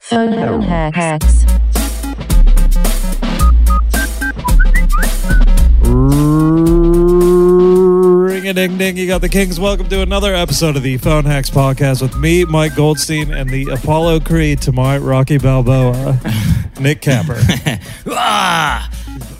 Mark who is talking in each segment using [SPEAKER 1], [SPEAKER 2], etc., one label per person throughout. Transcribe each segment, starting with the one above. [SPEAKER 1] Phone hacks.
[SPEAKER 2] Ring a ding ding, you got the Kings. Welcome to another episode of the Phone Hacks Podcast with me, Mike Goldstein, and the Apollo Creed to my Rocky Balboa, Nick Capper.
[SPEAKER 3] Rah!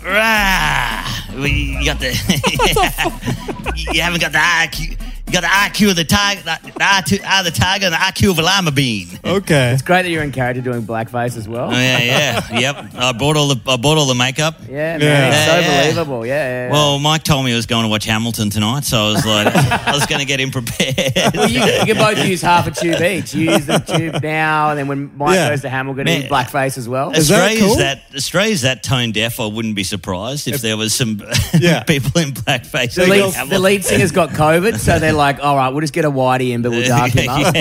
[SPEAKER 3] Rah! Well, you you got the. you haven't got the IQ. You got the IQ of the tiger, the, the IQ eye of the tiger, and the IQ of a lima bean.
[SPEAKER 2] Okay.
[SPEAKER 4] It's great that you're in character doing Black Vice as well.
[SPEAKER 3] Oh, yeah, yeah, yep. I bought all the I bought all the makeup.
[SPEAKER 4] Yeah, man,
[SPEAKER 2] Yeah.
[SPEAKER 4] it's so
[SPEAKER 3] Yeah, yeah.
[SPEAKER 4] believable. Yeah, yeah, yeah.
[SPEAKER 3] Well, Mike told me he was going to watch Hamilton tonight, so I was like, I was going to get him
[SPEAKER 4] Well,
[SPEAKER 3] prepared.
[SPEAKER 4] you, you can both use half a tube each. You use the tube now, and then when Mike
[SPEAKER 2] Yeah.
[SPEAKER 4] goes to Ham, we're going to
[SPEAKER 3] Man.
[SPEAKER 4] do blackface as well.
[SPEAKER 2] Is that
[SPEAKER 3] Australia's
[SPEAKER 2] cool?
[SPEAKER 3] Australia's that tone deaf. I wouldn't be surprised if there was some
[SPEAKER 2] Yeah.
[SPEAKER 3] people in blackface.
[SPEAKER 4] The
[SPEAKER 3] doing
[SPEAKER 4] lead, the
[SPEAKER 3] Hamilton.
[SPEAKER 4] lead singer's got COVID, so they're like, all right, we'll just get a whitey in, but we'll dark him up.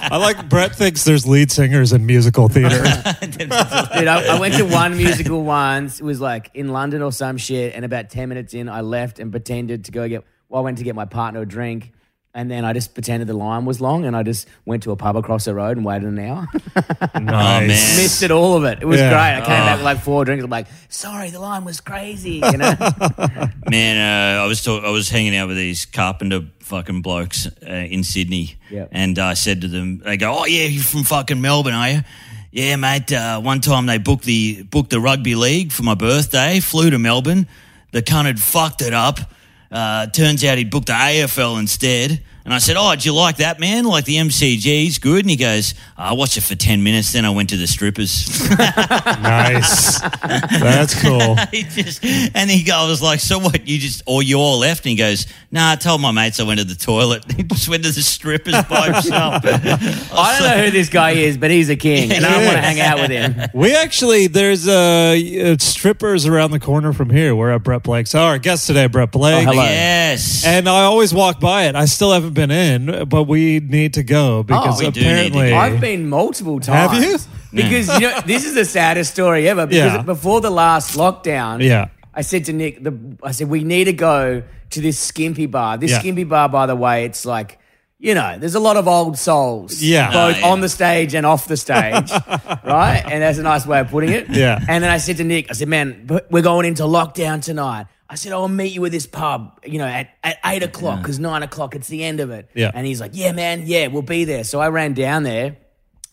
[SPEAKER 2] I like Brett thinks there's lead singers in musical theater.
[SPEAKER 4] Dude, I, I went to one musical once. It was like in London or some shit. And about 10 minutes in, I left and pretended to go get, well, I went to get my partner a drink. And then I just pretended the line was long and I just went to a pub across the road and waited an hour.
[SPEAKER 3] Oh, man.
[SPEAKER 4] Missed it, all of it. It was
[SPEAKER 2] Yeah. Oh.
[SPEAKER 4] great. I came back with like four drinks. I'm like, sorry, the line was crazy. You know?
[SPEAKER 3] Man, uh, I was talk- I was hanging out with these carpenter fucking blokes uh, in Sydney,
[SPEAKER 4] Yep.
[SPEAKER 3] and I said to them, "They go, oh yeah, you're from fucking Melbourne, are you?" Yeah, mate. Uh, one time they booked the booked the rugby league for my birthday. Flew to Melbourne. The cunt had fucked it up. Uh, turns out he'd booked the AFL instead. And I said, "Oh, do you like that, man? Like the MCG's good." And he goes, "Uh, "I watched it for ten minutes, then I went to the strippers."
[SPEAKER 2] nice. That's cool.
[SPEAKER 3] he just, and he, go- I was like, so what? You just, or you all left? And he goes, nah, I told my mates I went to the toilet. He just went to the strippers by himself.
[SPEAKER 4] I don't know who this guy is, but he's a king. And I
[SPEAKER 2] He
[SPEAKER 4] want to
[SPEAKER 2] is.
[SPEAKER 4] hang out with him.
[SPEAKER 2] We actually there's uh, uh strippers around the corner from here. We're at Brett Blake's. Oh, Our guest today, Brett Blake.
[SPEAKER 4] Oh, hello.
[SPEAKER 3] Yes.
[SPEAKER 2] And I always walk by it. I still haven't been in, but we need to go because
[SPEAKER 4] Oh, we
[SPEAKER 3] do need to
[SPEAKER 2] apparently
[SPEAKER 3] go.
[SPEAKER 4] I've been multiple
[SPEAKER 2] Have
[SPEAKER 4] times.
[SPEAKER 2] you?
[SPEAKER 4] Because you know this is the saddest story ever. Because
[SPEAKER 2] Yeah.
[SPEAKER 4] before the last lockdown,
[SPEAKER 2] Yeah.
[SPEAKER 4] I said to Nick, the, I said we need to go to this skimpy bar. This
[SPEAKER 2] Yeah.
[SPEAKER 4] skimpy bar, by the way, it's like. You know, there's a lot of old souls,
[SPEAKER 2] Yeah.
[SPEAKER 4] both
[SPEAKER 3] Oh, yeah.
[SPEAKER 4] on the stage and off the stage, right? And that's a nice way of putting it.
[SPEAKER 2] Yeah.
[SPEAKER 4] And then I said to Nick, I said, "Man, but we're going into lockdown tonight." I said, "I'll meet you at this pub, you know, at, at eight o'clock because nine o'clock it's the end of it."
[SPEAKER 2] Yeah.
[SPEAKER 4] And he's like, "Yeah, man, yeah, we'll be there." So I ran down there,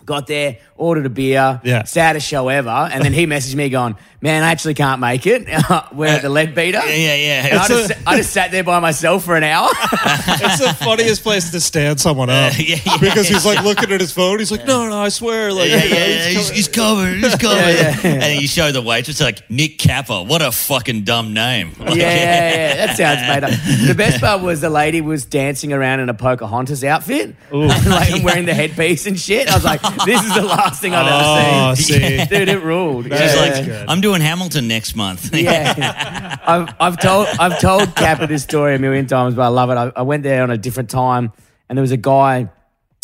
[SPEAKER 4] got there, ordered a beer.
[SPEAKER 2] Yeah.
[SPEAKER 4] Saddest show ever. And then he messaged me going, "Man, I actually can't make it. We're at the lead beater."
[SPEAKER 3] yeah, yeah, yeah.
[SPEAKER 4] And I
[SPEAKER 3] It's
[SPEAKER 4] just, I just sat there by myself for an hour.
[SPEAKER 2] it's the funniest place to stand someone up
[SPEAKER 3] yeah, yeah.
[SPEAKER 2] because he's like looking at his phone. He's like, no, no, I swear, like, you
[SPEAKER 3] yeah, yeah,
[SPEAKER 2] know,
[SPEAKER 3] yeah,
[SPEAKER 2] he's
[SPEAKER 3] he's, he's covered. He's covered.
[SPEAKER 4] yeah, yeah.
[SPEAKER 3] And you show the waitress like Nick Capper. What a fucking dumb name. Like,
[SPEAKER 4] yeah, yeah, yeah. That sounds made up. The best part was the lady was dancing around in a Pocahontas outfit, and like and wearing the headpiece and shit. I was like, this is the last thing I've
[SPEAKER 2] Oh,
[SPEAKER 4] ever seen.
[SPEAKER 2] see,
[SPEAKER 4] Dude, it ruled.
[SPEAKER 2] She's
[SPEAKER 3] He's
[SPEAKER 4] yeah.
[SPEAKER 3] like,
[SPEAKER 2] good.
[SPEAKER 3] I'm doing Hamilton next month.
[SPEAKER 4] yeah. I've, I've told I've told Kappa this story a million times, but I love it. I, I went there on a different time, and there was a guy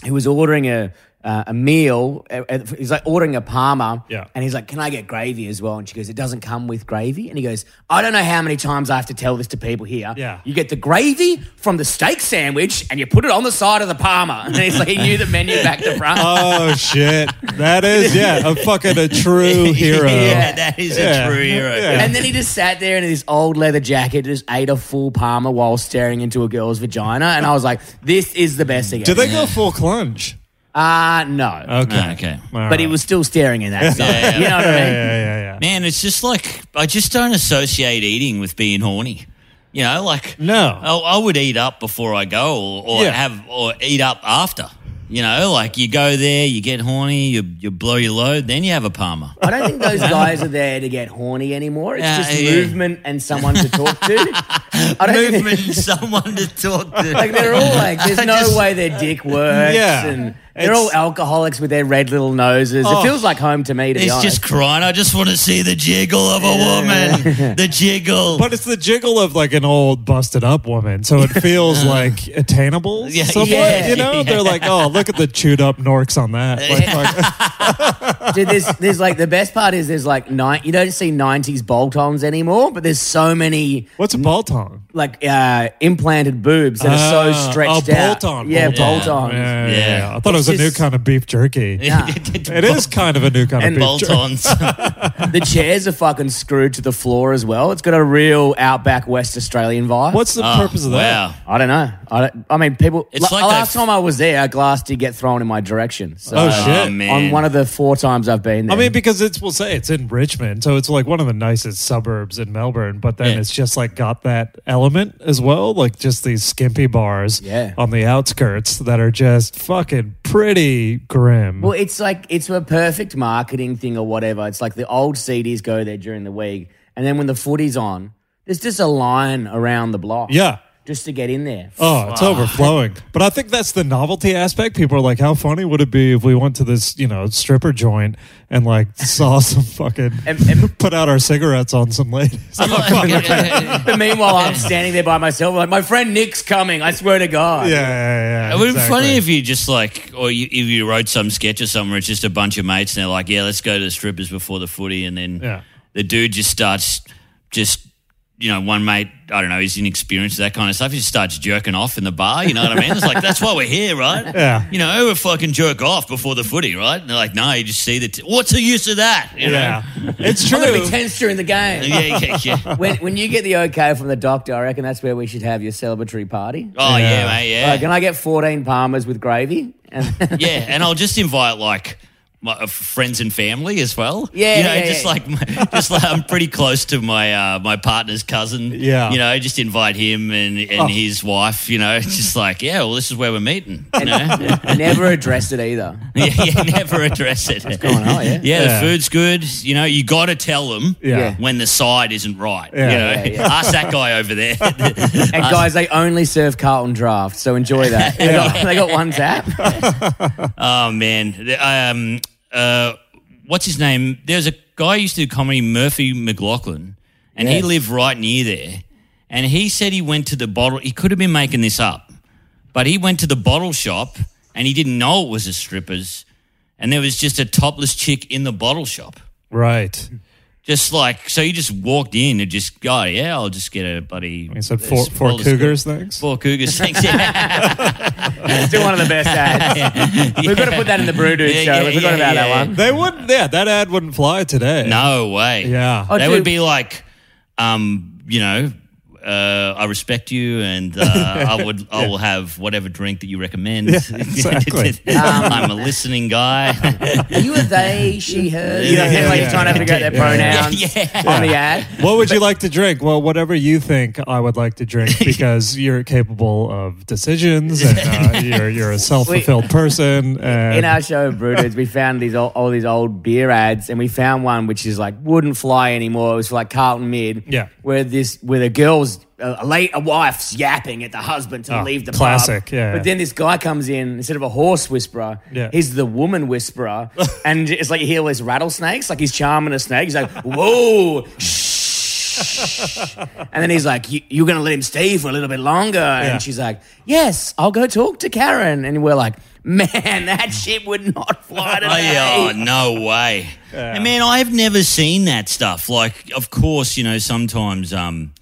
[SPEAKER 4] who was ordering a uh, a meal. uh, uh, He's like ordering a parma,
[SPEAKER 2] Yeah.
[SPEAKER 4] and he's like, "Can I get gravy as well?" And she goes, "It doesn't come with gravy." And he goes, "I don't know how many times I have to tell this to people here.
[SPEAKER 2] Yeah.
[SPEAKER 4] you get the gravy from the steak sandwich, and you put it on the side of the parma." And he's like, "He knew the menu back to front."
[SPEAKER 2] oh shit, that is yeah, a fucking a true hero.
[SPEAKER 3] yeah, that is
[SPEAKER 2] Yeah.
[SPEAKER 3] a true hero.
[SPEAKER 2] Yeah.
[SPEAKER 4] And then he just sat there in his old leather jacket, just ate a full palmer while staring into a girl's vagina. And I was like, this is the best again.
[SPEAKER 2] Do they go full clunge?
[SPEAKER 4] Uh, no.
[SPEAKER 2] Okay,
[SPEAKER 3] No, Ah, okay.
[SPEAKER 2] All
[SPEAKER 4] but he
[SPEAKER 2] right.
[SPEAKER 4] was still staring in that. zone.
[SPEAKER 3] yeah.
[SPEAKER 4] You know what I mean?
[SPEAKER 2] yeah, yeah, yeah.
[SPEAKER 3] Man, it's just like I just don't associate eating with being horny. You know, like
[SPEAKER 2] No.
[SPEAKER 3] I, I would eat up before I go, or, or
[SPEAKER 2] Yeah.
[SPEAKER 3] have, or eat up after. You know, like you go there, you get horny, you you blow your load, then you have a palmer.
[SPEAKER 4] I don't think those guys are there to get horny anymore. It's
[SPEAKER 3] Yeah,
[SPEAKER 4] just
[SPEAKER 3] yeah.
[SPEAKER 4] movement and someone to talk to. I don't think-
[SPEAKER 3] Movement, and someone to talk to.
[SPEAKER 4] like they're all like, there's
[SPEAKER 3] I
[SPEAKER 4] no
[SPEAKER 3] just-
[SPEAKER 4] way their dick works,
[SPEAKER 2] Yeah.
[SPEAKER 4] and they're
[SPEAKER 2] It's-
[SPEAKER 4] all alcoholics with their red little noses.
[SPEAKER 2] Oh.
[SPEAKER 4] It feels like home to me. To be
[SPEAKER 3] It's
[SPEAKER 4] honest,
[SPEAKER 3] just crying. I just want to see the jiggle of a woman. The jiggle.
[SPEAKER 2] But it's the jiggle of like an old busted up woman, so it feels like attainable.
[SPEAKER 3] Uh-huh. Yeah,
[SPEAKER 2] somewhat,
[SPEAKER 4] yeah,
[SPEAKER 2] you know,
[SPEAKER 3] yeah.
[SPEAKER 2] they're like, oh, look at the chewed up norks on that. Like, fuck.
[SPEAKER 4] Dude, there's, there's like the best part is there's like nine. You don't see '90s bolt-ons anymore, but there's so many
[SPEAKER 2] what's a ball tongue?
[SPEAKER 4] like uh, implanted boobs that are
[SPEAKER 2] Ah,
[SPEAKER 4] so stretched
[SPEAKER 2] oh,
[SPEAKER 4] out.
[SPEAKER 2] bolt-on,
[SPEAKER 4] yeah,
[SPEAKER 2] bolt-on.
[SPEAKER 4] bolt-ons.
[SPEAKER 2] Yeah, yeah, yeah.
[SPEAKER 3] Yeah.
[SPEAKER 2] I thought it was is a new
[SPEAKER 4] just-
[SPEAKER 2] kind of beef jerky. It is kind of a new kind
[SPEAKER 4] And
[SPEAKER 2] of beef
[SPEAKER 3] bolt
[SPEAKER 2] jerky.
[SPEAKER 3] ons.
[SPEAKER 4] The chairs are fucking screwed to the floor as well. It's got a real outback West Australian vibe.
[SPEAKER 2] What's the purpose of that?
[SPEAKER 3] Oh, wow.
[SPEAKER 4] I don't know. I, don't, I mean, people.
[SPEAKER 3] It's
[SPEAKER 4] la-
[SPEAKER 3] like that-
[SPEAKER 4] last time I was there, a glass did get thrown in my direction. So
[SPEAKER 2] Oh, shit.
[SPEAKER 3] Oh, man.
[SPEAKER 4] on one of the four times I've been there,
[SPEAKER 2] I mean, because it's we'll say it's in Richmond, so it's like one of the nicest suburbs in Melbourne. But then
[SPEAKER 3] Yeah.
[SPEAKER 2] it's just like got that element as well, like just these skimpy bars
[SPEAKER 4] Yeah.
[SPEAKER 2] on the outskirts that are just fucking pretty grim.
[SPEAKER 4] well, it's like it's a perfect marketing thing or whatever. It's like the old CDs go there during the week, and then when the footy's on, there's just a line around the block.
[SPEAKER 2] yeah.
[SPEAKER 4] just to get in there.
[SPEAKER 2] Oh, it's overflowing. But I think that's the novelty aspect. People are like, how funny would it be if we went to this, you know, stripper joint and like saw some fucking
[SPEAKER 4] And- and-
[SPEAKER 2] put out our cigarettes on some ladies.
[SPEAKER 3] Yeah, yeah, yeah.
[SPEAKER 4] But meanwhile, I'm standing there by myself, like my friend Nick's coming. I swear to God.
[SPEAKER 2] Yeah, yeah, yeah.
[SPEAKER 3] It would be
[SPEAKER 2] exactly.
[SPEAKER 3] funny if you just like, or you, if you wrote some sketch or somewhere, it's just a bunch of mates and they're like, yeah, let's go to the strippers before the footy. And then
[SPEAKER 2] Yeah.
[SPEAKER 3] the dude just starts, just, you know, one mate, I don't know, he's inexperienced, that kind of stuff. He just starts jerking off in the bar. You know what I mean? It's like, that's why we're here, right?
[SPEAKER 2] Yeah.
[SPEAKER 3] You know, we fucking jerk off before the footy, right? And they're like, no, you just see the, t- what's the use of that? You
[SPEAKER 2] Yeah. It's
[SPEAKER 4] I'm gonna
[SPEAKER 2] true.
[SPEAKER 4] be tense during the
[SPEAKER 3] Know?
[SPEAKER 4] game.
[SPEAKER 3] Yeah, yeah, yeah.
[SPEAKER 4] When, when you get the okay from the doctor, I reckon that's where we should have your celebratory party.
[SPEAKER 3] Oh, yeah,
[SPEAKER 2] Yeah.
[SPEAKER 3] mate, yeah.
[SPEAKER 4] Uh, can I get 14 palmers with gravy? And
[SPEAKER 3] Yeah, and I'll just invite like my uh, friends and family as well.
[SPEAKER 4] Yeah,
[SPEAKER 3] you know,
[SPEAKER 4] yeah,
[SPEAKER 3] just
[SPEAKER 4] yeah.
[SPEAKER 3] like my, just like I'm pretty close to my uh, my partner's cousin.
[SPEAKER 2] Yeah. Oh.
[SPEAKER 3] you know, just invite him and and his wife. You know, it's just like yeah, well, this is where we're meeting. You know,
[SPEAKER 4] never address it either.
[SPEAKER 3] yeah, yeah, never address it.
[SPEAKER 4] on, yeah.
[SPEAKER 2] Yeah.
[SPEAKER 3] the food's good. You know, you got to tell them.
[SPEAKER 2] yeah.
[SPEAKER 3] When the side isn't right,
[SPEAKER 2] Yeah.
[SPEAKER 3] you know,
[SPEAKER 4] Yeah, yeah.
[SPEAKER 3] ask that guy over there.
[SPEAKER 4] And guys, they only serve Carlton draft, so enjoy that. They, got, they got one tap.
[SPEAKER 3] Oh man, The- um, uh, what's his name? There's a guy who used to do comedy, Murphy McLaughlin, and he
[SPEAKER 4] Yes.
[SPEAKER 3] lived right near there. And he said he went to the bottle. He could have been making this up, but he went to the bottle shop and he didn't know it was a stripper's, and there was just a topless chick in the bottle shop.
[SPEAKER 2] Right.
[SPEAKER 3] Just like so, he just walked in and just go, yeah, I'll just get a buddy.
[SPEAKER 2] He said four, four cougars things.
[SPEAKER 3] Four cougars, thanks. Yeah.
[SPEAKER 4] Still one of the best ads. We've got to put that in the Brew Dude
[SPEAKER 3] Yeah,
[SPEAKER 4] show.
[SPEAKER 3] yeah,
[SPEAKER 4] we forgot
[SPEAKER 3] yeah,
[SPEAKER 4] about
[SPEAKER 3] yeah.
[SPEAKER 4] that one.
[SPEAKER 2] They wouldn't. Yeah, that ad wouldn't fly today.
[SPEAKER 3] No way.
[SPEAKER 2] Yeah.
[SPEAKER 4] Oh,
[SPEAKER 3] they
[SPEAKER 4] dude.
[SPEAKER 3] would be like, um, you know, uh, I respect you, and uh, I would, I will have whatever drink that you recommend.
[SPEAKER 2] exactly.
[SPEAKER 3] I'm a listening guy.
[SPEAKER 4] Are you a they, she, her? You know,
[SPEAKER 3] Yeah,
[SPEAKER 4] they're like
[SPEAKER 2] yeah,
[SPEAKER 4] trying to
[SPEAKER 2] yeah.
[SPEAKER 4] figure out their pronouns
[SPEAKER 3] Yeah.
[SPEAKER 4] on the ad.
[SPEAKER 2] What would you like to drink? Well, whatever you think I would like to drink because you're capable of decisions and uh, you're, you're a self fulfilled person. And
[SPEAKER 4] in our show Bruters, we found these all, all these old beer ads, and we found one which is like wouldn't fly anymore. It was for like Carlton Mid,
[SPEAKER 2] Yeah.
[SPEAKER 4] where this where the girls uh, a, a late a wife's yapping at the husband to
[SPEAKER 2] Oh,
[SPEAKER 4] leave the
[SPEAKER 2] classic,
[SPEAKER 4] pub.
[SPEAKER 2] yeah.
[SPEAKER 4] But then this guy comes in instead of a horse whisperer,
[SPEAKER 2] Yeah.
[SPEAKER 4] he's the woman whisperer, and it's like you hear all these rattlesnakes, like he's charming a snake. He's like, whoa. shh." And then he's like, "You- "You're gonna let him stay for a little bit longer,"
[SPEAKER 2] Yeah.
[SPEAKER 4] and she's like, "Yes, I'll go talk to Karen." And we're like, "Man, that shit would not fly
[SPEAKER 3] Oh, yeah, oh,
[SPEAKER 4] today."
[SPEAKER 3] no way. And, man, I've never seen that stuff. Like, of course, you know, sometimes um,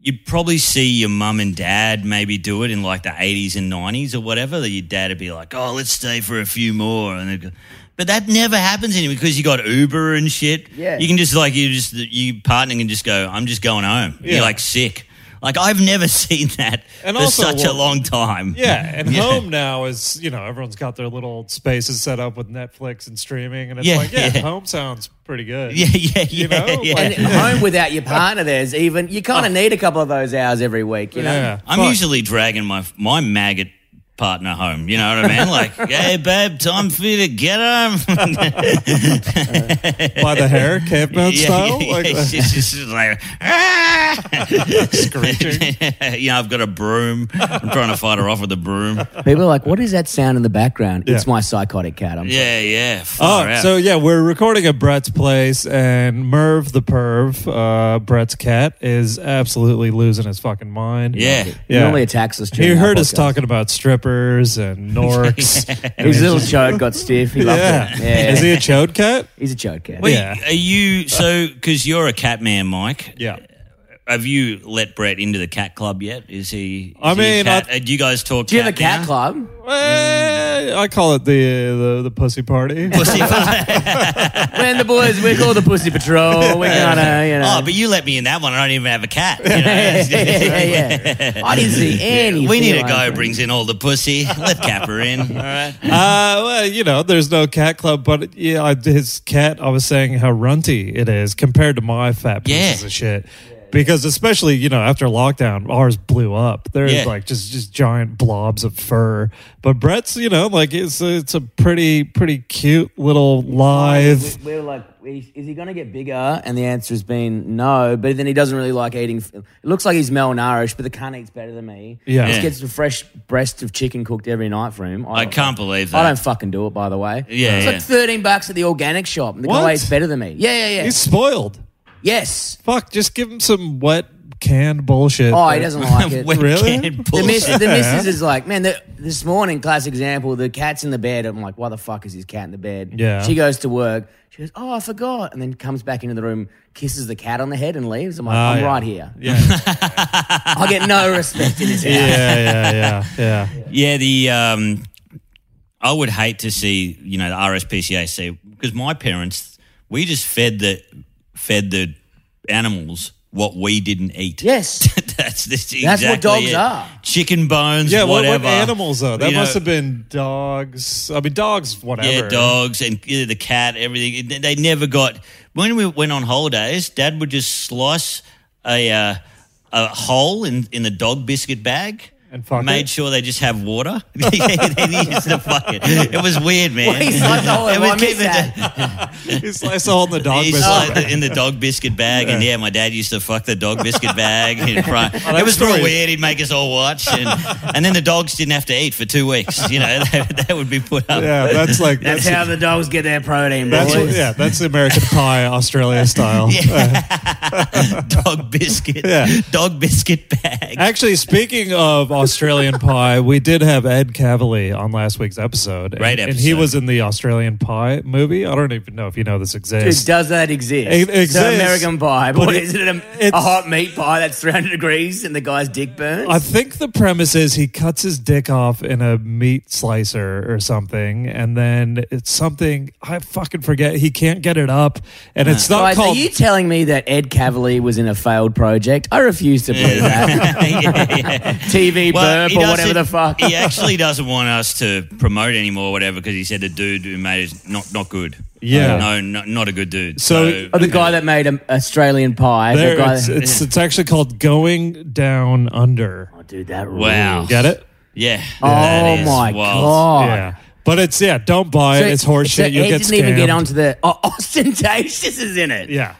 [SPEAKER 3] you probably see your mum and dad maybe do it in like the 80s and 90s or whatever. That your dad would be like, oh, let's stay for a few more. And they'd go, but that never happens anymore because you got Uber and shit.
[SPEAKER 4] Yeah.
[SPEAKER 3] You can just like, you just, you partner can just go, I'm just going home.
[SPEAKER 2] Yeah.
[SPEAKER 3] You're like sick. Like, I've never seen that
[SPEAKER 2] And
[SPEAKER 3] for
[SPEAKER 2] also,
[SPEAKER 3] such
[SPEAKER 2] well-
[SPEAKER 3] a long time.
[SPEAKER 2] yeah, and home now is, you know, everyone's got their little spaces set up with Netflix and streaming. And it's
[SPEAKER 3] Yeah,
[SPEAKER 2] like, yeah,
[SPEAKER 3] yeah.
[SPEAKER 2] home sounds pretty good.
[SPEAKER 3] Yeah, yeah, yeah.
[SPEAKER 2] You know,
[SPEAKER 3] yeah.
[SPEAKER 4] And home without your partner, there's even you kind of need a couple of those hours every week,
[SPEAKER 3] uh,
[SPEAKER 4] you know.
[SPEAKER 2] Yeah.
[SPEAKER 3] I'm
[SPEAKER 2] Fuck.
[SPEAKER 3] usually dragging my my maggot partner home. You know what I mean? Like, hey, babe, time for you to get home.
[SPEAKER 2] By the hair, caveman style.
[SPEAKER 3] yeah,
[SPEAKER 2] like
[SPEAKER 3] yeah.
[SPEAKER 2] that.
[SPEAKER 3] She's just like, ah!
[SPEAKER 2] Screeching.
[SPEAKER 3] you know, I've got a broom. I'm trying to fight her off with a broom.
[SPEAKER 4] People are like, "What is that sound in the background?" It's
[SPEAKER 2] Yeah.
[SPEAKER 4] my psychotic cat. I'm
[SPEAKER 3] Yeah, yeah.
[SPEAKER 2] Oh,
[SPEAKER 3] Far out.
[SPEAKER 2] so yeah, we're recording at Brett's place, and Merv the perv, uh, Brett's cat, is absolutely losing his fucking mind.
[SPEAKER 3] yeah.
[SPEAKER 4] He
[SPEAKER 2] yeah.
[SPEAKER 4] normally attacks us.
[SPEAKER 2] He
[SPEAKER 4] during our
[SPEAKER 2] heard us
[SPEAKER 4] podcast.
[SPEAKER 2] talking about strippers and norks. And
[SPEAKER 4] His
[SPEAKER 2] he's
[SPEAKER 4] little
[SPEAKER 2] just-
[SPEAKER 4] chode got stiff. He loved
[SPEAKER 2] yeah.
[SPEAKER 4] it. Yeah,
[SPEAKER 2] Is he a chode cat?
[SPEAKER 4] he's a chode cat.
[SPEAKER 3] Wait,
[SPEAKER 2] Yeah.
[SPEAKER 3] are you so? Because you're a cat man, Mike.
[SPEAKER 2] Yeah.
[SPEAKER 3] have you let Brett into the cat club yet? Is he? Is
[SPEAKER 2] I
[SPEAKER 3] he a
[SPEAKER 2] mean,
[SPEAKER 3] cat?
[SPEAKER 2] I-
[SPEAKER 3] Uh, do you guys talk?
[SPEAKER 4] Do you have a cat
[SPEAKER 3] cat now?
[SPEAKER 4] club?
[SPEAKER 2] Eh, I call it the, uh, the the pussy party.
[SPEAKER 3] Pussy
[SPEAKER 4] When the boys, we call the Pussy Patrol. We're gonna, you know.
[SPEAKER 3] Oh, but you let me in that one. I don't even have a cat. you know?
[SPEAKER 4] yeah, yeah, yeah. I didn't see any.
[SPEAKER 3] we need a
[SPEAKER 4] feline
[SPEAKER 3] guy who
[SPEAKER 4] thing.
[SPEAKER 3] brings in all the pussy. Let Capper in. All right.
[SPEAKER 2] Uh, well, you know, there's no cat club, but yeah, I, his cat. I was saying how runty it is compared to my fat pieces
[SPEAKER 3] Yeah.
[SPEAKER 2] of shit. Because especially you know after lockdown, ours blew up. There's
[SPEAKER 3] Yeah.
[SPEAKER 2] like just just giant blobs of fur. But Brett's, you know, like it's it's a pretty pretty cute little live.
[SPEAKER 4] We were like, is is he going to get bigger? And the answer has been no. But then he doesn't really like eating. It looks like he's malnourished, but the cunt eats better than me.
[SPEAKER 2] Yeah.
[SPEAKER 4] Just
[SPEAKER 2] Yeah.
[SPEAKER 4] gets a fresh breast of chicken cooked every night for him.
[SPEAKER 3] I can't believe that.
[SPEAKER 4] I don't fucking do it, by the way.
[SPEAKER 3] Yeah,
[SPEAKER 4] It's
[SPEAKER 3] yeah.
[SPEAKER 4] like 13 bucks at the organic shop. And the
[SPEAKER 2] What?
[SPEAKER 4] guy eats better than me. Yeah, yeah, yeah.
[SPEAKER 2] He's spoiled.
[SPEAKER 4] yes.
[SPEAKER 2] Fuck, just give him some wet canned bullshit.
[SPEAKER 4] Oh, he doesn't like it.
[SPEAKER 3] Wet
[SPEAKER 2] Really?
[SPEAKER 3] cat
[SPEAKER 4] The, miss,
[SPEAKER 3] bullshit.
[SPEAKER 4] the missus is like, man, the, this morning, classic example, the cat's in the bed. I'm like, why the fuck is his cat in the bed?
[SPEAKER 2] Yeah.
[SPEAKER 4] She goes to work. She goes, oh, I forgot. And then comes back into the room, kisses the cat on the head, and leaves. I'm like,
[SPEAKER 2] Ah,
[SPEAKER 4] I'm
[SPEAKER 2] yeah.
[SPEAKER 4] right here.
[SPEAKER 2] Yeah,
[SPEAKER 4] I get no respect in this house.
[SPEAKER 2] yeah, yeah, yeah, yeah.
[SPEAKER 3] Yeah, the um, I would hate to see you know the RSPCA because my parents we just fed the fed the animals what we didn't eat.
[SPEAKER 4] Yes.
[SPEAKER 3] that's this
[SPEAKER 4] That's what
[SPEAKER 3] exactly
[SPEAKER 4] dogs
[SPEAKER 3] it.
[SPEAKER 4] are.
[SPEAKER 3] Chicken bones,
[SPEAKER 2] Yeah, what,
[SPEAKER 3] whatever.
[SPEAKER 2] what animals though? That
[SPEAKER 3] You know,
[SPEAKER 2] must have been dogs. I mean, dogs, whatever.
[SPEAKER 3] yeah, dogs and yeah, the cat, everything. It- They never got. When we went on holidays, Dad would just slice a uh, a hole in in the dog biscuit bag.
[SPEAKER 2] And fuck
[SPEAKER 3] made
[SPEAKER 2] it?
[SPEAKER 3] sure they just have water. they used to fuck it. It was weird, man.
[SPEAKER 4] Well, he's like, oh, well,
[SPEAKER 3] It
[SPEAKER 4] I
[SPEAKER 3] would keep
[SPEAKER 4] missed
[SPEAKER 3] it-
[SPEAKER 4] that.
[SPEAKER 2] He sliced a hole in the dog.
[SPEAKER 3] he
[SPEAKER 2] biscuit
[SPEAKER 3] sliced
[SPEAKER 2] bag.
[SPEAKER 3] it in the dog biscuit bag, and yeah, my dad used to fuck the dog biscuit bag in front. it was real
[SPEAKER 2] story.
[SPEAKER 3] weird. He'd make us all watch, and, and then the dogs didn't have to eat for two weeks. You know, that, that would be put up.
[SPEAKER 2] yeah, that's like
[SPEAKER 4] That's
[SPEAKER 2] that's
[SPEAKER 4] how the dogs get their protein,
[SPEAKER 2] that's
[SPEAKER 4] boys.
[SPEAKER 2] yeah, that's the American Pie Australia style.
[SPEAKER 3] dog biscuit,
[SPEAKER 2] Yeah.
[SPEAKER 3] dog biscuit bag.
[SPEAKER 2] Actually, speaking of Australian Pie, we did have Ed Cavalier on last week's episode, and,
[SPEAKER 3] Great
[SPEAKER 2] and he
[SPEAKER 3] episode.
[SPEAKER 2] was in the Australian Pie movie. I don't even know if you know this
[SPEAKER 4] Dude,
[SPEAKER 2] exists.
[SPEAKER 4] does that exist?
[SPEAKER 2] It
[SPEAKER 4] It's an
[SPEAKER 2] exists,
[SPEAKER 4] American pie. But
[SPEAKER 2] but
[SPEAKER 4] what
[SPEAKER 2] it-
[SPEAKER 4] is it? A,
[SPEAKER 2] it's-
[SPEAKER 4] a hot meat pie that's 300 degrees and the guy's dick burns?
[SPEAKER 2] I think the premise is he cuts his dick off in a meat slicer or something, and then it's something I fucking forget. He can't get it up, and it's not
[SPEAKER 4] Guys,
[SPEAKER 2] called.
[SPEAKER 4] are you telling me that Ed Cavalier was in a failed project? I refuse to believe that.
[SPEAKER 3] Yeah, yeah.
[SPEAKER 4] TV
[SPEAKER 3] Well,
[SPEAKER 4] burp
[SPEAKER 3] he
[SPEAKER 4] or whatever the
[SPEAKER 3] doesn't-
[SPEAKER 4] fuck.
[SPEAKER 3] He actually doesn't want us to promote anymore, or whatever, because he said the dude who made it is not not good.
[SPEAKER 2] Yeah.
[SPEAKER 3] no, no not a good dude.
[SPEAKER 2] So-
[SPEAKER 3] So,
[SPEAKER 4] Or the guy that made um, Australian Pie.
[SPEAKER 2] there,
[SPEAKER 4] The guy
[SPEAKER 2] it's,
[SPEAKER 4] that-
[SPEAKER 2] it's, it's actually called going down under.
[SPEAKER 4] oh, dude, that
[SPEAKER 3] Wow.
[SPEAKER 4] rules.
[SPEAKER 2] Get it?
[SPEAKER 3] yeah.
[SPEAKER 4] Oh
[SPEAKER 3] that is
[SPEAKER 4] my
[SPEAKER 3] wild.
[SPEAKER 4] god.
[SPEAKER 2] Yeah. But it's yeah, don't buy
[SPEAKER 4] So-
[SPEAKER 2] it. It's horseshit.
[SPEAKER 4] so
[SPEAKER 2] You'll
[SPEAKER 4] Ed
[SPEAKER 2] get
[SPEAKER 4] didn't even get
[SPEAKER 2] scammed.
[SPEAKER 4] onto the oh, ostentatious is in it.
[SPEAKER 2] Yeah.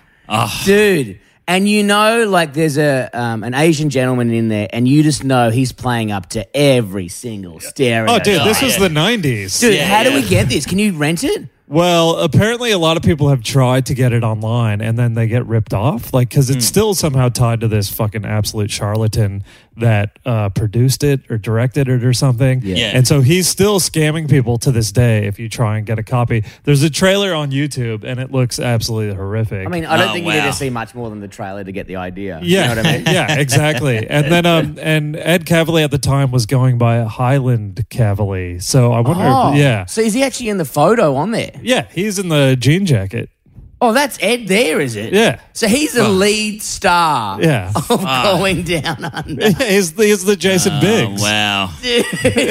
[SPEAKER 4] Dude. And you know, like there's a um, an Asian gentleman in there, and you just know he's playing up to every single stereo.
[SPEAKER 2] Oh, dude, this was
[SPEAKER 3] yeah.
[SPEAKER 2] the '90s.
[SPEAKER 4] Dude,
[SPEAKER 3] Yeah,
[SPEAKER 4] how do
[SPEAKER 3] yeah.
[SPEAKER 4] we get this? Can you rent it?
[SPEAKER 2] Well, apparently, a lot of people have tried to get it online, and then they get ripped off, like because it's still somehow tied to this fucking absolute charlatan that uh, produced it or directed it or something.
[SPEAKER 3] Yeah.
[SPEAKER 2] And so he's still scamming people to this day. If you try and get a copy, there's a trailer on YouTube, and it looks absolutely horrific.
[SPEAKER 4] I mean, I don't
[SPEAKER 3] Oh,
[SPEAKER 4] think you need
[SPEAKER 3] wow.
[SPEAKER 4] to see much more than the trailer to get the idea.
[SPEAKER 2] Yeah,
[SPEAKER 4] You know what I mean?
[SPEAKER 2] yeah, exactly. And then, um, and Ed Cavalier at the time was going by Highland Cavalier. So I wonder,
[SPEAKER 4] Oh,
[SPEAKER 2] if, yeah,
[SPEAKER 4] So is he actually in the photo on there?
[SPEAKER 2] yeah, he's in the jean jacket.
[SPEAKER 4] Oh, that's Ed. There is it.
[SPEAKER 2] Yeah. Oh.
[SPEAKER 4] So he's the lead star.
[SPEAKER 2] Yeah.
[SPEAKER 4] Of
[SPEAKER 3] Ah.
[SPEAKER 4] going down under.
[SPEAKER 2] he's, he's the Jason
[SPEAKER 3] Oh,
[SPEAKER 2] Biggs.
[SPEAKER 3] wow.
[SPEAKER 4] Dude,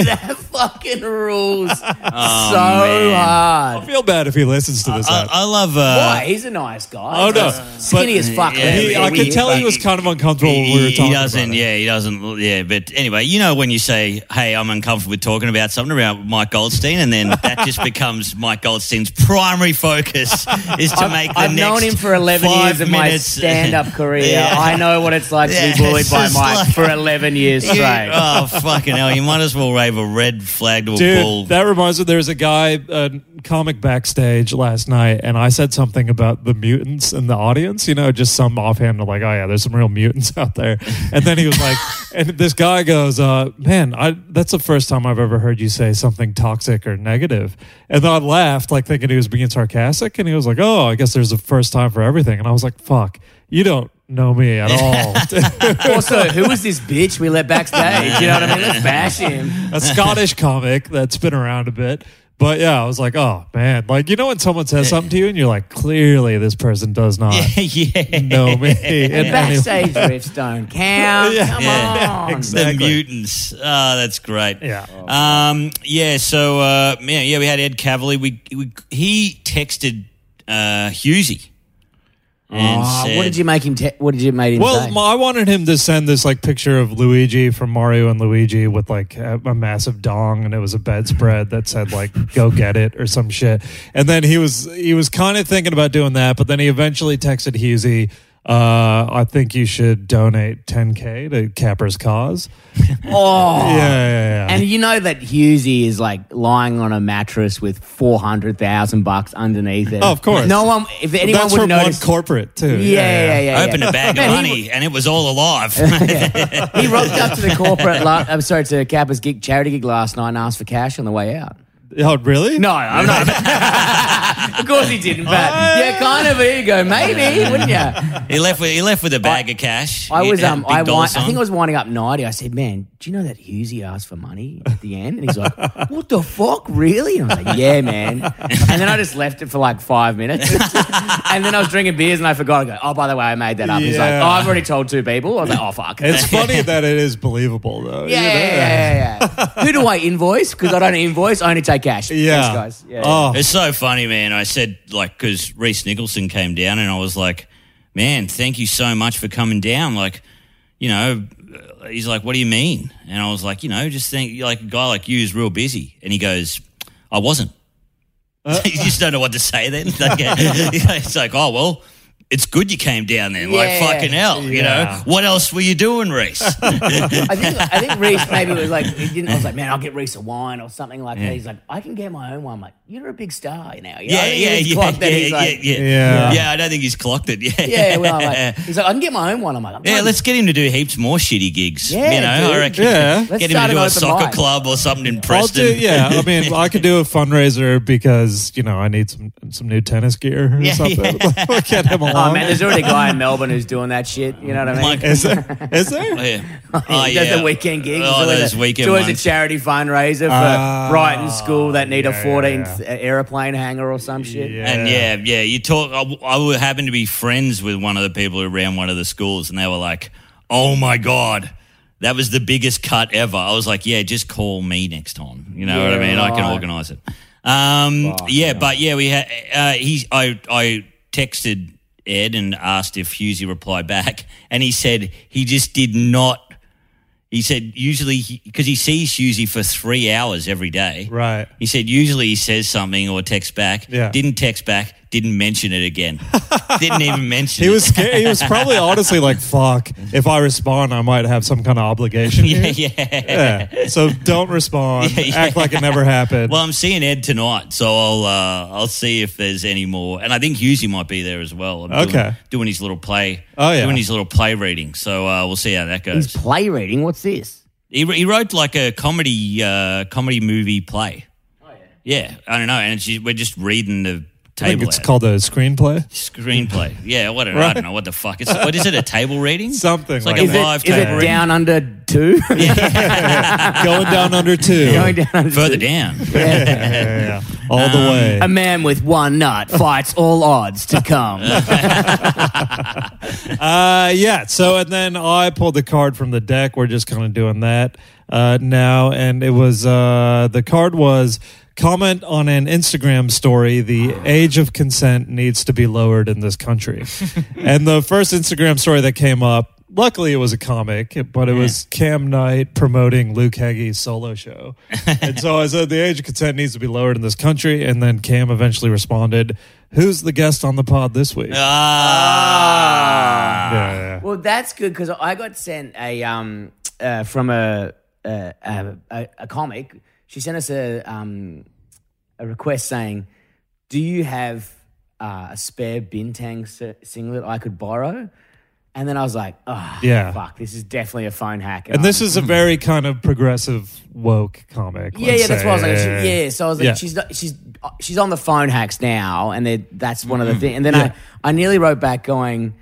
[SPEAKER 4] that fucking rules so
[SPEAKER 3] Oh, man.
[SPEAKER 2] I
[SPEAKER 4] hard.
[SPEAKER 2] feel bad if he listens to this.
[SPEAKER 3] I,
[SPEAKER 2] app.
[SPEAKER 3] I love. Uh,
[SPEAKER 4] Boy, he's a nice guy.
[SPEAKER 2] oh no,
[SPEAKER 4] Skinny as fuck.
[SPEAKER 3] yeah,
[SPEAKER 4] man.
[SPEAKER 2] He, I
[SPEAKER 3] Yeah,
[SPEAKER 2] could
[SPEAKER 3] uh, we-
[SPEAKER 2] tell he
[SPEAKER 3] but-
[SPEAKER 2] was kind of uncomfortable when we were talking.
[SPEAKER 3] doesn't,
[SPEAKER 2] about it.
[SPEAKER 3] yeah, he doesn't, yeah. But anyway, you know when you say, "Hey, I'm uncomfortable with talking about something around Mike Goldstein," and then that just becomes Mike Goldstein's primary focus is to make. The
[SPEAKER 4] I've
[SPEAKER 3] next
[SPEAKER 4] known him for 11
[SPEAKER 3] five
[SPEAKER 4] years of my
[SPEAKER 3] minutes.
[SPEAKER 4] stand up career.
[SPEAKER 3] Yeah.
[SPEAKER 4] I know what it's like
[SPEAKER 3] Yeah,
[SPEAKER 4] to be bullied
[SPEAKER 3] it's
[SPEAKER 4] by
[SPEAKER 3] just
[SPEAKER 4] Mike
[SPEAKER 3] like-
[SPEAKER 4] for 11 years
[SPEAKER 3] You-
[SPEAKER 4] straight.
[SPEAKER 3] oh fucking hell! You might as well wave a red flag to a
[SPEAKER 2] Dude,
[SPEAKER 3] bull.
[SPEAKER 2] that reminds me. There was a guy, a comic backstage last night, and I said something about the mutants in the audience. You know, just some offhand, like, "Oh yeah, there's some real mutants out there." And then he was like, and this guy goes, uh, "Man, I, that's the first time I've ever heard you say something toxic or negative." And then I laughed, like thinking he was being sarcastic, and he was like, "Oh, I guess there's a first time for everything." And I was like, "Fuck, you don't." know me at all.
[SPEAKER 4] also, who was this bitch we let backstage? You know what I mean? Let's bash him.
[SPEAKER 2] a Scottish comic that's been around a bit. But yeah, I was like, oh man, like you know when someone says something to you and you're like, clearly this person does not
[SPEAKER 3] yeah.
[SPEAKER 2] know me. in any way.
[SPEAKER 4] Backstage riffs don't count.
[SPEAKER 2] Yeah.
[SPEAKER 4] Come
[SPEAKER 2] Yeah.
[SPEAKER 4] on.
[SPEAKER 2] Exactly.
[SPEAKER 3] The mutants. Ah, that's great.
[SPEAKER 2] Yeah.
[SPEAKER 3] Um. Yeah. So, uh, yeah, yeah, we had Ed Cavalier. We, we he texted uh, Husey. And
[SPEAKER 4] Oh,
[SPEAKER 3] said,
[SPEAKER 4] what did you make him? Te- what did you make him
[SPEAKER 2] Well,
[SPEAKER 4] say?
[SPEAKER 2] my- I wanted him to send this like picture of Luigi from Mario and Luigi with like a, a massive dong, and it was a bedspread that said like "Go get it" or some shit. And then he was he was kind of thinking about doing that, but then he eventually texted Husey. Uh, I think you should donate 10k to Capper's cause.
[SPEAKER 4] oh,
[SPEAKER 2] Yeah, yeah, yeah.
[SPEAKER 4] and you know that Husey is like lying on a mattress with four hundred thousand bucks underneath it.
[SPEAKER 2] Oh, of course.
[SPEAKER 4] No one, if anyone
[SPEAKER 2] That's
[SPEAKER 4] would
[SPEAKER 2] from
[SPEAKER 4] notice.
[SPEAKER 2] one corporate too.
[SPEAKER 4] yeah, yeah, yeah, yeah.
[SPEAKER 3] Opened a bag of
[SPEAKER 4] Man, he
[SPEAKER 3] money, and it was all alive.
[SPEAKER 4] He rocked up to the corporate. La- I'm sorry, to Kappa's gig, charity gig last night, and asked for cash on the way out.
[SPEAKER 2] Oh, really?
[SPEAKER 4] No, I'm not. of course he didn't, but yeah, kind of. There you go. Maybe, wouldn't you?
[SPEAKER 3] he left with he left with a bag of cash.
[SPEAKER 4] I
[SPEAKER 3] He
[SPEAKER 4] was
[SPEAKER 3] had
[SPEAKER 4] um
[SPEAKER 3] big
[SPEAKER 4] I,
[SPEAKER 3] dollar
[SPEAKER 4] wi- I
[SPEAKER 3] sign.
[SPEAKER 4] think I was winding up ninety. I said, Man, do you know that Husey asked for money at the end? And he's like, What the fuck? Really? And I was like, Yeah, man. And then I just left it for like five minutes. and then I was drinking beers and I forgot. I go, Oh, by the way, I made that up. He's like, Oh,
[SPEAKER 2] Yeah.
[SPEAKER 4] I've already told two people. I was like, Oh fuck.
[SPEAKER 2] It's funny that it is believable though.
[SPEAKER 4] yeah,
[SPEAKER 2] you know?
[SPEAKER 4] yeah, yeah, yeah, yeah. Who do I invoice? Because I don't invoice, I only take cash.
[SPEAKER 2] Yeah.
[SPEAKER 4] Thanks, guys. Yeah.
[SPEAKER 2] Oh,
[SPEAKER 3] It's so funny, man. I said like because Reese Nicholson came down, and I was like, "Man, thank you so much for coming down." Like, you know, uh, he's like, "What do you mean?" And I was like, "You know, just think like a guy like you is real busy." And he goes, "I wasn't."
[SPEAKER 2] Uh.
[SPEAKER 3] you just don't know what to say then. Like, uh, it's like, oh well. It's good you came down then, like
[SPEAKER 4] Yeah.
[SPEAKER 3] fucking hell, you
[SPEAKER 2] Yeah.
[SPEAKER 3] know. What else were you doing, Reese?
[SPEAKER 4] I think I think Reese maybe was like he didn't. I was like, man, I'll get Reese a wine or something like that. He's like, I can get my own wine. I'm like, you're a big star you know. You know, I
[SPEAKER 3] yeah,
[SPEAKER 4] think
[SPEAKER 3] yeah,
[SPEAKER 4] it's
[SPEAKER 3] yeah,
[SPEAKER 4] clocked
[SPEAKER 3] yeah,
[SPEAKER 4] that he's
[SPEAKER 3] yeah,
[SPEAKER 4] like,
[SPEAKER 3] yeah,
[SPEAKER 2] Yeah.
[SPEAKER 3] Yeah, I don't think he's clocked it. Yeah,
[SPEAKER 4] yeah. well, I'm like, he's like, I can get my own one. I'm like, I'm
[SPEAKER 3] Yeah,
[SPEAKER 4] fine.
[SPEAKER 3] let's get him to do heaps more shitty gigs.
[SPEAKER 4] Yeah,
[SPEAKER 3] you know, I
[SPEAKER 4] dude.
[SPEAKER 3] reckon.
[SPEAKER 2] Yeah.
[SPEAKER 4] Let's
[SPEAKER 3] Get him
[SPEAKER 4] start
[SPEAKER 3] to
[SPEAKER 4] an
[SPEAKER 3] do a
[SPEAKER 4] open
[SPEAKER 3] soccer
[SPEAKER 4] mic.
[SPEAKER 3] club or something in
[SPEAKER 2] I'll
[SPEAKER 3] Preston.
[SPEAKER 2] do, yeah, I mean, I could do a fundraiser because you know I need some some new tennis gear or
[SPEAKER 3] Yeah,
[SPEAKER 2] something. Get him along.
[SPEAKER 4] Oh man, there's already a guy in Melbourne who's doing that shit. You know what I mean?
[SPEAKER 3] Like-
[SPEAKER 2] is there? Is there?
[SPEAKER 3] Yeah. Oh,
[SPEAKER 4] he
[SPEAKER 3] yeah.
[SPEAKER 4] does the weekend gigs.
[SPEAKER 3] Oh,
[SPEAKER 4] He's always
[SPEAKER 3] those
[SPEAKER 4] a-
[SPEAKER 3] weekend
[SPEAKER 4] It's always
[SPEAKER 3] ones.
[SPEAKER 4] a charity fundraiser for
[SPEAKER 2] Ah,
[SPEAKER 4] Brighton School that need a
[SPEAKER 2] yeah, yeah,
[SPEAKER 4] 14th aeroplane hangar or some shit.
[SPEAKER 2] Yeah.
[SPEAKER 3] and yeah, yeah, you talk. I, w- I would happen to be friends with one of the people who ran one of the schools, and they were like, "Oh my god, that was the biggest cut ever." I was like, "Yeah, just call me next time." You know what I
[SPEAKER 4] Yeah,
[SPEAKER 3] mean? I can
[SPEAKER 4] right.
[SPEAKER 3] organise it. Um, yeah, but yeah, we had. Uh, he, I, I texted Ed and asked if Husey replied back, and he said he just did not. He said usually because he, sees Husey for three hours every day,
[SPEAKER 2] Right.
[SPEAKER 3] he said usually he says something or texts back.
[SPEAKER 2] Yeah.
[SPEAKER 3] Didn't text back. Didn't mention it again. didn't even mention
[SPEAKER 2] He
[SPEAKER 3] it.
[SPEAKER 2] was scared. He was probably honestly like, "Fuck! If I respond, I might have some kind of obligation."
[SPEAKER 3] yeah,
[SPEAKER 2] here."
[SPEAKER 3] yeah.
[SPEAKER 2] Yeah. So don't respond.
[SPEAKER 3] Yeah, yeah.
[SPEAKER 2] Act like it never happened.
[SPEAKER 3] Well, I'm seeing Ed tonight, so I'll uh, I'll see if there's any more. And I think Husey might be there as well. I'm doing-
[SPEAKER 2] Okay.
[SPEAKER 3] Doing, his little play.
[SPEAKER 2] Oh, yeah.
[SPEAKER 3] Doing his little play reading. So uh, we'll see how that
[SPEAKER 4] He's
[SPEAKER 3] goes.
[SPEAKER 4] play reading. What's this?
[SPEAKER 3] He, he wrote like a comedy uh, comedy movie play. Oh yeah. Yeah. I don't know. And it's just, we're just reading the
[SPEAKER 2] I think
[SPEAKER 3] table.
[SPEAKER 2] it's
[SPEAKER 3] out.
[SPEAKER 2] called a screenplay.
[SPEAKER 3] Screenplay, yeah. What I
[SPEAKER 2] Right.
[SPEAKER 3] don't know what the fuck. It's what is it? A table reading?
[SPEAKER 2] Something
[SPEAKER 3] It's like
[SPEAKER 2] like
[SPEAKER 3] a
[SPEAKER 4] Is
[SPEAKER 2] that.
[SPEAKER 3] live
[SPEAKER 4] it, is
[SPEAKER 3] table
[SPEAKER 4] it
[SPEAKER 3] reading.
[SPEAKER 4] down under two?
[SPEAKER 2] Going down under two.
[SPEAKER 4] Going down under
[SPEAKER 3] further
[SPEAKER 4] two.
[SPEAKER 3] down. Um,
[SPEAKER 4] Yeah.
[SPEAKER 2] Yeah, yeah, yeah. All the way.
[SPEAKER 4] A man with one nut fights all odds to come.
[SPEAKER 2] Uh, yeah. So, and then I pulled the card from the deck. We're just kind of doing that uh, now. And it was uh, the card was comment on an Instagram story. The age of consent needs to be lowered in this country. and the first Instagram story that came up, luckily it was a comic, but it was Cam Knight promoting Luke Hagee's solo show. and so I said the age of consent needs to be lowered in this country. And then Cam eventually responded, "Who's the guest on the pod this week?"
[SPEAKER 3] Ah.
[SPEAKER 2] Yeah, yeah, yeah.
[SPEAKER 4] well, that's good because I got sent a um uh, from a a, a a a comic. She sent us a um a request saying, "Do you have uh, a spare bintang si- singlet I could borrow?" And then I was like, "Oh,
[SPEAKER 2] Yeah.
[SPEAKER 4] fuck, this is definitely a phone hack."
[SPEAKER 2] And
[SPEAKER 4] I-
[SPEAKER 2] this is a very kind of progressive woke comic.
[SPEAKER 4] Hmm. Yeah,
[SPEAKER 2] let's
[SPEAKER 4] yeah, that's
[SPEAKER 2] say.
[SPEAKER 4] what I was like. Yeah, yeah. so I was like,
[SPEAKER 2] Yeah.
[SPEAKER 4] she's not, she's uh, she's on the phone hacks now, and they're- that's one of the things. And then I I nearly wrote back going,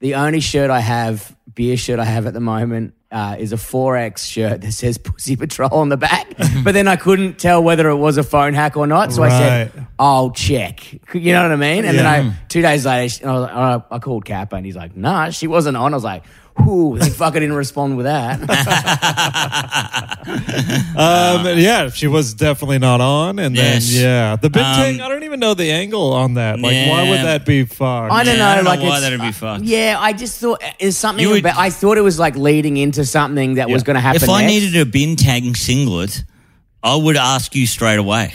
[SPEAKER 4] The only shirt I have, beer shirt I have at the moment, uh, is a 4X shirt that says Pussy Patrol on the back. but then I couldn't tell whether it was a phone hack or not. So I
[SPEAKER 2] Right.
[SPEAKER 4] said, I'll check. You know what I mean? And then
[SPEAKER 2] Yeah.
[SPEAKER 4] I, two days later, she- I, was like, "Oh," I called Kappa and he's like, nah, she wasn't on. I was like, Ooh, thank fuck I didn't respond with that.
[SPEAKER 2] Um,
[SPEAKER 4] uh,
[SPEAKER 2] yeah, she was definitely not on, and
[SPEAKER 3] Yes.
[SPEAKER 2] then yeah, the big
[SPEAKER 3] Um,
[SPEAKER 2] thing. I don't even know the angle on that. Like, why
[SPEAKER 3] Yeah.
[SPEAKER 2] would that be fun?
[SPEAKER 4] I don't
[SPEAKER 3] Yeah,
[SPEAKER 4] know.
[SPEAKER 3] I don't know
[SPEAKER 4] like
[SPEAKER 3] why
[SPEAKER 4] it's-
[SPEAKER 3] that'd be fucked.
[SPEAKER 4] Yeah, I just thought is something.
[SPEAKER 3] You would-
[SPEAKER 4] about, I thought it was like leading into something that was going to happen.
[SPEAKER 3] If I
[SPEAKER 4] next.
[SPEAKER 3] needed a bin tag singlet, I would ask you straight away.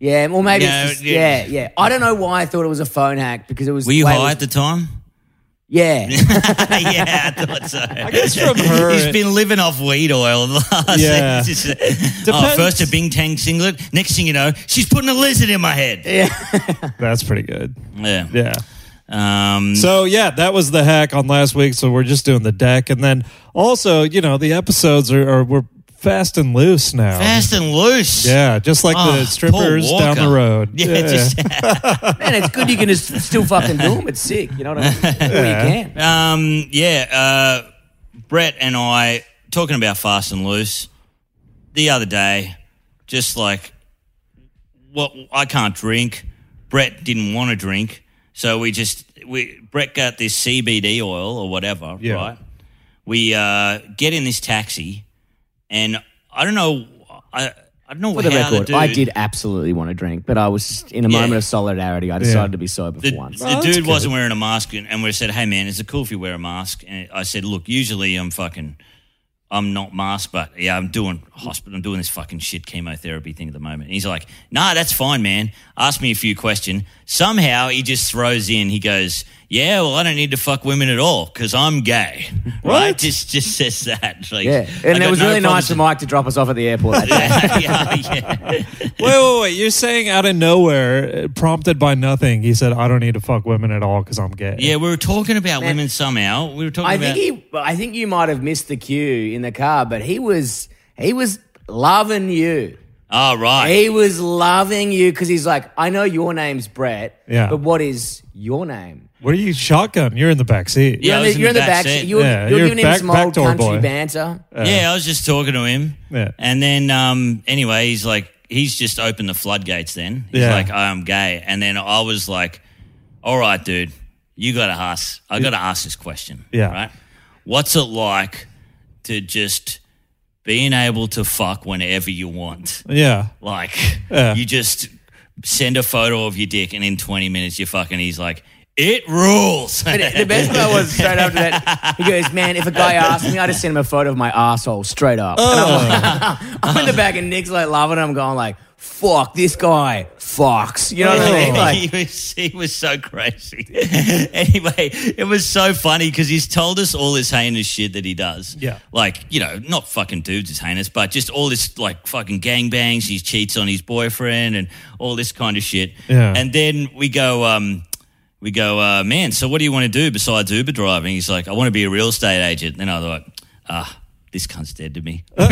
[SPEAKER 4] Yeah, well, maybe.
[SPEAKER 3] Yeah,
[SPEAKER 4] it's just, yeah.
[SPEAKER 3] yeah.
[SPEAKER 4] yeah, I don't know why I thought it was a phone hack because it was.
[SPEAKER 3] Were you
[SPEAKER 4] wait, it
[SPEAKER 3] high
[SPEAKER 4] was-
[SPEAKER 3] at the time?
[SPEAKER 4] Yeah.
[SPEAKER 3] yeah, I thought so. I
[SPEAKER 2] guess from her
[SPEAKER 3] He's
[SPEAKER 2] it-
[SPEAKER 3] been living off weed oil the last.
[SPEAKER 2] Yeah.
[SPEAKER 3] it's just- oh,
[SPEAKER 2] Depends.
[SPEAKER 3] first a Bing Tang singlet. Next thing you know, she's putting a lizard in my head.
[SPEAKER 2] That's pretty good.
[SPEAKER 3] Yeah.
[SPEAKER 2] Yeah.
[SPEAKER 3] Um,
[SPEAKER 2] So yeah, that was the hack on last week. So we're just doing the deck, and then also, you know, the episodes are, are we're fast and loose now.
[SPEAKER 3] fast and loose.
[SPEAKER 2] Yeah, just like
[SPEAKER 4] Ah,
[SPEAKER 3] Oh,
[SPEAKER 2] the strippers
[SPEAKER 3] Paul
[SPEAKER 2] down the
[SPEAKER 3] Walker.
[SPEAKER 2] road.
[SPEAKER 3] Yeah, just-
[SPEAKER 4] Man, it's good you can just still fucking do them. It's sick. You know what I mean? Well, you can.
[SPEAKER 3] Um, yeah, uh, Brett and I talking about fast and loose the other day. Just like, well, I can't drink. Brett didn't want to drink, so we just we Brett got this CBD oil or whatever,
[SPEAKER 2] Yeah.
[SPEAKER 3] right? We uh, get in this taxi, and I don't know, I I don't know
[SPEAKER 4] For the
[SPEAKER 3] how
[SPEAKER 4] record,
[SPEAKER 3] dude,
[SPEAKER 4] I did absolutely want to drink, but I was in a
[SPEAKER 3] Yeah.
[SPEAKER 4] moment of solidarity. I decided to be sober for
[SPEAKER 3] The,
[SPEAKER 4] once.
[SPEAKER 3] the
[SPEAKER 2] Oh, that's
[SPEAKER 3] dude
[SPEAKER 2] good.
[SPEAKER 3] wasn't wearing a mask, and, and we said, "Hey, man, is it cool if you wear a mask?" And I said, "Look, usually I'm fucking, I'm not masked, but yeah, I'm doing hospital, I'm doing this fucking shit chemotherapy thing at the moment." And he's like, "Nah, that's fine, man. Ask me a few questions." Somehow he just throws in, he goes, "Yeah, well, I don't need to fuck women at all because I'm gay." Right?
[SPEAKER 2] What?
[SPEAKER 3] Just just says that. Like,
[SPEAKER 4] yeah,
[SPEAKER 3] I
[SPEAKER 4] and it
[SPEAKER 3] got
[SPEAKER 4] was
[SPEAKER 3] no
[SPEAKER 4] really nice
[SPEAKER 3] problems-
[SPEAKER 4] for Mike to drop us off at the airport. That day.
[SPEAKER 3] yeah, yeah, yeah.
[SPEAKER 2] wait, wait, wait. You're saying out of nowhere, uh, prompted by nothing, he said, "I don't need to fuck women at all because I'm gay."
[SPEAKER 3] Yeah, we were talking about women somehow. We were talking
[SPEAKER 4] I
[SPEAKER 3] about.
[SPEAKER 4] think he. I think you might have missed the cue in the car, but he was he was loving you.
[SPEAKER 3] oh, right.
[SPEAKER 4] He was loving you because he's like, I know your name's Brett,
[SPEAKER 2] Yeah.
[SPEAKER 4] but what is your name?
[SPEAKER 2] What are you shotgun? You're in the back seat.
[SPEAKER 3] Yeah, I
[SPEAKER 4] you're
[SPEAKER 3] was
[SPEAKER 4] in the, you're in the back.
[SPEAKER 3] seat.
[SPEAKER 4] You're,
[SPEAKER 2] Yeah,
[SPEAKER 4] you're
[SPEAKER 2] you're
[SPEAKER 4] giving him
[SPEAKER 2] back-
[SPEAKER 4] some old
[SPEAKER 2] backdoor
[SPEAKER 4] country
[SPEAKER 2] boy.
[SPEAKER 4] banter.
[SPEAKER 3] yeah, I was just talking to him.
[SPEAKER 2] Uh, Yeah.
[SPEAKER 3] And then, um, anyway, he's like, he's just opened the floodgates then. He's
[SPEAKER 2] Yeah.
[SPEAKER 3] like, I'm gay. And then I was like, all right, dude, you got to ask. I got to ask this question.
[SPEAKER 2] Yeah.
[SPEAKER 3] Right? What's it like to just being able to fuck whenever you want?
[SPEAKER 2] Yeah.
[SPEAKER 3] Like,
[SPEAKER 2] Yeah.
[SPEAKER 3] you just send a photo of your dick, and in 20 minutes, you're fucking, he's like, it rules.
[SPEAKER 4] But the best part was straight after that, he goes, "Man, if a guy asked me, I just send him a photo of my asshole straight up." And I'm, like, I'm in the back, and Nick's like loving it. I'm going like, "Fuck this guy, fucks." You know
[SPEAKER 3] Oh.
[SPEAKER 4] what I mean? Like,
[SPEAKER 3] he, was, he was so crazy. anyway, it was so funny because he's told us all this heinous shit that he does.
[SPEAKER 2] Yeah.
[SPEAKER 3] Like, you know, not fucking dudes is heinous, but just all this like fucking gangbangs. He cheats on his boyfriend and all this kind of shit.
[SPEAKER 2] Yeah.
[SPEAKER 3] And then we go, um, we go, uh, man, so what do you want to do besides Uber driving? He's like, I want to be a real estate agent. Then I thought, ah, this cunt's dead to me.
[SPEAKER 4] the,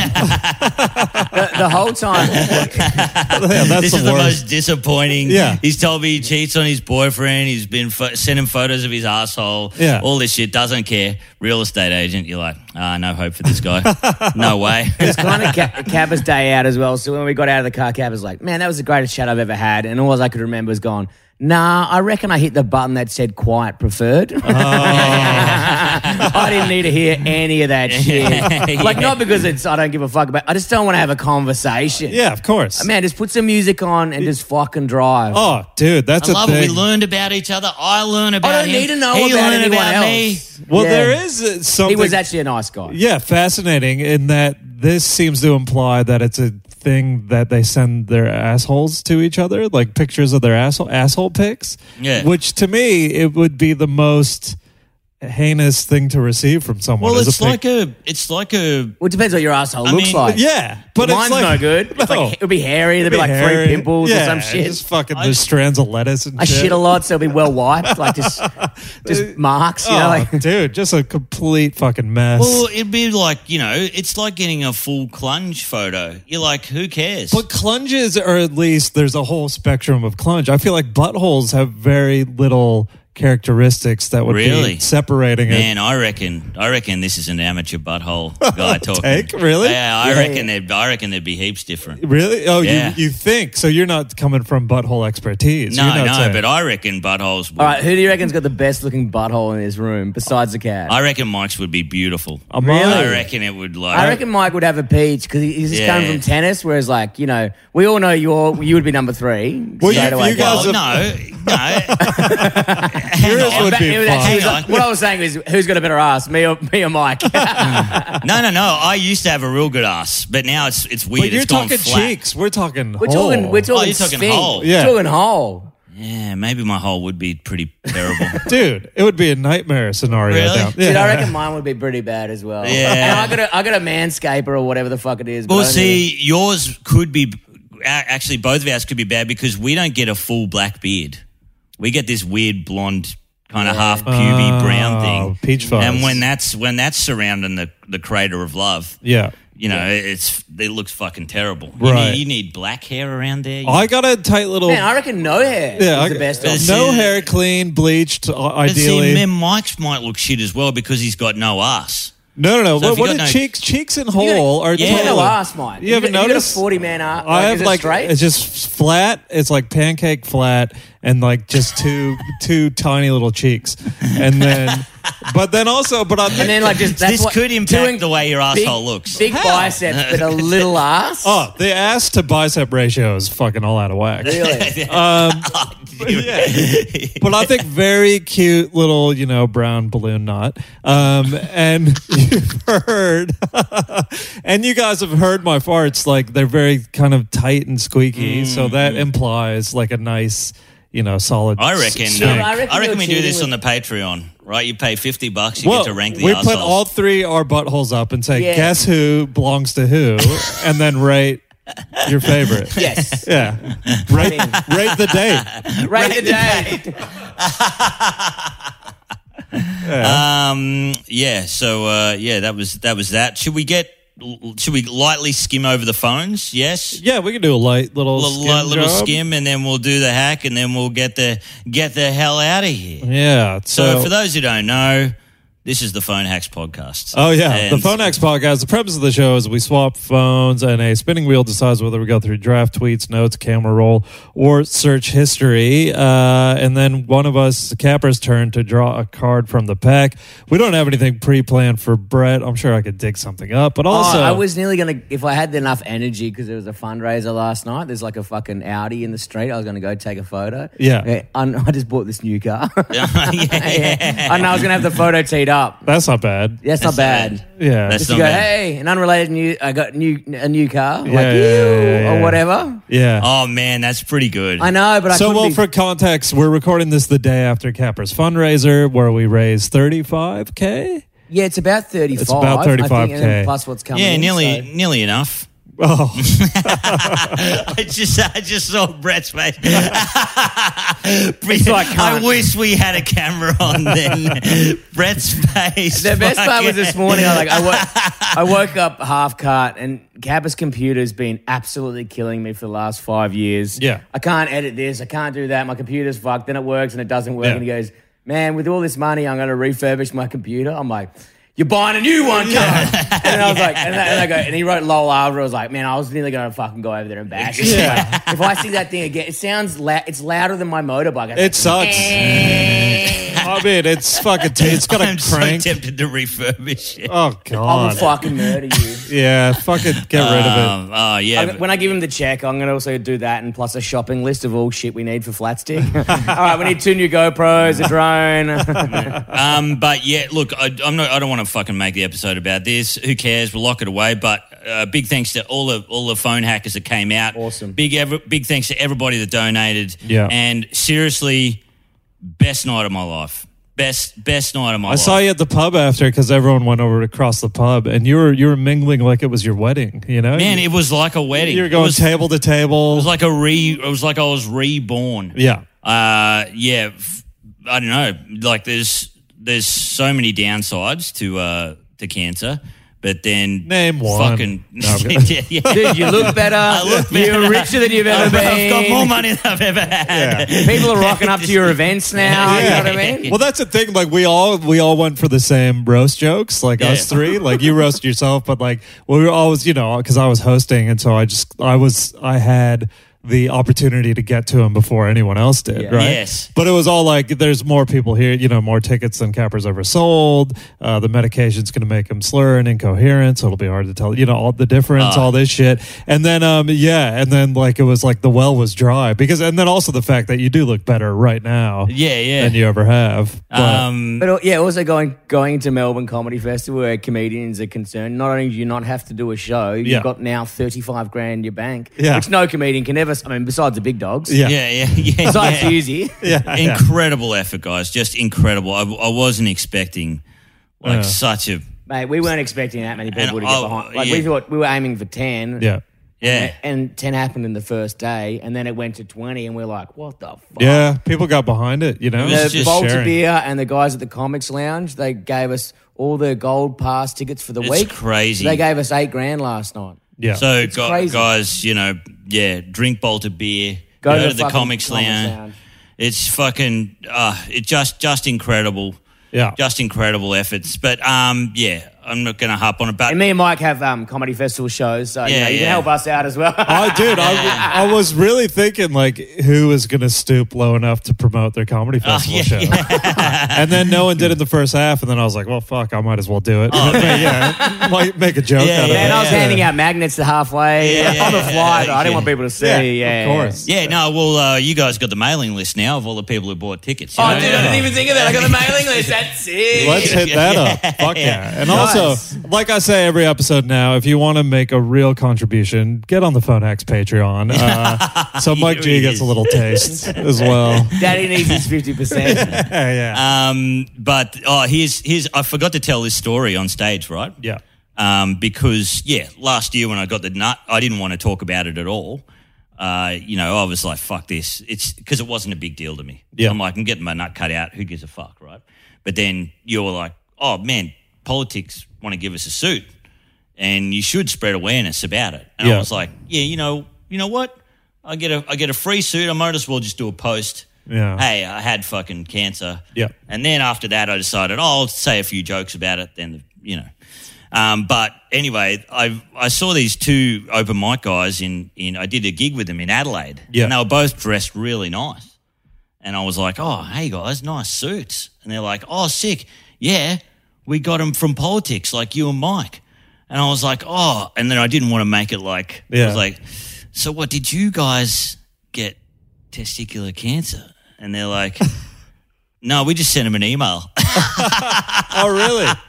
[SPEAKER 4] the whole time,
[SPEAKER 2] Yeah, that's
[SPEAKER 3] this
[SPEAKER 2] the
[SPEAKER 3] is the
[SPEAKER 2] worst.
[SPEAKER 3] most disappointing.
[SPEAKER 2] Yeah.
[SPEAKER 3] he's told me he cheats on his boyfriend. He's been fo- sending photos of his asshole.
[SPEAKER 2] Yeah.
[SPEAKER 3] all this shit. Doesn't care. Real estate agent. You're like, ah, no hope for this guy. no way.
[SPEAKER 4] It's kind of Ca- Cabba's day out as well. So when we got out of the car, Cab was like, "Man, that was the greatest chat I've ever had." And all I could remember was going, "Nah, I reckon I hit the button that said quiet preferred."
[SPEAKER 2] Oh.
[SPEAKER 4] I didn't need to hear any of that shit. Like not because it's I don't give a fuck about. I just don't want to have a conversation.
[SPEAKER 2] Yeah, of course.
[SPEAKER 4] man, just put some music on and just fucking drive.
[SPEAKER 2] oh, dude, that's
[SPEAKER 3] I
[SPEAKER 2] a
[SPEAKER 3] love
[SPEAKER 2] thing.
[SPEAKER 3] it. We learned about each other. I learned about
[SPEAKER 4] I don't
[SPEAKER 3] him.
[SPEAKER 4] need to know
[SPEAKER 3] He
[SPEAKER 4] about
[SPEAKER 3] learned
[SPEAKER 4] anyone
[SPEAKER 3] about
[SPEAKER 4] else.
[SPEAKER 3] me.
[SPEAKER 2] well,
[SPEAKER 4] Yeah.
[SPEAKER 2] there is uh, something.
[SPEAKER 4] He was actually a nice guy.
[SPEAKER 2] Yeah, fascinating in that this seems to imply that it's a thing that they send their assholes to each other, like pictures of their asshole asshole pics.
[SPEAKER 3] Yeah.
[SPEAKER 2] Which to me it would be the most heinous thing to receive from someone.
[SPEAKER 3] Well,
[SPEAKER 2] is a
[SPEAKER 3] it's
[SPEAKER 2] pic-
[SPEAKER 3] like a. It's like a.
[SPEAKER 4] Well, it depends what your asshole looks
[SPEAKER 3] mean,
[SPEAKER 4] like.
[SPEAKER 2] Yeah. But
[SPEAKER 4] Mine's
[SPEAKER 2] it's like
[SPEAKER 4] no good. It's
[SPEAKER 2] No. Oh.
[SPEAKER 4] like, it'll be hairy. There'll be, like
[SPEAKER 2] Hairy.
[SPEAKER 4] three pimples
[SPEAKER 2] yeah,
[SPEAKER 4] or some shit.
[SPEAKER 2] Just fucking there's strands of lettuce and
[SPEAKER 4] I
[SPEAKER 2] shit.
[SPEAKER 4] shit a lot, so it'll be well wiped, like just just marks, you know,
[SPEAKER 2] Oh,
[SPEAKER 4] like
[SPEAKER 2] dude, just a complete fucking mess.
[SPEAKER 3] Well, it'd be like you know, it's like getting a full clunge photo. You're like, who cares?
[SPEAKER 2] But clunges, or at least there's a whole spectrum of clunge. I feel like buttholes have very little characteristics that would
[SPEAKER 3] Really?
[SPEAKER 2] be separating it.
[SPEAKER 3] Man, I reckon, I reckon this is an amateur butthole guy talking.
[SPEAKER 2] Take? Really?
[SPEAKER 3] Yeah, I
[SPEAKER 4] Yeah,
[SPEAKER 3] reckon
[SPEAKER 4] yeah.
[SPEAKER 3] there'd, I reckon there'd be heaps different.
[SPEAKER 2] Really? Oh,
[SPEAKER 3] Yeah.
[SPEAKER 2] you, you think so? You're not coming from butthole expertise.
[SPEAKER 3] No,
[SPEAKER 2] You're not
[SPEAKER 3] no,
[SPEAKER 2] saying-
[SPEAKER 3] but I reckon buttholes. Would,
[SPEAKER 4] All right, who do you reckon's got the best looking butthole in this room besides the cat?
[SPEAKER 3] I reckon Mike's would be beautiful.
[SPEAKER 2] Am I-
[SPEAKER 4] Really?
[SPEAKER 3] I reckon it would like.
[SPEAKER 4] I reckon Mike would have a peach because he's just
[SPEAKER 3] Yeah.
[SPEAKER 4] coming from tennis. Whereas, like you know, we all know you're you would be number three.
[SPEAKER 2] Well, you-
[SPEAKER 4] straight away.
[SPEAKER 2] you guys
[SPEAKER 3] Well,
[SPEAKER 2] are-
[SPEAKER 3] no, no. Hang
[SPEAKER 2] Yours
[SPEAKER 3] on.
[SPEAKER 2] would
[SPEAKER 4] But
[SPEAKER 2] be
[SPEAKER 4] it was
[SPEAKER 2] fun.
[SPEAKER 4] actually-
[SPEAKER 3] Hang on.
[SPEAKER 4] what I was saying is, who's got a better ass, me or me or Mike?
[SPEAKER 3] No, no, no. I used to have a real good ass, but now it's it's weird.
[SPEAKER 2] But you're
[SPEAKER 3] It's gone
[SPEAKER 2] talking
[SPEAKER 3] flat.
[SPEAKER 2] cheeks. We're talking.
[SPEAKER 4] We're talking. We're
[SPEAKER 3] Oh,
[SPEAKER 4] talking.
[SPEAKER 3] you're talking
[SPEAKER 4] sphinx.
[SPEAKER 3] hole.
[SPEAKER 2] Yeah.
[SPEAKER 4] Talking hole.
[SPEAKER 3] Yeah, maybe my hole would be pretty terrible.
[SPEAKER 2] Dude, it would be a nightmare scenario.
[SPEAKER 3] Really?
[SPEAKER 2] Down.
[SPEAKER 4] Dude, I
[SPEAKER 2] Yeah.
[SPEAKER 4] reckon mine would be pretty bad as well.
[SPEAKER 3] Yeah.
[SPEAKER 4] And I got a, I got a manscaper or whatever the fuck it is. but
[SPEAKER 3] well,
[SPEAKER 4] I don't
[SPEAKER 3] see, yours could be a- actually both of ours could be bad because we don't get a full black beard. We get this weird blonde kind of half puby
[SPEAKER 2] Oh,
[SPEAKER 3] brown thing.
[SPEAKER 2] peach fuzz.
[SPEAKER 3] And when that's when that's surrounding the, the crater of love,
[SPEAKER 2] yeah.
[SPEAKER 3] you know, it's it looks fucking terrible. You,
[SPEAKER 2] Right.
[SPEAKER 3] need, you need black hair around there. You-
[SPEAKER 2] I got a tight little.
[SPEAKER 4] Man, I reckon no hair is
[SPEAKER 2] yeah, I-
[SPEAKER 4] the best
[SPEAKER 3] But
[SPEAKER 4] option.
[SPEAKER 3] see-
[SPEAKER 2] no hair, clean, bleached, uh,
[SPEAKER 3] but see,
[SPEAKER 2] ideally.
[SPEAKER 3] Mem Mike's might look shit as well because he's got no ass.
[SPEAKER 2] no, no, no.
[SPEAKER 3] So
[SPEAKER 2] what
[SPEAKER 3] if you
[SPEAKER 2] what are
[SPEAKER 3] got no-
[SPEAKER 2] cheeks? Cheeks and
[SPEAKER 4] You got a-
[SPEAKER 2] hole are
[SPEAKER 4] you got
[SPEAKER 2] totally.
[SPEAKER 4] no ass, Mike.
[SPEAKER 2] You
[SPEAKER 4] You
[SPEAKER 2] haven't
[SPEAKER 4] got- you got a
[SPEAKER 2] noticed?
[SPEAKER 4] forty man ass.
[SPEAKER 2] I have
[SPEAKER 4] is it
[SPEAKER 2] like
[SPEAKER 4] straight.
[SPEAKER 2] it's just flat. It's like pancake flat, and like just two two tiny little cheeks, and then, but then also, but I think
[SPEAKER 4] and then like just that's
[SPEAKER 3] this
[SPEAKER 4] what,
[SPEAKER 3] could impact
[SPEAKER 4] doing
[SPEAKER 3] the way your
[SPEAKER 4] big,
[SPEAKER 3] asshole looks.
[SPEAKER 4] Big biceps, but a little ass.
[SPEAKER 2] oh, the ass to bicep ratio is fucking all out of whack.
[SPEAKER 4] really?
[SPEAKER 2] yeah. But I think very cute little, you know, brown balloon knot. Um, and you've heard, and you guys have heard my farts. Like they're very kind of tight and
[SPEAKER 3] Mm,
[SPEAKER 2] squeaky. So that implies like a nice, you know, solid.
[SPEAKER 3] I reckon.
[SPEAKER 2] s-
[SPEAKER 3] uh,
[SPEAKER 2] snake.
[SPEAKER 4] Yeah,
[SPEAKER 3] I
[SPEAKER 4] I
[SPEAKER 3] reckon,
[SPEAKER 4] reckon you're
[SPEAKER 3] we do this
[SPEAKER 4] cheating
[SPEAKER 3] on the Patreon, right? You pay fifty bucks, you
[SPEAKER 2] Well,
[SPEAKER 3] get to rank the
[SPEAKER 2] we put
[SPEAKER 3] assholes.
[SPEAKER 2] all three our buttholes up and say,
[SPEAKER 4] Yeah.
[SPEAKER 2] guess who belongs to who, and then rate your favorite.
[SPEAKER 4] yes.
[SPEAKER 2] Yeah,
[SPEAKER 4] Right,
[SPEAKER 2] rate the date.
[SPEAKER 4] right the day.
[SPEAKER 3] um, yeah. So uh, yeah, that was that was that. Should we get? Should we lightly skim over the phones? Yes.
[SPEAKER 2] Yeah, we can do a light little
[SPEAKER 3] Little,
[SPEAKER 2] skin
[SPEAKER 3] light little
[SPEAKER 2] job.
[SPEAKER 3] skim, and then we'll do the hack, and then we'll get the get the hell out of here.
[SPEAKER 2] Yeah.
[SPEAKER 3] So, for those who don't know, this is the Phone Hacks podcast.
[SPEAKER 2] Oh yeah,
[SPEAKER 3] And-
[SPEAKER 2] the Phone X podcast. The premise of the show is we swap phones, and a spinning wheel decides whether we go through draft tweets, notes, camera roll, or search history. Uh, and then one of us, Capper's turn to draw a card from the pack. We don't have anything pre-planned for Brett. I'm sure I could dig something up, but also
[SPEAKER 4] oh, I was nearly gonna if I had enough energy because there was a fundraiser last night. There's like a fucking Audi in the street. I was gonna go take a photo.
[SPEAKER 2] Yeah.
[SPEAKER 4] I, I just bought this new car.
[SPEAKER 3] Yeah.
[SPEAKER 4] yeah. I know I was gonna have the photo teed up.
[SPEAKER 2] that's not bad.
[SPEAKER 4] That's, not bad.
[SPEAKER 2] Yeah,
[SPEAKER 3] That's
[SPEAKER 4] Just to
[SPEAKER 3] not
[SPEAKER 4] go,
[SPEAKER 3] bad.
[SPEAKER 4] hey, an unrelated new. I got new a new car, like
[SPEAKER 2] yeah,
[SPEAKER 4] you
[SPEAKER 2] yeah, yeah,
[SPEAKER 4] or
[SPEAKER 2] yeah.
[SPEAKER 4] whatever.
[SPEAKER 2] yeah.
[SPEAKER 3] Oh man, that's pretty good.
[SPEAKER 4] I know, but I
[SPEAKER 2] so,
[SPEAKER 4] couldn't
[SPEAKER 2] well,
[SPEAKER 4] be-
[SPEAKER 2] for context, we're recording this the day after Capper's fundraiser, where we raised 35k.
[SPEAKER 4] yeah, it's about thirty five.
[SPEAKER 2] about 35K.
[SPEAKER 4] plus what's coming.
[SPEAKER 3] Yeah,
[SPEAKER 4] in,
[SPEAKER 3] nearly,
[SPEAKER 4] so-
[SPEAKER 3] nearly enough.
[SPEAKER 2] Oh,
[SPEAKER 3] I just I just saw Brett's face. Brett,
[SPEAKER 4] like,
[SPEAKER 3] I
[SPEAKER 4] can't.
[SPEAKER 3] wish we had a camera on then. Brett's face.
[SPEAKER 4] The best part was
[SPEAKER 3] fucking-
[SPEAKER 4] this morning. I like I woke, I woke up half cut, and Kappa's computer's been absolutely killing me for the last five years.
[SPEAKER 2] Yeah.
[SPEAKER 4] I can't edit this. I can't do that. My computer's fucked. Then it works, and it doesn't work.
[SPEAKER 2] Yeah.
[SPEAKER 4] And he goes, "Man, with all this money, I'm going to refurbish my computer." I'm like. You're buying a new one, yeah. and then I was like, and, I, and I go, and he wrote "lol" after. I was like, man, I was nearly gonna fucking go over there and bash it.
[SPEAKER 2] Yeah.
[SPEAKER 4] If I see that thing again, it sounds la- it's louder than my motorbike. I
[SPEAKER 2] it
[SPEAKER 4] think,
[SPEAKER 2] sucks. I mean, it's fucking. T- it's got
[SPEAKER 3] I'm
[SPEAKER 2] a crank.
[SPEAKER 3] so tempted to refurbish it.
[SPEAKER 2] oh
[SPEAKER 4] I will
[SPEAKER 2] god.
[SPEAKER 4] fucking murder you.
[SPEAKER 2] yeah, fucking get rid of it.
[SPEAKER 3] Um, oh yeah.
[SPEAKER 4] I'm-
[SPEAKER 3] but-
[SPEAKER 4] when I give him the check, I'm going to also do that and plus a shopping list of all shit we need for flat stick. all right, we need two new GoPros, a drone.
[SPEAKER 3] Um, but yeah, look, I, I'm not. I don't want to fucking make the episode about this. Who cares? We'll lock it away. But uh, big thanks to all the all the phone hackers that came out.
[SPEAKER 4] Awesome.
[SPEAKER 3] Big ev- big thanks to everybody that donated.
[SPEAKER 2] Yeah.
[SPEAKER 3] And seriously, best night of my life. Best best night of my
[SPEAKER 2] I
[SPEAKER 3] life.
[SPEAKER 2] saw you at the pub after because everyone went over across the pub, and you were you were mingling like it was your wedding. You know,
[SPEAKER 3] Man, it was like a wedding.
[SPEAKER 2] you were going
[SPEAKER 3] it was, it
[SPEAKER 2] table to table.
[SPEAKER 3] was like a re. It was like I was reborn.
[SPEAKER 2] yeah,
[SPEAKER 3] Uh, yeah. f- I don't know. Like there's there's so many downsides to uh to cancer, But then
[SPEAKER 2] Name one.
[SPEAKER 3] Fucking
[SPEAKER 2] No, I'm kidding.
[SPEAKER 3] yeah, yeah.
[SPEAKER 4] Dude, you look better.
[SPEAKER 3] look
[SPEAKER 4] You're
[SPEAKER 3] better.
[SPEAKER 4] richer than you've ever
[SPEAKER 3] I've,
[SPEAKER 4] been.
[SPEAKER 3] I've got more money than I've ever had.
[SPEAKER 2] Yeah.
[SPEAKER 4] People are rocking up to your events now. You know what I mean?
[SPEAKER 2] Well, that's the thing. Like we all we all went for the same roast jokes. Like
[SPEAKER 3] Yeah.
[SPEAKER 2] us three. Like you roasted yourself, but like we were always, you know, because I was hosting, and so I just I was I had the opportunity to get to him before anyone else did.
[SPEAKER 4] Yeah.
[SPEAKER 2] Right.
[SPEAKER 3] Yes.
[SPEAKER 2] But it was all like, there's more people here. You know, more tickets than Capper's ever sold. Uh, the medication's going to make him slur and incoherent, so it'll be hard to tell. You know, all the difference,
[SPEAKER 3] Ah.
[SPEAKER 2] all this shit. And then, um, yeah, and then like it was like the well was dry because, and then also the fact that you do look better right now
[SPEAKER 3] Yeah, yeah.
[SPEAKER 2] than you ever have. But
[SPEAKER 3] Um,
[SPEAKER 4] But uh, yeah, also going going to Melbourne Comedy Festival where comedians are concerned. Not only do you not have to do a show, you've
[SPEAKER 2] Yeah.
[SPEAKER 4] got now thirty five grand in your bank,
[SPEAKER 2] Yeah.
[SPEAKER 4] which no comedian can ever. I mean, besides the big dogs,
[SPEAKER 2] yeah,
[SPEAKER 3] yeah, yeah, yeah.
[SPEAKER 4] besides
[SPEAKER 3] yeah.
[SPEAKER 4] Husey.
[SPEAKER 2] yeah, yeah.
[SPEAKER 3] incredible effort, guys. Just incredible. I, I wasn't expecting like
[SPEAKER 2] Uh.
[SPEAKER 3] such a
[SPEAKER 4] mate, we weren't expecting that many people to
[SPEAKER 3] And
[SPEAKER 4] get
[SPEAKER 3] I'll-
[SPEAKER 4] behind. Like we
[SPEAKER 3] yeah.
[SPEAKER 4] thought we were aiming for ten,
[SPEAKER 2] yeah.
[SPEAKER 3] yeah.
[SPEAKER 4] and ten happened in the first day, and then it went to twenty, and we're like, what the fuck?
[SPEAKER 2] Yeah, people got behind it, you know.
[SPEAKER 3] It was
[SPEAKER 2] It's
[SPEAKER 4] the
[SPEAKER 3] just
[SPEAKER 2] just
[SPEAKER 4] Volta
[SPEAKER 2] sharing.
[SPEAKER 4] beer and the guys at the Comics Lounge, they gave us all the gold pass tickets for the
[SPEAKER 3] It's
[SPEAKER 4] week.
[SPEAKER 3] crazy.
[SPEAKER 4] They gave us eight grand last night.
[SPEAKER 2] Yeah.
[SPEAKER 3] So gu-
[SPEAKER 4] crazy.
[SPEAKER 3] guys, you know, yeah, drink bolted beer, go, to, the
[SPEAKER 4] fucking
[SPEAKER 3] comics lounge. It's fucking uh it just just incredible.
[SPEAKER 2] yeah.
[SPEAKER 3] Just incredible efforts. But um yeah, I'm not gonna harp on it, but
[SPEAKER 4] And me and Mike have um, comedy festival shows, so you,
[SPEAKER 3] Yeah,
[SPEAKER 4] know, you can
[SPEAKER 3] yeah.
[SPEAKER 4] help us out as well.
[SPEAKER 2] I dude, I, I was really thinking like who is going to stoop low enough to promote their comedy festival
[SPEAKER 3] Oh, yeah,
[SPEAKER 2] show, and then no one did in the first half, and then I was like, well, fuck, I might as well do it. yeah, like, make a joke
[SPEAKER 3] Oh, Yeah,
[SPEAKER 2] out
[SPEAKER 4] Man,
[SPEAKER 2] of it.
[SPEAKER 4] I was
[SPEAKER 3] Yeah.
[SPEAKER 4] handing out magnets to halfway
[SPEAKER 3] Yeah, yeah,
[SPEAKER 4] on the
[SPEAKER 3] yeah,
[SPEAKER 4] fly, though. I didn't
[SPEAKER 3] yeah.
[SPEAKER 4] want people to see.
[SPEAKER 2] Yeah,
[SPEAKER 4] Yeah,
[SPEAKER 2] of course.
[SPEAKER 3] yeah, no, well, uh, you guys got the mailing list now of all the people who bought tickets. you
[SPEAKER 4] Oh,
[SPEAKER 3] know?
[SPEAKER 4] dude, I didn't even think of that. I got a mailing list. That's it.
[SPEAKER 2] Let's hit that up. Fuck yeah. And also, like I say every episode now, if you want to make a real contribution, get on the Phone Hacks Patreon. Uh, so Mike G
[SPEAKER 3] Here he
[SPEAKER 2] gets a
[SPEAKER 3] is.
[SPEAKER 2] little taste as well.
[SPEAKER 4] Daddy needs his fifty percent.
[SPEAKER 2] Yeah, yeah.
[SPEAKER 3] Um, but oh, here's here's I forgot to tell this story on stage, right?
[SPEAKER 2] yeah.
[SPEAKER 3] Um, because yeah, last year when I got the nut, I didn't want to talk about it at all. Uh, you know, I was like, "Fuck this!" It's because it wasn't a big deal to me.
[SPEAKER 2] Yeah.
[SPEAKER 3] I'm like, I'm getting my nut cut out. Who gives a fuck, right? But then you were like, "Oh man, politics want to give us a suit, and you should spread awareness about it." And
[SPEAKER 2] Yeah.
[SPEAKER 3] I was like, "Yeah, you know, you know what? I get a I get a free suit. I might as well just do a post."
[SPEAKER 2] Yeah.
[SPEAKER 3] Hey, I had fucking cancer.
[SPEAKER 2] Yeah.
[SPEAKER 3] And then after that, I decided oh, I'll say a few jokes about it. Then you know, um, but anyway, I I saw these two open mic guys in in I did a gig with them in Adelaide.
[SPEAKER 2] Yeah.
[SPEAKER 3] and they were both dressed really nice, and I was like, oh, hey guys, nice suits, and they're like, oh, sick, yeah, we got them from politics, like you and Mike, and I was like, oh, and then I didn't want to make it like I
[SPEAKER 2] Yeah.
[SPEAKER 3] was like, so what did you guys get testicular cancer? And they're like. No, we just sent him an email.
[SPEAKER 2] Oh,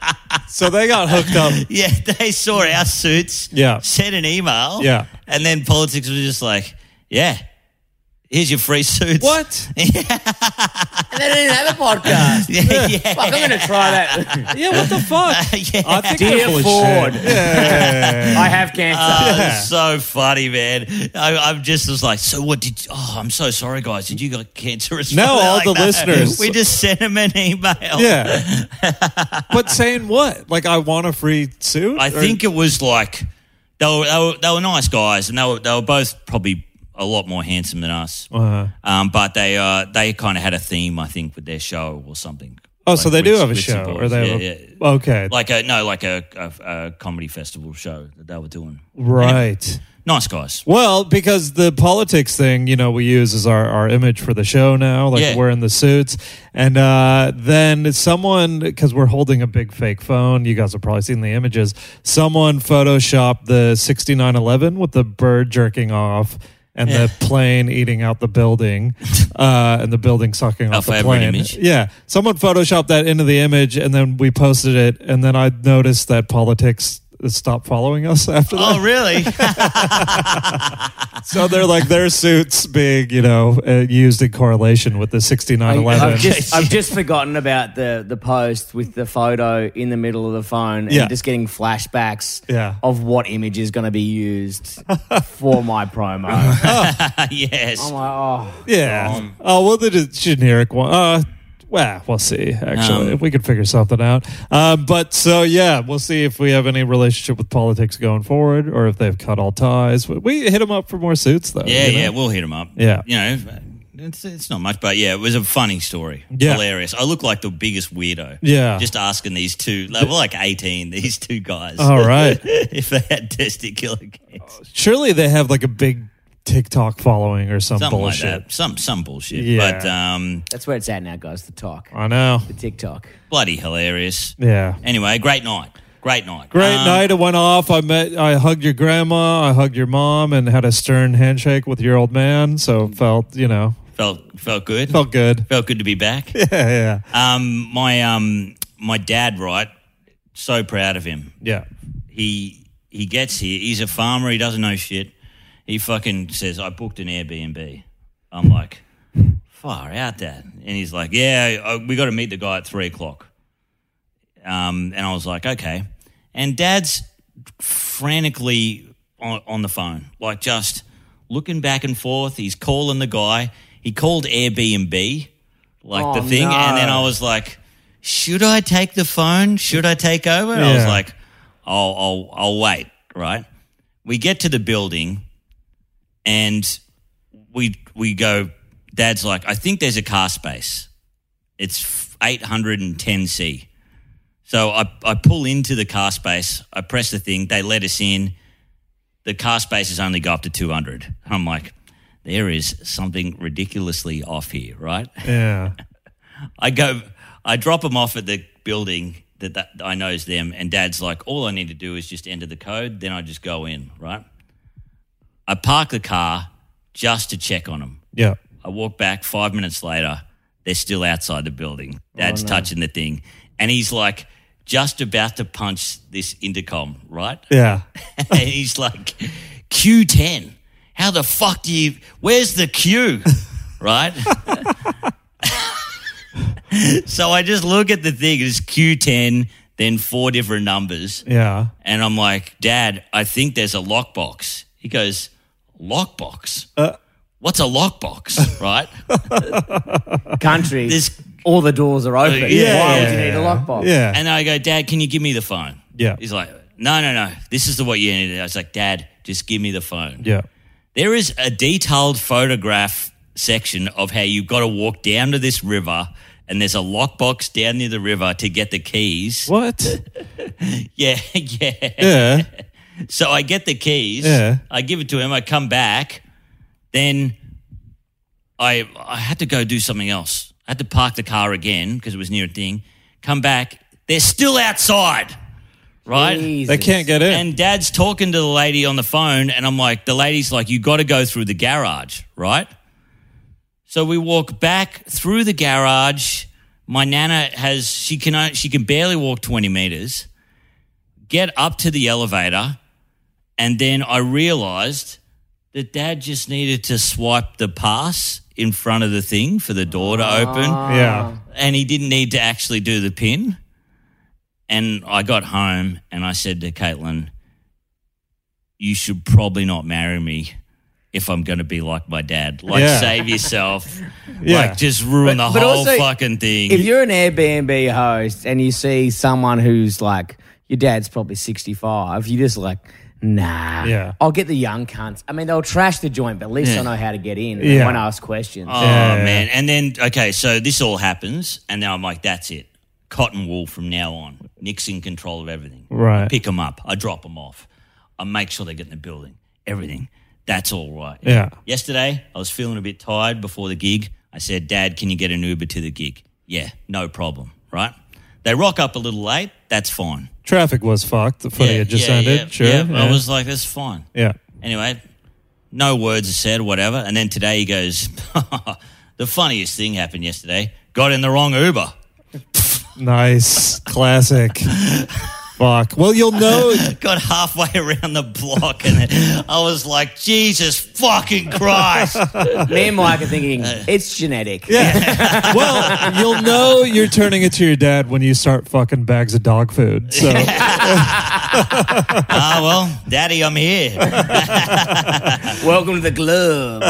[SPEAKER 2] really? So they got hooked up.
[SPEAKER 3] yeah, they saw our suits.
[SPEAKER 2] Yeah.
[SPEAKER 3] Sent an email.
[SPEAKER 2] Yeah.
[SPEAKER 3] And then politics was just like, yeah, here's your free suits.
[SPEAKER 2] What?
[SPEAKER 4] and they didn't have a podcast.
[SPEAKER 3] yeah, yeah.
[SPEAKER 4] Fuck, I'm going to try that.
[SPEAKER 2] Yeah, what the fuck?
[SPEAKER 3] yeah.
[SPEAKER 2] I think
[SPEAKER 4] Dear
[SPEAKER 2] they're full of
[SPEAKER 4] Ford.
[SPEAKER 2] shit. Yeah.
[SPEAKER 4] I have cancer.
[SPEAKER 3] Oh,
[SPEAKER 2] Yeah.
[SPEAKER 3] So funny, man. I, I'm just was like, so what did? Oh, I'm so sorry, guys. Did you got cancer? as
[SPEAKER 2] No,
[SPEAKER 3] well?"
[SPEAKER 2] all
[SPEAKER 3] Like,
[SPEAKER 2] the
[SPEAKER 3] "No,
[SPEAKER 2] listeners.
[SPEAKER 3] We just sent him an email.
[SPEAKER 2] Yeah. but saying what? Like, I want a free suit?
[SPEAKER 3] I
[SPEAKER 2] Or-
[SPEAKER 3] think it was like they were, they were they were nice guys, and they were they were both probably a lot more handsome than us.
[SPEAKER 2] Uh-huh.
[SPEAKER 3] Um, but they uh, they kind of had a theme, I think, with their show or something.
[SPEAKER 2] Oh,
[SPEAKER 3] Like
[SPEAKER 2] so they
[SPEAKER 3] with-
[SPEAKER 2] do have a
[SPEAKER 3] with some
[SPEAKER 2] show, or
[SPEAKER 3] boys.
[SPEAKER 2] they have
[SPEAKER 3] yeah,
[SPEAKER 2] a,
[SPEAKER 3] yeah.
[SPEAKER 2] okay,
[SPEAKER 3] like a no, like a, a, a comedy festival show that they were doing.
[SPEAKER 2] right?
[SPEAKER 3] Nice guys.
[SPEAKER 2] Well, because the politics thing, you know, we use as our, our image for the show now. Like
[SPEAKER 3] Yeah.
[SPEAKER 2] we're in the suits. And uh, then someone, because we're holding a big fake phone, you guys have probably seen the images. Someone photoshopped the 6911 with the bird jerking off and the plane eating out the building uh, and the building sucking off
[SPEAKER 3] Our
[SPEAKER 2] the
[SPEAKER 3] favorite
[SPEAKER 2] plane.
[SPEAKER 3] image.
[SPEAKER 2] Yeah. Someone photoshopped that into the image and then we posted it. And then I noticed that politics stopped following us after that.
[SPEAKER 3] Oh, really?
[SPEAKER 2] So they're like their suits being, you know, uh, used in correlation with the
[SPEAKER 4] I,
[SPEAKER 2] 6911.
[SPEAKER 4] have just, I've just forgotten about the, the post with the photo in the middle of the phone and
[SPEAKER 2] Yeah.
[SPEAKER 4] just getting flashbacks
[SPEAKER 2] Yeah.
[SPEAKER 4] of what image is going to be used for my promo. I'm like,
[SPEAKER 3] yes.
[SPEAKER 4] oh,
[SPEAKER 2] yeah. Oh, well, the generic one. Uh, Well, we'll see. Actually,
[SPEAKER 3] Um,
[SPEAKER 2] we could figure something out. Um, but so yeah, we'll see if we have any relationship with politics going forward, or if they've cut all ties. We- We hit them up for more suits, though.
[SPEAKER 3] Yeah,
[SPEAKER 2] you know?
[SPEAKER 3] yeah, we'll hit him up.
[SPEAKER 2] Yeah.
[SPEAKER 3] you know, it's, it's not much, but yeah, it was a funny story.
[SPEAKER 2] Yeah.
[SPEAKER 3] hilarious. I look like the biggest weirdo.
[SPEAKER 2] Yeah.
[SPEAKER 3] just asking these two. They were like eighteen. These two guys.
[SPEAKER 2] All right. Oh,
[SPEAKER 3] if they had testicular cancer,
[SPEAKER 2] Surely they have like a big TikTok following or some
[SPEAKER 3] something
[SPEAKER 2] bullshit.
[SPEAKER 3] like that. Some some bullshit.
[SPEAKER 2] Yeah.
[SPEAKER 3] But um,
[SPEAKER 4] That's where it's at now, guys. The talk,
[SPEAKER 2] I know.
[SPEAKER 4] the TikTok.
[SPEAKER 3] bloody hilarious.
[SPEAKER 2] Yeah.
[SPEAKER 3] Anyway, great night. Great night.
[SPEAKER 2] Great
[SPEAKER 3] Um,
[SPEAKER 2] night. It went off. I met. I hugged your grandma. I hugged your mom, and had a stern handshake with your old man. So it felt, you know,
[SPEAKER 3] Felt felt good.
[SPEAKER 2] felt good.
[SPEAKER 3] felt good to be back.
[SPEAKER 2] Yeah, yeah,
[SPEAKER 3] Um, my um, my dad, right? So proud of him.
[SPEAKER 2] yeah.
[SPEAKER 3] he he gets here. He's a farmer. He doesn't know shit. He fucking says, "I booked an Airbnb." I'm like, "Far out, Dad." And he's like, "Yeah, uh, we got to meet the guy at three o'clock." Um, and I was like, "Okay." And Dad's frantically on, on the phone, like just looking back and forth. He's calling the guy. He called Airbnb, like
[SPEAKER 4] Oh,
[SPEAKER 3] the thing, and then
[SPEAKER 4] no.
[SPEAKER 3] I was like, "Should I take the phone? Should I take over?" I was
[SPEAKER 2] Yeah.
[SPEAKER 3] like, "I'll, I'll, I'll wait." Right? We get to the building, and we we go. Dad's like, "I think there's a car space. It's 810 C." So I, I pull into the car space. I press the thing. They let us in. The car spaces only go up to 200. I'm like, there is something ridiculously off here, right?
[SPEAKER 2] yeah.
[SPEAKER 3] I go, I drop them off at the building that, that I know is them, and Dad's like, all I need to do is just enter the code, then I just go in, right? I park the car just to check on them.
[SPEAKER 2] Yeah.
[SPEAKER 3] I walk back five minutes later. They're still outside the building. Dad's touching the thing. And he's like, just about to punch this intercom, right?
[SPEAKER 2] Yeah.
[SPEAKER 3] and he's like, Q10. How the fuck do you, where's the Q? Right? so I just look at the thing, it's Q10, then four different numbers.
[SPEAKER 2] Yeah.
[SPEAKER 3] And I'm like, Dad, I think there's a lockbox. He goes, Lockbox?
[SPEAKER 2] Uh,
[SPEAKER 3] What's a lockbox? right?
[SPEAKER 4] Country.
[SPEAKER 3] This-
[SPEAKER 4] all the doors are open.
[SPEAKER 3] Yeah.
[SPEAKER 4] Why would you need a lockbox?
[SPEAKER 2] Yeah.
[SPEAKER 3] And I go, Dad, can you give me the phone?
[SPEAKER 2] Yeah.
[SPEAKER 3] He's like, No, no, no. This is the what you need. I was like, Dad, just give me the phone.
[SPEAKER 2] yeah.
[SPEAKER 3] There is a detailed photograph section of how you've got to walk down to this river and there's a lockbox down near the river to get the keys.
[SPEAKER 2] What?
[SPEAKER 3] Yeah, yeah.
[SPEAKER 2] Yeah.
[SPEAKER 3] So I get the keys.
[SPEAKER 2] Yeah.
[SPEAKER 3] I give it to him. I come back. Then I I had to go do something else. I had to park the car again because it was near a thing. Come back. They're still outside. Right?
[SPEAKER 4] Jesus.
[SPEAKER 2] They can't get in.
[SPEAKER 3] And dad's talking to the lady on the phone, and I'm like, the lady's like, you got to go through the garage, right? So we walk back through the garage. My nana has she can o- she can barely walk 20 meters. Get up to the elevator, and then I realized that dad just needed to swipe the pass in front of the thing for the door to open
[SPEAKER 2] yeah.
[SPEAKER 3] and he didn't need to actually do the pin. And I got home and I said to Caitlin, "You should probably not marry me if I'm going to be like my dad. Like,
[SPEAKER 2] Yeah.
[SPEAKER 3] save yourself.
[SPEAKER 2] Yeah.
[SPEAKER 3] Like, just ruin
[SPEAKER 4] But-
[SPEAKER 3] the
[SPEAKER 4] but
[SPEAKER 3] whole
[SPEAKER 4] also,
[SPEAKER 3] fucking thing."
[SPEAKER 4] If you're an Airbnb host and you see someone who's like, your dad's probably 65, you just like, nah.
[SPEAKER 2] Yeah.
[SPEAKER 4] I'll get the young cunts. I mean, they'll trash the joint, but at least
[SPEAKER 3] Yeah.
[SPEAKER 4] I know how to get in. They
[SPEAKER 2] Yeah.
[SPEAKER 4] won't ask questions.
[SPEAKER 3] oh
[SPEAKER 2] Yeah, yeah.
[SPEAKER 3] man! And then okay, so this all happens, and now I'm like, "That's it. Cotton wool from now on. Nick's in control of everything."
[SPEAKER 2] Right.
[SPEAKER 3] pick them up. I drop them off. I make sure they get in the building. Everything. That's all right.
[SPEAKER 2] Yeah.
[SPEAKER 3] Yesterday, I was feeling a bit tired before the gig. I said, Dad, can you get an Uber to the gig? Yeah, no problem. Right? They rock up a little late. That's fine.
[SPEAKER 2] Traffic was fucked. The footy
[SPEAKER 3] yeah,
[SPEAKER 2] had just
[SPEAKER 3] yeah,
[SPEAKER 2] ended.
[SPEAKER 3] yeah,
[SPEAKER 2] sure.
[SPEAKER 3] yeah.
[SPEAKER 2] Yeah.
[SPEAKER 3] I was like, that's fine.
[SPEAKER 2] yeah.
[SPEAKER 3] Anyway, no words are said, whatever. And then today he goes, the funniest thing happened yesterday. Got in the wrong Uber.
[SPEAKER 2] Nice. Classic. Fuck. Well, you'll know.
[SPEAKER 3] got halfway around the block and I was like, Jesus fucking Christ.
[SPEAKER 4] Me and Mike are thinking, it's genetic.
[SPEAKER 2] Yeah. well, you'll know you're turning it to your dad when you start fucking bags of dog food. So
[SPEAKER 3] Ah, well, Daddy, I'm here.
[SPEAKER 4] Welcome to the club.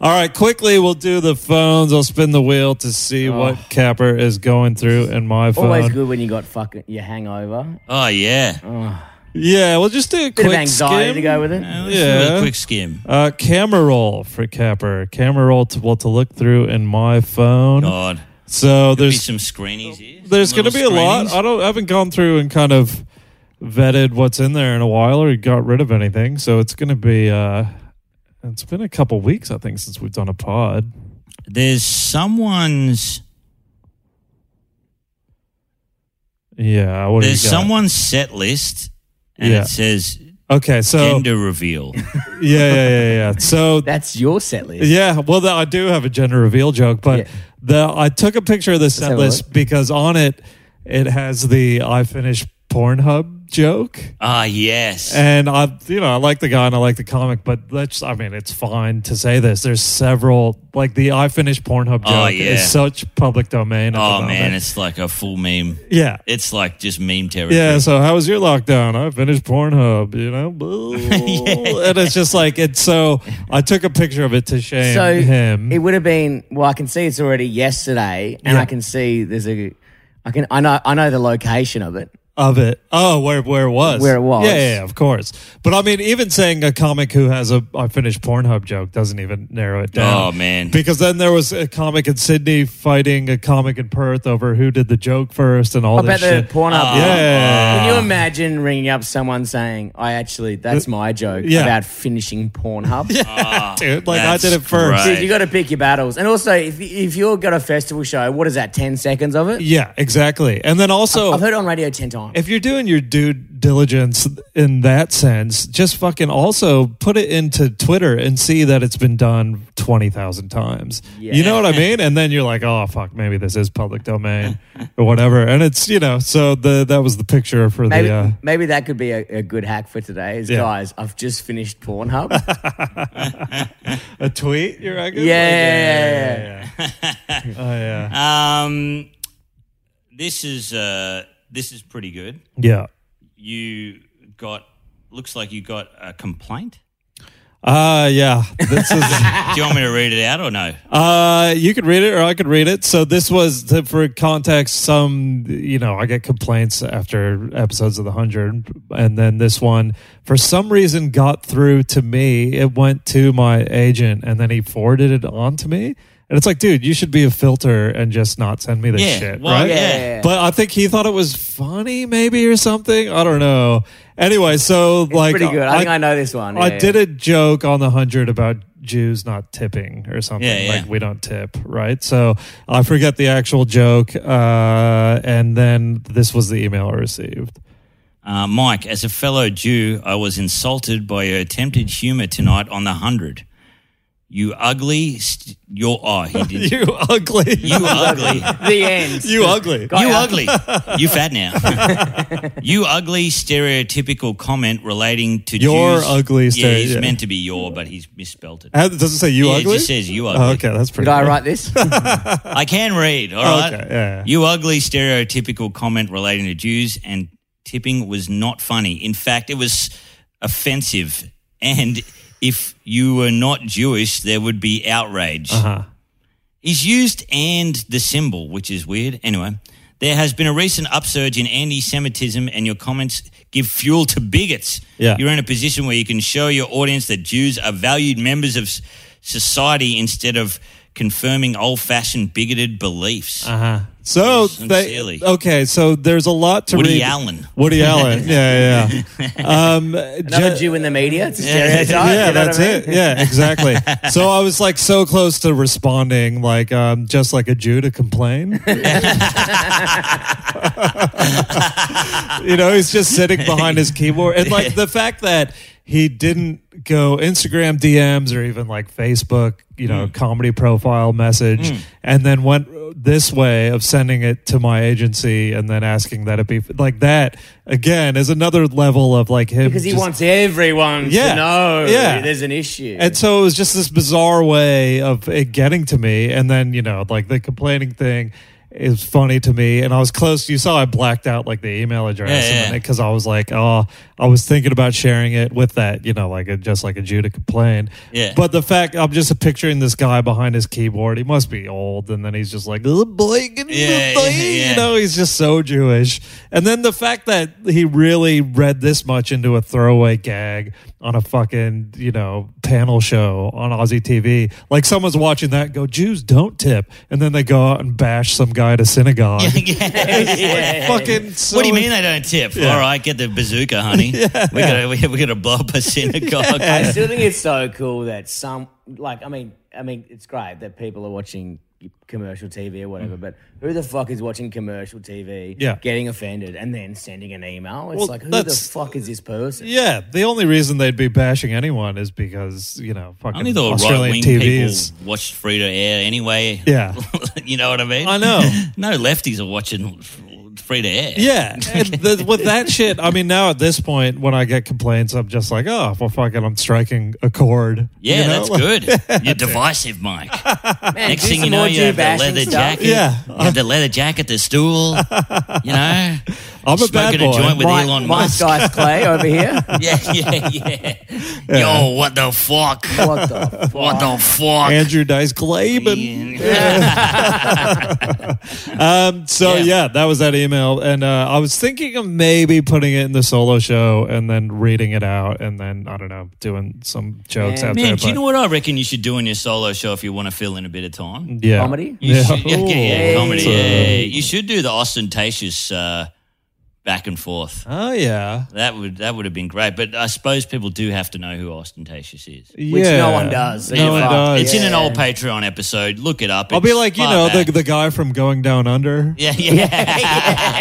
[SPEAKER 2] All right, quickly we'll do the phones. I'll spin the wheel to see what Capper is going through in my phone.
[SPEAKER 4] Oh. Always good when you got fucking your hangover.
[SPEAKER 3] Oh, yeah.
[SPEAKER 2] Yeah, we'll just do a
[SPEAKER 4] Bit
[SPEAKER 2] quick
[SPEAKER 4] of anxiety
[SPEAKER 2] skim.
[SPEAKER 4] to go with it.
[SPEAKER 3] Uh, let's
[SPEAKER 2] Yeah.
[SPEAKER 3] do a quick skim.
[SPEAKER 2] Uh, camera roll for Capper. Camera roll to, well, to look through in my phone.
[SPEAKER 3] God.
[SPEAKER 2] So there's
[SPEAKER 3] There's some screenies here. some
[SPEAKER 2] there's going to be
[SPEAKER 3] little
[SPEAKER 2] a lot.
[SPEAKER 3] screenies.
[SPEAKER 2] I don't I haven't gone through and kind of vetted what's in there in a while or got rid of anything. So it's going to be uh it's been a couple weeks I think since we've done a pod.
[SPEAKER 3] There's someone's.
[SPEAKER 2] Yeah, what do
[SPEAKER 3] There's
[SPEAKER 2] you got?
[SPEAKER 3] someone's set list, and
[SPEAKER 2] Yeah. Oh.
[SPEAKER 3] it says
[SPEAKER 2] Okay, so
[SPEAKER 3] gender reveal.
[SPEAKER 2] yeah, yeah, yeah, yeah. So
[SPEAKER 4] That's your set list.
[SPEAKER 2] Yeah, well, th- I do have a gender reveal joke, but
[SPEAKER 4] Yeah.
[SPEAKER 2] the I took a picture of the
[SPEAKER 4] have
[SPEAKER 2] set
[SPEAKER 4] a
[SPEAKER 2] list
[SPEAKER 4] look.
[SPEAKER 2] because on it it has the I finished Pornhub joke,
[SPEAKER 3] Ah, yes.
[SPEAKER 2] and I you know I like the guy and I like the comic, but let's I mean it's fine to say this. There's several like the I finished Pornhub joke
[SPEAKER 3] Oh, yeah.
[SPEAKER 2] is such public domain. At
[SPEAKER 3] oh
[SPEAKER 2] the
[SPEAKER 3] man,
[SPEAKER 2] moment.
[SPEAKER 3] it's like a full meme.
[SPEAKER 2] yeah.
[SPEAKER 3] It's like just meme territory.
[SPEAKER 2] Yeah, so how was your lockdown? I finished Pornhub, you know? And it's just like, it's so, I took a picture of it to shame
[SPEAKER 4] So
[SPEAKER 2] him.
[SPEAKER 4] it would have been. Well, I can see it's already yesterday, and
[SPEAKER 2] Yeah.
[SPEAKER 4] I can see there's a. I can. I know. I know the location of it.
[SPEAKER 2] of it. Oh, where where it was,
[SPEAKER 4] Where it was.
[SPEAKER 2] Yeah, yeah, of course. But I mean, even saying a comic who has a I finished Pornhub joke doesn't even narrow it down.
[SPEAKER 3] Oh, man.
[SPEAKER 2] because then there was a comic in Sydney fighting a comic in Perth over who did the joke first and all
[SPEAKER 4] I bet
[SPEAKER 2] this
[SPEAKER 4] the
[SPEAKER 2] shit. Ah.
[SPEAKER 4] porn up.
[SPEAKER 2] yeah.
[SPEAKER 4] Can you imagine ringing up someone saying, "I actually, that's my joke
[SPEAKER 2] Uh, Yeah.
[SPEAKER 4] about finishing Pornhub"?
[SPEAKER 2] Dude, like I
[SPEAKER 3] That's
[SPEAKER 2] did it first.
[SPEAKER 3] great.
[SPEAKER 4] Dude, you got to pick your battles, and also if if you've got a festival show, what is that? Ten seconds of it?
[SPEAKER 2] Yeah, exactly. And then also,
[SPEAKER 4] I've heard it on radio ten times.
[SPEAKER 2] if you're doing your due diligence in that sense, just fucking also put it into Twitter and see that it's been done 20,000 times. You know what I mean? And then you're like, oh, fuck, maybe this is public domain or whatever. And it's, you know, so the that was the picture for
[SPEAKER 4] Maybe,
[SPEAKER 2] the. Uh,
[SPEAKER 4] maybe that could be a, a good hack for today. Is
[SPEAKER 2] Yeah.
[SPEAKER 4] guys, I've just finished Pornhub.
[SPEAKER 2] a tweet, you reckon? Like,
[SPEAKER 4] Yeah.
[SPEAKER 2] yeah, yeah, yeah. oh, yeah.
[SPEAKER 3] Um, this is uh, this is pretty good.
[SPEAKER 2] Yeah.
[SPEAKER 3] You got looks like you got a complaint.
[SPEAKER 2] Ah, yeah. This is.
[SPEAKER 3] Do you want me to read it out or no?
[SPEAKER 2] Uh, you could read it, or I could read it. So this was to, for context. Some, you know, I get complaints after episodes of the hundred, and then this one, for some reason, got through to me. It went to my agent, and then he forwarded it on to me. And it's like, dude, you should be a filter and just not send me this
[SPEAKER 3] Yeah,
[SPEAKER 2] shit,
[SPEAKER 3] well,
[SPEAKER 2] right?
[SPEAKER 3] yeah.
[SPEAKER 2] But I think he thought it was funny, maybe or something. I don't know. Anyway, so like,
[SPEAKER 4] pretty good. I, think I know this one.
[SPEAKER 2] I
[SPEAKER 4] yeah.
[SPEAKER 2] did a joke on the hundred about Jews not tipping or something
[SPEAKER 3] Yeah, yeah.
[SPEAKER 2] like we don't tip, right? So I forget the actual joke, uh, and then this was the email I received.
[SPEAKER 3] Uh, Mike, as a fellow Jew, I was insulted by your attempted humor tonight on the hundred. You ugly, st- your oh, he did.
[SPEAKER 2] You ugly,
[SPEAKER 3] you ugly,
[SPEAKER 4] the end.
[SPEAKER 2] you ugly.
[SPEAKER 4] Got
[SPEAKER 3] you
[SPEAKER 4] ya.
[SPEAKER 3] ugly, you fat now. you ugly, stereotypical comment relating to
[SPEAKER 2] Your
[SPEAKER 3] Jews.
[SPEAKER 2] ugly
[SPEAKER 3] Yeah,
[SPEAKER 2] stereo-
[SPEAKER 3] he's
[SPEAKER 2] yeah.
[SPEAKER 3] meant to be your, but he's misspelled it.
[SPEAKER 2] How- Does it say you
[SPEAKER 3] Yeah, it
[SPEAKER 2] ugly?
[SPEAKER 3] just says you
[SPEAKER 2] Oh,
[SPEAKER 3] ugly.
[SPEAKER 2] okay, that's pretty.
[SPEAKER 4] Did I
[SPEAKER 2] good.
[SPEAKER 4] write this?
[SPEAKER 3] I can read, all
[SPEAKER 2] Oh,
[SPEAKER 3] right?
[SPEAKER 2] okay, yeah, yeah.
[SPEAKER 3] You ugly stereotypical comment relating to Jews and tipping was not funny. In fact, it was offensive. And if you were not Jewish, there would be outrage.
[SPEAKER 2] Uh-huh.
[SPEAKER 3] He's used and the symbol, which is weird. Anyway, there has been a recent upsurge in anti Semitism, and your comments give fuel to bigots.
[SPEAKER 2] Yeah.
[SPEAKER 3] You're in a position where you can show your audience that Jews are valued members of s- society instead of confirming old fashioned bigoted
[SPEAKER 2] Uh-huh.
[SPEAKER 3] beliefs.
[SPEAKER 2] So they,
[SPEAKER 3] Sincerely.
[SPEAKER 2] okay, so there's a lot to
[SPEAKER 3] Woody
[SPEAKER 2] read.
[SPEAKER 3] Allen.
[SPEAKER 2] Woody Allen, yeah, yeah, yeah. Um,
[SPEAKER 4] Another
[SPEAKER 2] Je-
[SPEAKER 4] Jew in the media. It's a stereotype.
[SPEAKER 2] yeah,
[SPEAKER 4] you know
[SPEAKER 2] that's
[SPEAKER 4] what I mean?
[SPEAKER 2] it. Yeah, exactly. so I was like so close to responding, like um, just like a Jew to complain. you know, he's just sitting behind his keyboard, and like the fact that he didn't go Instagram DMs or even like Facebook, you
[SPEAKER 4] Hmm.
[SPEAKER 2] know, comedy profile message, and then went this way of sending it to my agency and then asking that it be like that again is another level of like him
[SPEAKER 4] Because he
[SPEAKER 2] just-
[SPEAKER 4] wants everyone
[SPEAKER 2] Yeah.
[SPEAKER 4] to know
[SPEAKER 2] Yeah.
[SPEAKER 4] there's an issue.
[SPEAKER 2] and so it was just this bizarre way of it getting to me. And then, you know, like the complaining thing. is funny to me. And I was close. You saw I blacked out like the email address
[SPEAKER 3] Yeah, yeah.
[SPEAKER 2] because I was like, oh, I was thinking about sharing it with that, you know, like a, just like a Judah complained.
[SPEAKER 3] Yeah.
[SPEAKER 2] But the fact I'm just picturing this guy behind his keyboard. He must be old, and then he's just like, oh, boy, good
[SPEAKER 3] Yeah,
[SPEAKER 2] boy,"
[SPEAKER 3] yeah.
[SPEAKER 2] you know, he's just so Jewish. And then the fact that he really read this much into a throwaway gag on a fucking you know panel show on Aussie TV, like someone's watching that, and go Jews don't tip, and then they go out and bash some guy at a synagogue.
[SPEAKER 4] Yeah.
[SPEAKER 2] Fucking. So
[SPEAKER 3] what do you mean they don't tip?
[SPEAKER 2] Yeah.
[SPEAKER 3] All right, get the bazooka, honey. We're gonna we, we're gonna blow up a synagogue.
[SPEAKER 4] I still think it's so cool that some like I mean I mean it's great that people are watching commercial TV or
[SPEAKER 3] Mm.
[SPEAKER 4] whatever, but who the fuck is watching commercial TV?
[SPEAKER 2] Yeah.
[SPEAKER 4] getting offended and then sending an email. It's
[SPEAKER 2] Well,
[SPEAKER 4] like who the
[SPEAKER 2] that's-
[SPEAKER 4] fuck is this person?
[SPEAKER 2] Yeah, the only reason they'd be bashing anyone is because you know
[SPEAKER 3] I
[SPEAKER 2] fucking
[SPEAKER 3] only thought right
[SPEAKER 2] Australian
[SPEAKER 3] wing
[SPEAKER 2] TV
[SPEAKER 3] people
[SPEAKER 2] is.
[SPEAKER 3] watch free to air anyway.
[SPEAKER 2] Yeah.
[SPEAKER 3] you know what I mean.
[SPEAKER 2] I know.
[SPEAKER 3] no lefties are watching free to air.
[SPEAKER 2] Yeah, and the, with that shit, I mean, now at this point, when I get complaints, I'm just like, oh, well, fucking, I'm striking a chord.
[SPEAKER 3] Yeah,
[SPEAKER 2] you know?
[SPEAKER 3] that's
[SPEAKER 2] Like,
[SPEAKER 3] good. You're divisive, Mike.
[SPEAKER 4] Man,
[SPEAKER 3] Next
[SPEAKER 4] do
[SPEAKER 3] thing you
[SPEAKER 4] some
[SPEAKER 3] know,
[SPEAKER 4] more
[SPEAKER 3] you
[SPEAKER 4] Jew
[SPEAKER 3] have the
[SPEAKER 4] bashing
[SPEAKER 3] leather
[SPEAKER 4] stuff.
[SPEAKER 3] jacket.
[SPEAKER 2] Yeah.
[SPEAKER 3] You have the leather jacket, the stool. You know,
[SPEAKER 2] I'm a bad
[SPEAKER 3] smoking a
[SPEAKER 2] boy.
[SPEAKER 3] joint with
[SPEAKER 4] Mike,
[SPEAKER 3] Elon
[SPEAKER 4] Mike
[SPEAKER 3] Musk.
[SPEAKER 4] Dice Clay over here.
[SPEAKER 3] Yeah, yeah, yeah, Yo, what the fuck?
[SPEAKER 4] What the fuck?
[SPEAKER 3] What the fuck?
[SPEAKER 2] Andrew Dice Clay, but um, so
[SPEAKER 3] Yeah.
[SPEAKER 2] yeah. that was that email, and uh, I was thinking of maybe putting it in the solo show and then reading it out, and then I don't know, doing some jokes
[SPEAKER 4] Man.
[SPEAKER 2] out
[SPEAKER 3] Man,
[SPEAKER 2] there.
[SPEAKER 3] do you
[SPEAKER 2] but-
[SPEAKER 3] know what I reckon you should do in your solo show if you want to fill in a bit of time?
[SPEAKER 2] yeah.
[SPEAKER 4] Comedy?
[SPEAKER 3] You
[SPEAKER 2] Yeah.
[SPEAKER 3] should, yeah, yeah,
[SPEAKER 4] Ooh.
[SPEAKER 3] comedy.
[SPEAKER 4] So-
[SPEAKER 3] yeah, yeah, yeah. You should do the ostentatious uh, back and forth.
[SPEAKER 2] Oh yeah.
[SPEAKER 3] That would that would have been great. But I suppose people do have to know who ostentatious is.
[SPEAKER 4] Which no one does. So
[SPEAKER 2] No
[SPEAKER 4] you're
[SPEAKER 2] one
[SPEAKER 4] fucked.
[SPEAKER 2] does.
[SPEAKER 3] It's in an
[SPEAKER 4] Yeah.
[SPEAKER 3] old Patreon episode. Look it up.
[SPEAKER 2] I'll be
[SPEAKER 3] It's
[SPEAKER 2] like, you
[SPEAKER 3] far
[SPEAKER 2] know, the,
[SPEAKER 3] back.
[SPEAKER 2] the guy from Going Down Under.
[SPEAKER 3] yeah, yeah.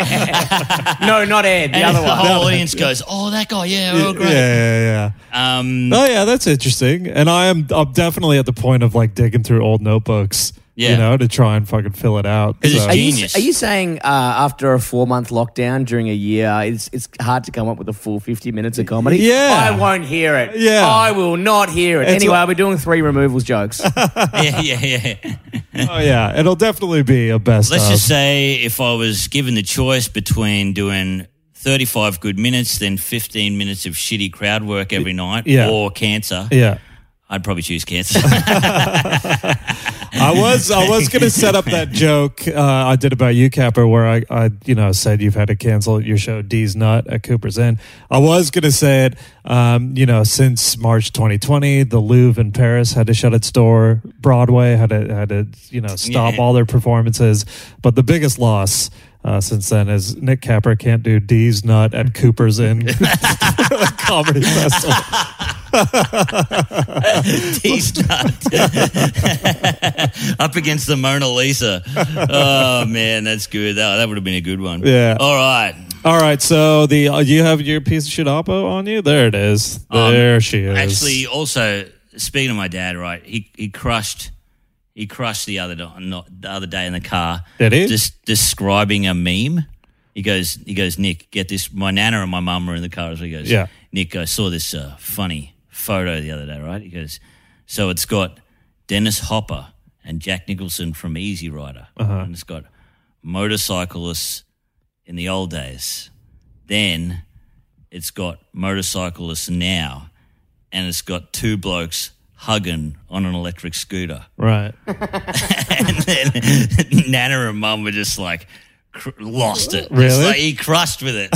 [SPEAKER 4] No, not Ed. The
[SPEAKER 3] and
[SPEAKER 4] other
[SPEAKER 3] the
[SPEAKER 4] one.
[SPEAKER 3] whole audience goes, "Oh, that guy, yeah, oh,
[SPEAKER 2] yeah,
[SPEAKER 3] great."
[SPEAKER 2] yeah, yeah.
[SPEAKER 3] Um,
[SPEAKER 2] Oh yeah, that's interesting. And I am I'm definitely at the point of like digging through old notebooks,
[SPEAKER 3] Yeah.
[SPEAKER 2] you know, to try and fucking fill it out.
[SPEAKER 3] 'Cause it's
[SPEAKER 2] So-
[SPEAKER 4] Are you,
[SPEAKER 3] Genius.
[SPEAKER 4] are you saying uh, after a four month lockdown during a year, it's it's hard to come up with a full 50 minutes of comedy?
[SPEAKER 2] Yeah.
[SPEAKER 4] I won't hear it.
[SPEAKER 2] Yeah.
[SPEAKER 4] I will not hear it.
[SPEAKER 2] It's
[SPEAKER 4] anyway,
[SPEAKER 2] like-
[SPEAKER 4] we're doing three removals jokes.
[SPEAKER 3] yeah, yeah, yeah.
[SPEAKER 2] oh yeah, it'll definitely be a best.
[SPEAKER 3] Let's
[SPEAKER 2] of.
[SPEAKER 3] just say if I was given the choice between doing 35 good minutes, then 15 minutes of shitty crowd work every night,
[SPEAKER 2] Yeah.
[SPEAKER 3] or cancer,
[SPEAKER 2] yeah.
[SPEAKER 3] I'd probably choose cancer.
[SPEAKER 2] I was I was gonna set up that joke uh, I did about you, Capper, where I, I you know said you've had to cancel your show D's Nut at Cooper's Inn. I was gonna say it, um, you know, since March 2020, the Louvre in Paris had to shut its door. Broadway had to had to you know stop
[SPEAKER 3] Yeah.
[SPEAKER 2] all their performances. But the biggest loss. Uh, since then, is Nick Capper can't do D's Nut at Cooper's Inn Comedy Festival.
[SPEAKER 3] He's not. Up against the Mona Lisa. Oh, man, that's good. That, that would have been a good one.
[SPEAKER 2] Yeah.
[SPEAKER 3] All right.
[SPEAKER 2] All right, so the uh, you have your piece of shit oppo on you. There it is. There she is.
[SPEAKER 3] Um, Actually, also, speaking of my dad, right, he, he crushed. He crushed the other do- not the other day in the car.
[SPEAKER 2] Did he?
[SPEAKER 3] Just describing a meme. He goes, he goes, Nick, get this. My nana and my mum were in the car as well. He goes,
[SPEAKER 2] Yeah.
[SPEAKER 3] Nick, I saw this uh, funny photo the other day, right? He goes, so it's got Dennis Hopper and Jack Nicholson from Easy Rider, and it's got motorcyclists in the old days. Then it's got motorcyclists now, and it's got two blokes hugging on an electric scooter.
[SPEAKER 2] right.
[SPEAKER 3] And then Nana and Mum were just like cr- lost it. Just
[SPEAKER 2] Really?
[SPEAKER 3] like he crushed with it.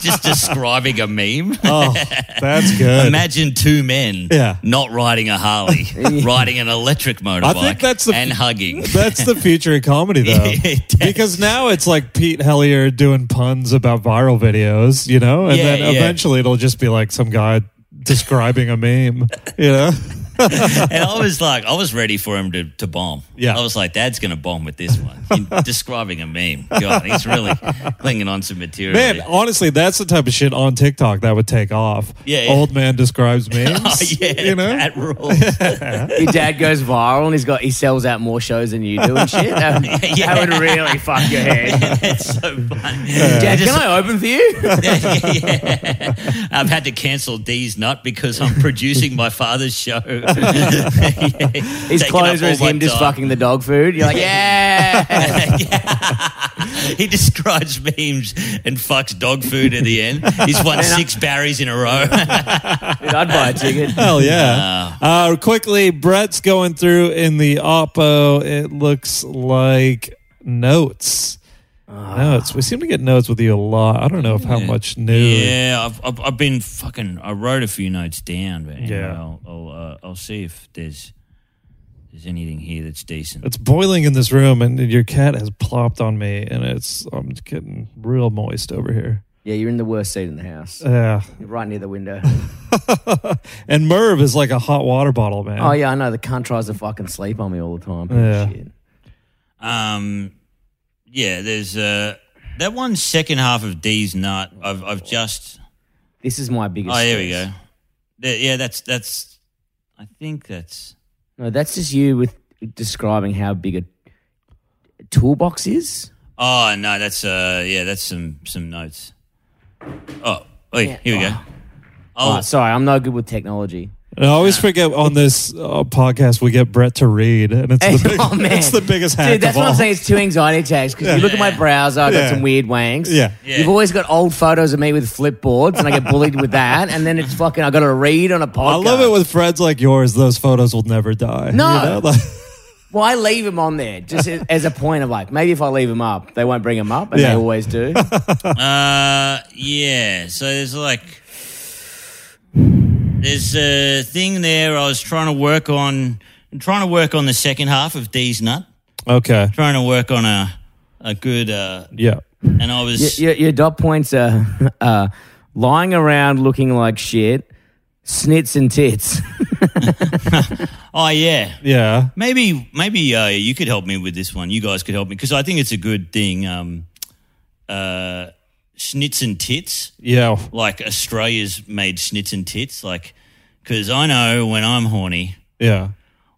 [SPEAKER 3] just describing a meme.
[SPEAKER 2] Oh, that's good.
[SPEAKER 3] Imagine two men
[SPEAKER 2] Yeah.
[SPEAKER 3] not riding a Harley, riding an electric motorbike,
[SPEAKER 2] that's the-
[SPEAKER 3] and hugging.
[SPEAKER 2] that's the future of comedy, though,
[SPEAKER 3] It is.
[SPEAKER 2] because now it's like Pete Hellier doing puns about viral videos, you know, and
[SPEAKER 3] Yeah,
[SPEAKER 2] then
[SPEAKER 3] yeah.
[SPEAKER 2] eventually it'll just be like some guy describing a meme, you know.
[SPEAKER 3] and I was like, I was ready for him to, to bomb.
[SPEAKER 2] Yeah.
[SPEAKER 3] I was like, Dad's going to bomb with this one. He- describing a meme. God, he's really clinging on some material.
[SPEAKER 2] Man,
[SPEAKER 3] here.
[SPEAKER 2] honestly, that's the type of shit on TikTok that would take off.
[SPEAKER 3] Yeah, yeah.
[SPEAKER 2] old man describes memes.
[SPEAKER 3] Oh, yeah,
[SPEAKER 2] you know.
[SPEAKER 3] that rules.
[SPEAKER 4] Your dad goes viral and he's got he sells out more shows than you do and shit. That, that
[SPEAKER 3] Yeah.
[SPEAKER 4] would really fuck your head.
[SPEAKER 3] That's so funny.
[SPEAKER 4] Dad,
[SPEAKER 3] Just-
[SPEAKER 4] can I open for you?
[SPEAKER 3] yeah, yeah. I've had to cancel D's Nut because I'm producing my father's show
[SPEAKER 4] His
[SPEAKER 3] Taking up
[SPEAKER 4] closer
[SPEAKER 3] all
[SPEAKER 4] is
[SPEAKER 3] my
[SPEAKER 4] him just
[SPEAKER 3] time.
[SPEAKER 4] fucking the dog food. You're like, yeah.
[SPEAKER 3] He describes memes and fucks dog food at the end. He's won six Barrys in a row.
[SPEAKER 4] Dude, I'd buy a ticket.
[SPEAKER 2] Hell yeah. Uh, quickly, Brett's going through in the Oppo. It looks like notes. Notes. We seem to get notes with you a lot. I don't know if how much new.
[SPEAKER 3] yeah, I've, I've, I've been fucking. I wrote a few notes down, but anyway,
[SPEAKER 2] Yeah.
[SPEAKER 3] I'll I'll, uh, I'll see if there's there's anything here that's decent.
[SPEAKER 2] It's boiling in this room, and your cat has plopped on me, and it's I'm getting real moist over here.
[SPEAKER 4] Yeah, you're in the worst seat in the house.
[SPEAKER 2] Yeah.
[SPEAKER 4] You're right near the window.
[SPEAKER 2] and Merv is like a hot water bottle, man.
[SPEAKER 4] Oh yeah, I know. The cunt tries to fucking sleep on me all the time. Piece of
[SPEAKER 2] Yeah.
[SPEAKER 4] Shit.
[SPEAKER 3] Um, yeah, there's uh that one second half of D's nut. I've I've just.
[SPEAKER 4] This is my biggest.
[SPEAKER 3] Oh, here we go.
[SPEAKER 4] stress.
[SPEAKER 3] There- yeah, that's that's. I think that's.
[SPEAKER 4] No, that's just you with describing how big a toolbox is.
[SPEAKER 3] Oh no, that's uh yeah, that's some some notes. Oh, wait,
[SPEAKER 4] Yeah.
[SPEAKER 3] here we go.
[SPEAKER 4] Oh,
[SPEAKER 3] Oh,
[SPEAKER 4] sorry, I'm no good with technology.
[SPEAKER 2] And I always forget on this uh, podcast we get Brett to read, and it's the, big,
[SPEAKER 4] oh man,
[SPEAKER 2] it's the biggest hack
[SPEAKER 4] Dude, that's
[SPEAKER 2] of
[SPEAKER 4] what
[SPEAKER 2] all.
[SPEAKER 4] I'm saying. It's two anxiety attacks because you look at my browser. I got
[SPEAKER 2] Yeah.
[SPEAKER 4] some weird wanks.
[SPEAKER 2] Yeah.
[SPEAKER 3] Yeah.
[SPEAKER 4] You've always got old photos of me with flip boards, and I get bullied with that. And then it's fucking. I got to read on a podcast.
[SPEAKER 2] I love it with friends like yours. Those photos will never die.
[SPEAKER 4] No.
[SPEAKER 2] Like-
[SPEAKER 4] Well, I leave them on there just as- as a point of like maybe if I leave them up, they won't bring them up, and
[SPEAKER 2] Yeah.
[SPEAKER 4] they always do.
[SPEAKER 3] uh, yeah. So there's like there's a thing there. I was trying to work on, trying to work on the second half of D's nut.
[SPEAKER 2] okay.
[SPEAKER 3] Trying to work on a a good. Uh,
[SPEAKER 2] Yeah.
[SPEAKER 3] and I was
[SPEAKER 4] your, your dot points are uh, lying around looking like shit, snits and tits.
[SPEAKER 3] oh yeah.
[SPEAKER 2] Yeah.
[SPEAKER 3] Maybe, maybe uh, you could help me with this one. You guys could help me because I think it's a good thing. Um, uh, snits and tits.
[SPEAKER 2] Yeah.
[SPEAKER 3] like Australia's made snits and tits, like because I know when I'm horny,
[SPEAKER 2] Yeah.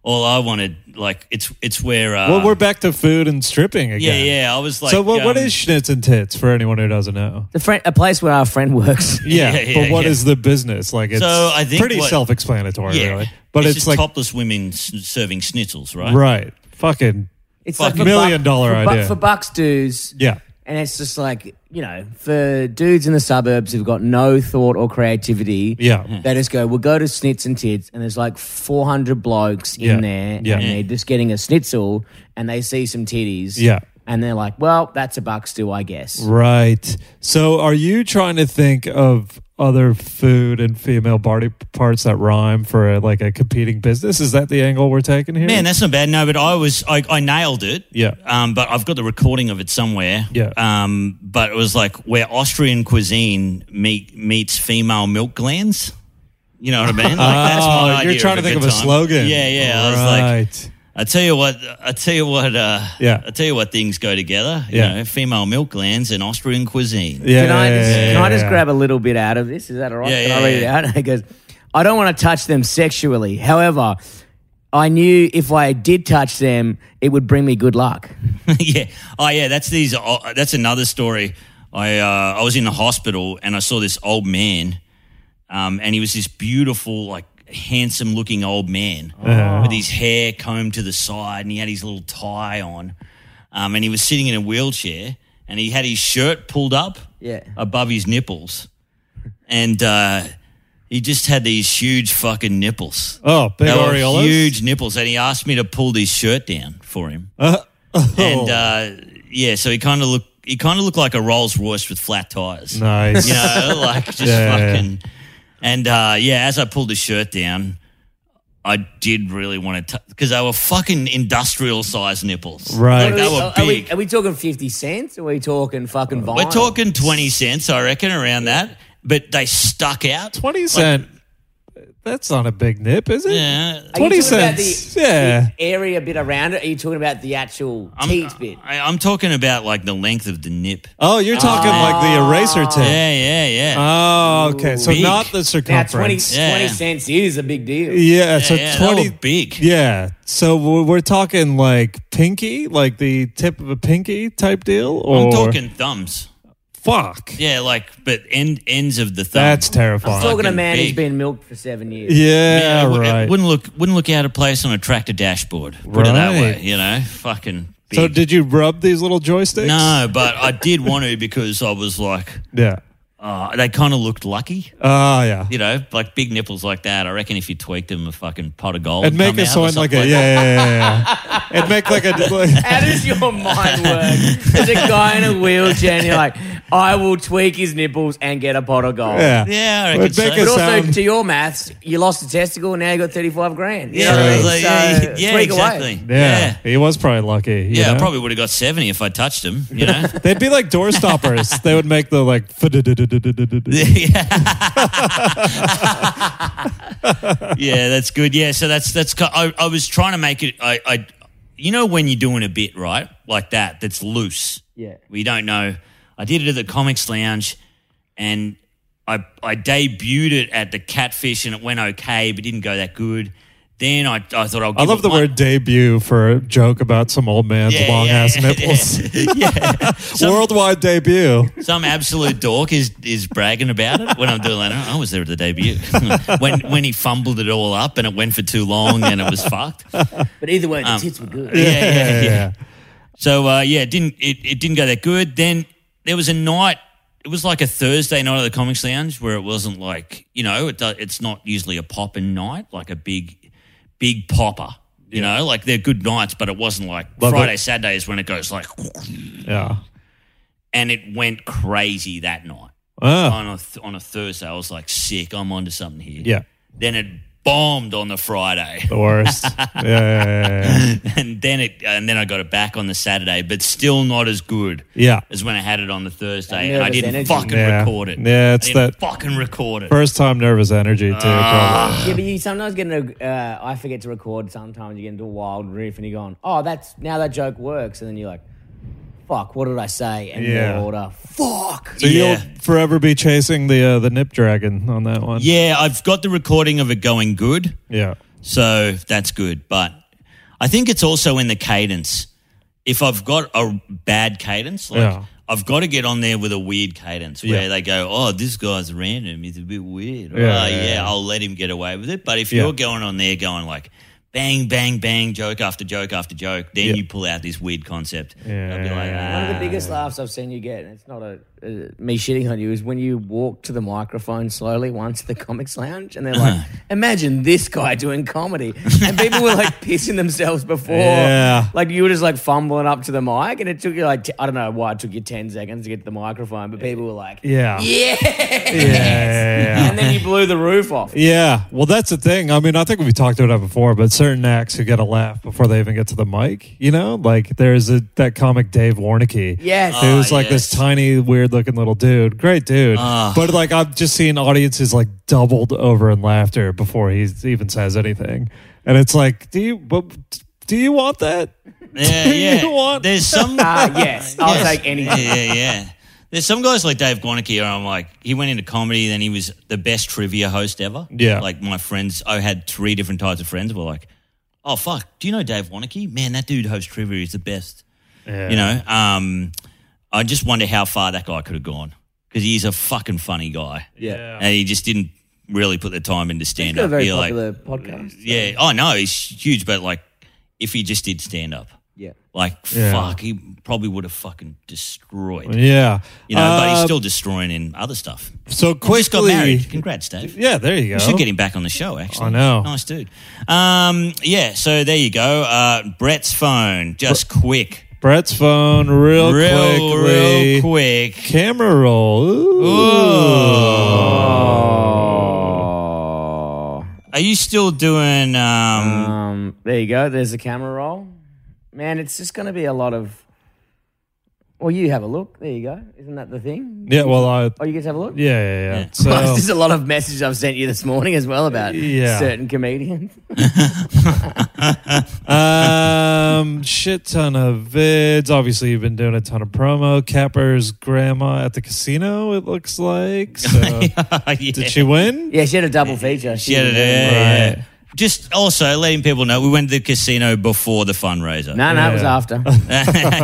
[SPEAKER 3] all I wanted like it's it's where uh,
[SPEAKER 2] Well, we're back to food and stripping
[SPEAKER 3] yeah
[SPEAKER 2] again.
[SPEAKER 3] yeah I was like
[SPEAKER 2] so, what, what
[SPEAKER 3] um,
[SPEAKER 2] is schnitz and tits for anyone who doesn't know?
[SPEAKER 4] The friend, a place where our friend works.
[SPEAKER 2] Yeah,
[SPEAKER 3] Yeah, yeah,
[SPEAKER 2] but what is
[SPEAKER 3] yeah.
[SPEAKER 2] the business? Like, it's
[SPEAKER 3] So I think
[SPEAKER 2] pretty
[SPEAKER 3] what-
[SPEAKER 2] self-explanatory,
[SPEAKER 3] yeah
[SPEAKER 2] really. But it's,
[SPEAKER 3] just
[SPEAKER 2] like
[SPEAKER 3] topless women s- serving schnitzels right
[SPEAKER 2] right, fucking
[SPEAKER 4] It's
[SPEAKER 2] Fucking million dollar
[SPEAKER 4] for bu-
[SPEAKER 2] idea.
[SPEAKER 4] for bucks dues.
[SPEAKER 2] yeah,
[SPEAKER 4] And it's just like, you know, for dudes in the suburbs who've got no thought or creativity,
[SPEAKER 2] Yeah.
[SPEAKER 4] they just go, we'll go to Snits and Tits, and there's like 400 blokes in
[SPEAKER 2] Yeah.
[SPEAKER 4] there,
[SPEAKER 2] Yeah.
[SPEAKER 4] and they're just getting a schnitzel, and they see some titties.
[SPEAKER 2] Yeah.
[SPEAKER 4] And they're like, well, that's a bucks do, I guess.
[SPEAKER 2] right. So, are you trying to think of other food and female body parts that rhyme for a, like a competing business? Is that the angle we're taking here?
[SPEAKER 3] man that's not bad no but I was I, I nailed it
[SPEAKER 2] Yeah.
[SPEAKER 3] um but I've got the recording of it somewhere
[SPEAKER 2] Yeah.
[SPEAKER 3] um but it was like where Austrian cuisine meet, meets female milk glands. You know what I mean? Like, that's
[SPEAKER 2] Oh,
[SPEAKER 3] my idea
[SPEAKER 2] you're trying to think
[SPEAKER 3] good
[SPEAKER 2] of a
[SPEAKER 3] time.
[SPEAKER 2] slogan.
[SPEAKER 3] Yeah, yeah.
[SPEAKER 2] Right.
[SPEAKER 3] I was like, I tell you what. I tell you what. Uh,
[SPEAKER 2] Yeah.
[SPEAKER 3] I tell you what. Things go together. You
[SPEAKER 2] Yeah.
[SPEAKER 3] know, female milk glands and Austrian cuisine.
[SPEAKER 2] yeah,
[SPEAKER 4] Can I
[SPEAKER 2] yeah,
[SPEAKER 4] just,
[SPEAKER 2] yeah,
[SPEAKER 4] can I
[SPEAKER 2] yeah,
[SPEAKER 4] just
[SPEAKER 2] yeah.
[SPEAKER 4] grab a little bit out of this? Is that all right?
[SPEAKER 3] Yeah,
[SPEAKER 4] can I
[SPEAKER 3] yeah,
[SPEAKER 4] read
[SPEAKER 3] yeah.
[SPEAKER 4] it out? He goes, I don't want to touch them sexually. However, I knew if I did touch them, it would bring me good luck.
[SPEAKER 3] yeah. Oh, yeah. That's these. Uh, that's another story. I uh, I was in the hospital and I saw this old man, um, and he was this beautiful, like handsome looking old man with his hair combed to the side, and he had his little tie on, um, and he was sitting in a wheelchair, and he had his shirt pulled up,
[SPEAKER 4] Yeah.
[SPEAKER 3] above his nipples, and uh, he just had these huge fucking nipples.
[SPEAKER 2] Oh, big
[SPEAKER 3] They were
[SPEAKER 2] areolas.
[SPEAKER 3] huge nipples, and he asked me to pull his shirt down for him.
[SPEAKER 2] Uh, oh.
[SPEAKER 3] And uh, yeah, so he kind of looked he kind of looked like a Rolls Royce with flat tires.
[SPEAKER 2] Nice.
[SPEAKER 3] You know, like just
[SPEAKER 2] Yeah, yeah, yeah.
[SPEAKER 3] fucking. And uh, yeah, as I pulled the shirt down, I did really want to because they were fucking industrial sized nipples.
[SPEAKER 2] Right.
[SPEAKER 3] like,
[SPEAKER 4] Are
[SPEAKER 3] they
[SPEAKER 4] we-
[SPEAKER 3] were
[SPEAKER 4] are, are
[SPEAKER 3] big.
[SPEAKER 4] we, are we talking 50 cents? Or are we talking fucking vinyl?
[SPEAKER 3] we, are talking twenty cents, I reckon, around that. But they stuck out.
[SPEAKER 2] 20 cent. That's not a big nip, is it?
[SPEAKER 3] Yeah.
[SPEAKER 4] Are you
[SPEAKER 2] 20
[SPEAKER 4] talking about
[SPEAKER 2] cents.
[SPEAKER 4] the-
[SPEAKER 2] yeah.
[SPEAKER 4] the area bit around it? Are you talking about the actual
[SPEAKER 3] uh,
[SPEAKER 4] teat bit?
[SPEAKER 3] I, I'm talking about like the length of the nip.
[SPEAKER 2] oh, you're talking like the eraser tip.
[SPEAKER 3] Ah. Yeah, yeah, yeah.
[SPEAKER 2] Oh, okay. So
[SPEAKER 3] Big.
[SPEAKER 2] not the
[SPEAKER 4] Now, 20,
[SPEAKER 2] circumference.
[SPEAKER 3] Yeah.
[SPEAKER 4] 20 cents is a big deal.
[SPEAKER 2] yeah, so
[SPEAKER 3] yeah, that
[SPEAKER 2] 20
[SPEAKER 3] was oh, big.
[SPEAKER 2] Yeah. So we're we're talking like pinky, like the tip of a pinky type deal or
[SPEAKER 3] I'm talking thumbs.
[SPEAKER 2] Fuck.
[SPEAKER 3] Yeah, like but end ends of the thumb.
[SPEAKER 2] That's terrifying.
[SPEAKER 4] Talking to a
[SPEAKER 3] fucking
[SPEAKER 4] man who's
[SPEAKER 3] big.
[SPEAKER 4] been milked for seven years.
[SPEAKER 2] yeah,
[SPEAKER 3] it w- it
[SPEAKER 2] right.
[SPEAKER 3] wouldn't look wouldn't look out of place on a tractor dashboard. Put it that
[SPEAKER 2] Right.
[SPEAKER 3] way, you know. Fucking big.
[SPEAKER 2] so did you rub these little joysticks?
[SPEAKER 3] no, but I did want to because I was like,
[SPEAKER 2] Yeah.
[SPEAKER 3] uh, they kind of looked lucky,
[SPEAKER 2] Oh, yeah.
[SPEAKER 3] you know, like big nipples like that. I reckon if you tweaked them, a fucking pot of gold
[SPEAKER 2] And
[SPEAKER 3] would
[SPEAKER 2] make
[SPEAKER 3] come
[SPEAKER 2] a
[SPEAKER 3] out or
[SPEAKER 2] sound like
[SPEAKER 3] something
[SPEAKER 2] a yeah, yeah, yeah, yeah, yeah. and make like a like,
[SPEAKER 4] How does your mind work? There's a guy in a wheelchair, and you're like, I will tweak his nipples and get a pot of gold.
[SPEAKER 2] yeah,
[SPEAKER 3] Yeah, I
[SPEAKER 2] But
[SPEAKER 3] reckon
[SPEAKER 2] make
[SPEAKER 3] so.
[SPEAKER 2] a
[SPEAKER 4] But also,
[SPEAKER 2] sound.
[SPEAKER 4] to your maths, you lost a testicle, and now you got 35 grand. You know
[SPEAKER 3] Yeah,
[SPEAKER 4] what I
[SPEAKER 3] I
[SPEAKER 4] mean?
[SPEAKER 3] was like,
[SPEAKER 4] So,
[SPEAKER 3] yeah, yeah,
[SPEAKER 4] tweak away.
[SPEAKER 3] exactly. Yeah,
[SPEAKER 2] yeah.
[SPEAKER 3] yeah.
[SPEAKER 2] He was probably lucky. you know?
[SPEAKER 3] I probably would have got seventy if I touched him. You know.
[SPEAKER 2] They'd be like door stoppers. they would make the like.
[SPEAKER 3] yeah, Yeah, that's good. Yeah, so that's that's. ki- I, I was trying to make it. I, I, you know, when you're doing a bit right like that, that's loose.
[SPEAKER 4] Yeah.
[SPEAKER 3] we don't know. I did it at the Comics Lounge, and I I debuted it at the Catfish, and it went okay, but didn't go that good. Then I, I thought I'll. Give
[SPEAKER 2] I love
[SPEAKER 3] it
[SPEAKER 2] the
[SPEAKER 3] one-
[SPEAKER 2] word debut for a joke about some old man's
[SPEAKER 3] Yeah,
[SPEAKER 2] long
[SPEAKER 3] yeah,
[SPEAKER 2] ass
[SPEAKER 3] yeah,
[SPEAKER 2] nipples.
[SPEAKER 3] Yeah. Some-
[SPEAKER 2] Worldwide debut.
[SPEAKER 3] Some absolute dork is is bragging about it when I'm doing that. I was there at the debut when when he fumbled it all up and it went for too long and it was fucked. Yeah,
[SPEAKER 4] But either way, the
[SPEAKER 3] Um,
[SPEAKER 4] tits were good.
[SPEAKER 3] yeah, yeah.
[SPEAKER 2] yeah.
[SPEAKER 3] So uh, yeah, it didn't it, it didn't go that good. Then there was a night. It was like a Thursday night at the Comics Lounge where it wasn't like you know it do, it's not usually a poppin' night like a big big popper. You know, like they're good nights, but it wasn't like
[SPEAKER 2] Love it.
[SPEAKER 3] Friday, Saturdays when it goes like,
[SPEAKER 2] yeah.
[SPEAKER 3] and it went crazy that night.
[SPEAKER 2] Oh,
[SPEAKER 3] on a th- on a Thursday, I was like, sick, I'm onto something here.
[SPEAKER 2] yeah.
[SPEAKER 3] Then it bombed on the Friday,
[SPEAKER 2] The worst. yeah, yeah, yeah, yeah.
[SPEAKER 3] and then it and then I got it back on the Saturday, but still not as good
[SPEAKER 2] Yeah.
[SPEAKER 3] as when I had it on the Thursday.
[SPEAKER 4] That
[SPEAKER 3] And I
[SPEAKER 4] nervous
[SPEAKER 3] didn't
[SPEAKER 4] energy.
[SPEAKER 3] fucking
[SPEAKER 2] Yeah.
[SPEAKER 3] record it.
[SPEAKER 2] Yeah, it's
[SPEAKER 3] I didn't
[SPEAKER 2] that-
[SPEAKER 3] fucking record it.
[SPEAKER 2] First time nervous energy too.
[SPEAKER 3] Ah.
[SPEAKER 2] probably.
[SPEAKER 4] Yeah, but you sometimes get in a. Uh, I forget to record. Sometimes you get into a wild riff, and you're going, "Oh, that's now that joke works," and then you're like, "Fuck, what did I say?" And
[SPEAKER 2] Yeah.
[SPEAKER 4] your order, "Fuck."
[SPEAKER 2] So
[SPEAKER 3] Yeah.
[SPEAKER 2] you'll forever be chasing the uh, the nip dragon on that one.
[SPEAKER 3] yeah, I've got the recording of it going good,
[SPEAKER 2] Yeah.
[SPEAKER 3] so that's good. But I think it's also in the cadence. If I've got a bad cadence, like
[SPEAKER 2] Yeah.
[SPEAKER 3] I've got to get on there with a weird cadence where
[SPEAKER 2] Yeah.
[SPEAKER 3] they go, "Oh, this guy's random. He's a bit weird."
[SPEAKER 2] Yeah,
[SPEAKER 3] oh,
[SPEAKER 2] yeah,
[SPEAKER 3] yeah,
[SPEAKER 2] yeah.
[SPEAKER 3] I'll let him get away with it. But if
[SPEAKER 2] Yeah.
[SPEAKER 3] you're going on there going like bang, bang, bang, joke after joke after joke, then
[SPEAKER 2] Yeah.
[SPEAKER 3] you pull out this weird concept.
[SPEAKER 2] Yeah.
[SPEAKER 3] I'll be like,
[SPEAKER 4] One of
[SPEAKER 3] ah.
[SPEAKER 4] the biggest laughs I've seen you get, and it's not a, uh, me shitting on you, is when you walk to the microphone slowly once at the comics lounge, and they're like, "Imagine this guy doing comedy," and people were like pissing themselves before,
[SPEAKER 2] Yeah.
[SPEAKER 4] like you were just like fumbling up to the mic, and it took you like t- I don't know why it took you ten seconds to get to the microphone, but people were like,
[SPEAKER 2] Yeah. Yeah.
[SPEAKER 4] "Yeah."
[SPEAKER 2] yeah, yeah, yeah.
[SPEAKER 4] and then you blew the roof off.
[SPEAKER 2] Yeah, well, that's the thing. I mean, I think we've talked about it before, but certain acts who get a laugh before they even get to the mic, you know, like there's a that comic Dave Warnicky.
[SPEAKER 4] Yes.
[SPEAKER 2] who's was
[SPEAKER 3] Ah,
[SPEAKER 2] like this
[SPEAKER 3] yes. Ah.
[SPEAKER 2] tiny, weird-looking little dude. Great dude, but like I've just seen audiences like doubled over in laughter before he even says anything, and it's like, do you? But, do you want that?
[SPEAKER 3] "Ah, yeah,
[SPEAKER 2] Do
[SPEAKER 3] yeah.
[SPEAKER 2] you want-
[SPEAKER 3] There's some.
[SPEAKER 4] Ah, yes, I'll
[SPEAKER 3] Yes.
[SPEAKER 4] take anything.
[SPEAKER 3] Yeah, yeah, yeah. There's some guys like Dave Gornicki where I'm like, he went into comedy, then he was the best trivia host ever.
[SPEAKER 2] Yeah.
[SPEAKER 3] Like my friends, I had three different types of friends were like, oh, fuck, do you know Dave Warnicki? Man, that dude hosts trivia, he's the best. You know, um, I just wonder how far that guy could have gone because he's a fucking funny guy.
[SPEAKER 4] Yeah.
[SPEAKER 3] And he just didn't really put the time into stand
[SPEAKER 4] Got a
[SPEAKER 3] up.
[SPEAKER 4] very popular podcast.
[SPEAKER 3] yeah. Oh, no, he's huge, but like if he just did stand up.
[SPEAKER 4] Yeah.
[SPEAKER 3] Like
[SPEAKER 2] Yeah.
[SPEAKER 3] fuck, he probably would have fucking destroyed.
[SPEAKER 2] Yeah,
[SPEAKER 3] You know, but he's
[SPEAKER 2] Uh,
[SPEAKER 3] still destroying in other stuff.
[SPEAKER 2] so
[SPEAKER 3] He just got
[SPEAKER 2] quickly.
[SPEAKER 3] married. Congrats, Dave.
[SPEAKER 2] Yeah, there you go.
[SPEAKER 3] We should get him back on the show. Actually,
[SPEAKER 2] I know.
[SPEAKER 3] Nice dude. Um, yeah. So there you go. Uh, Brett's phone. Just quick,
[SPEAKER 2] Brett's phone, real,
[SPEAKER 3] real,
[SPEAKER 2] quickly.
[SPEAKER 3] real quick.
[SPEAKER 2] Camera roll.
[SPEAKER 4] Oh.
[SPEAKER 3] Are you still doing? Um,
[SPEAKER 4] Um, there you go. There's the camera roll. Man, it's just going to be a lot of. Well, you have a look. There you go. Isn't that the thing?
[SPEAKER 2] Yeah, well, I.
[SPEAKER 4] Oh, you get to have a look?
[SPEAKER 2] Yeah, yeah, yeah.
[SPEAKER 4] Plus,
[SPEAKER 2] So,
[SPEAKER 4] there's a lot of messages I've sent you this morning as well about
[SPEAKER 2] Yeah.
[SPEAKER 4] certain comedians.
[SPEAKER 2] um, shit ton of vids. Obviously, you've been doing a ton of promo. Capper's grandma at the casino. It looks like. So,
[SPEAKER 3] yeah.
[SPEAKER 2] did she win?
[SPEAKER 4] Yeah, she had a double feature. She
[SPEAKER 3] Yeah, yeah,
[SPEAKER 4] didn't-
[SPEAKER 3] yeah,
[SPEAKER 2] Right.
[SPEAKER 3] yeah. Just also letting people know we went to the casino before the fundraiser.
[SPEAKER 4] No, no, it was
[SPEAKER 2] Yeah.
[SPEAKER 4] after.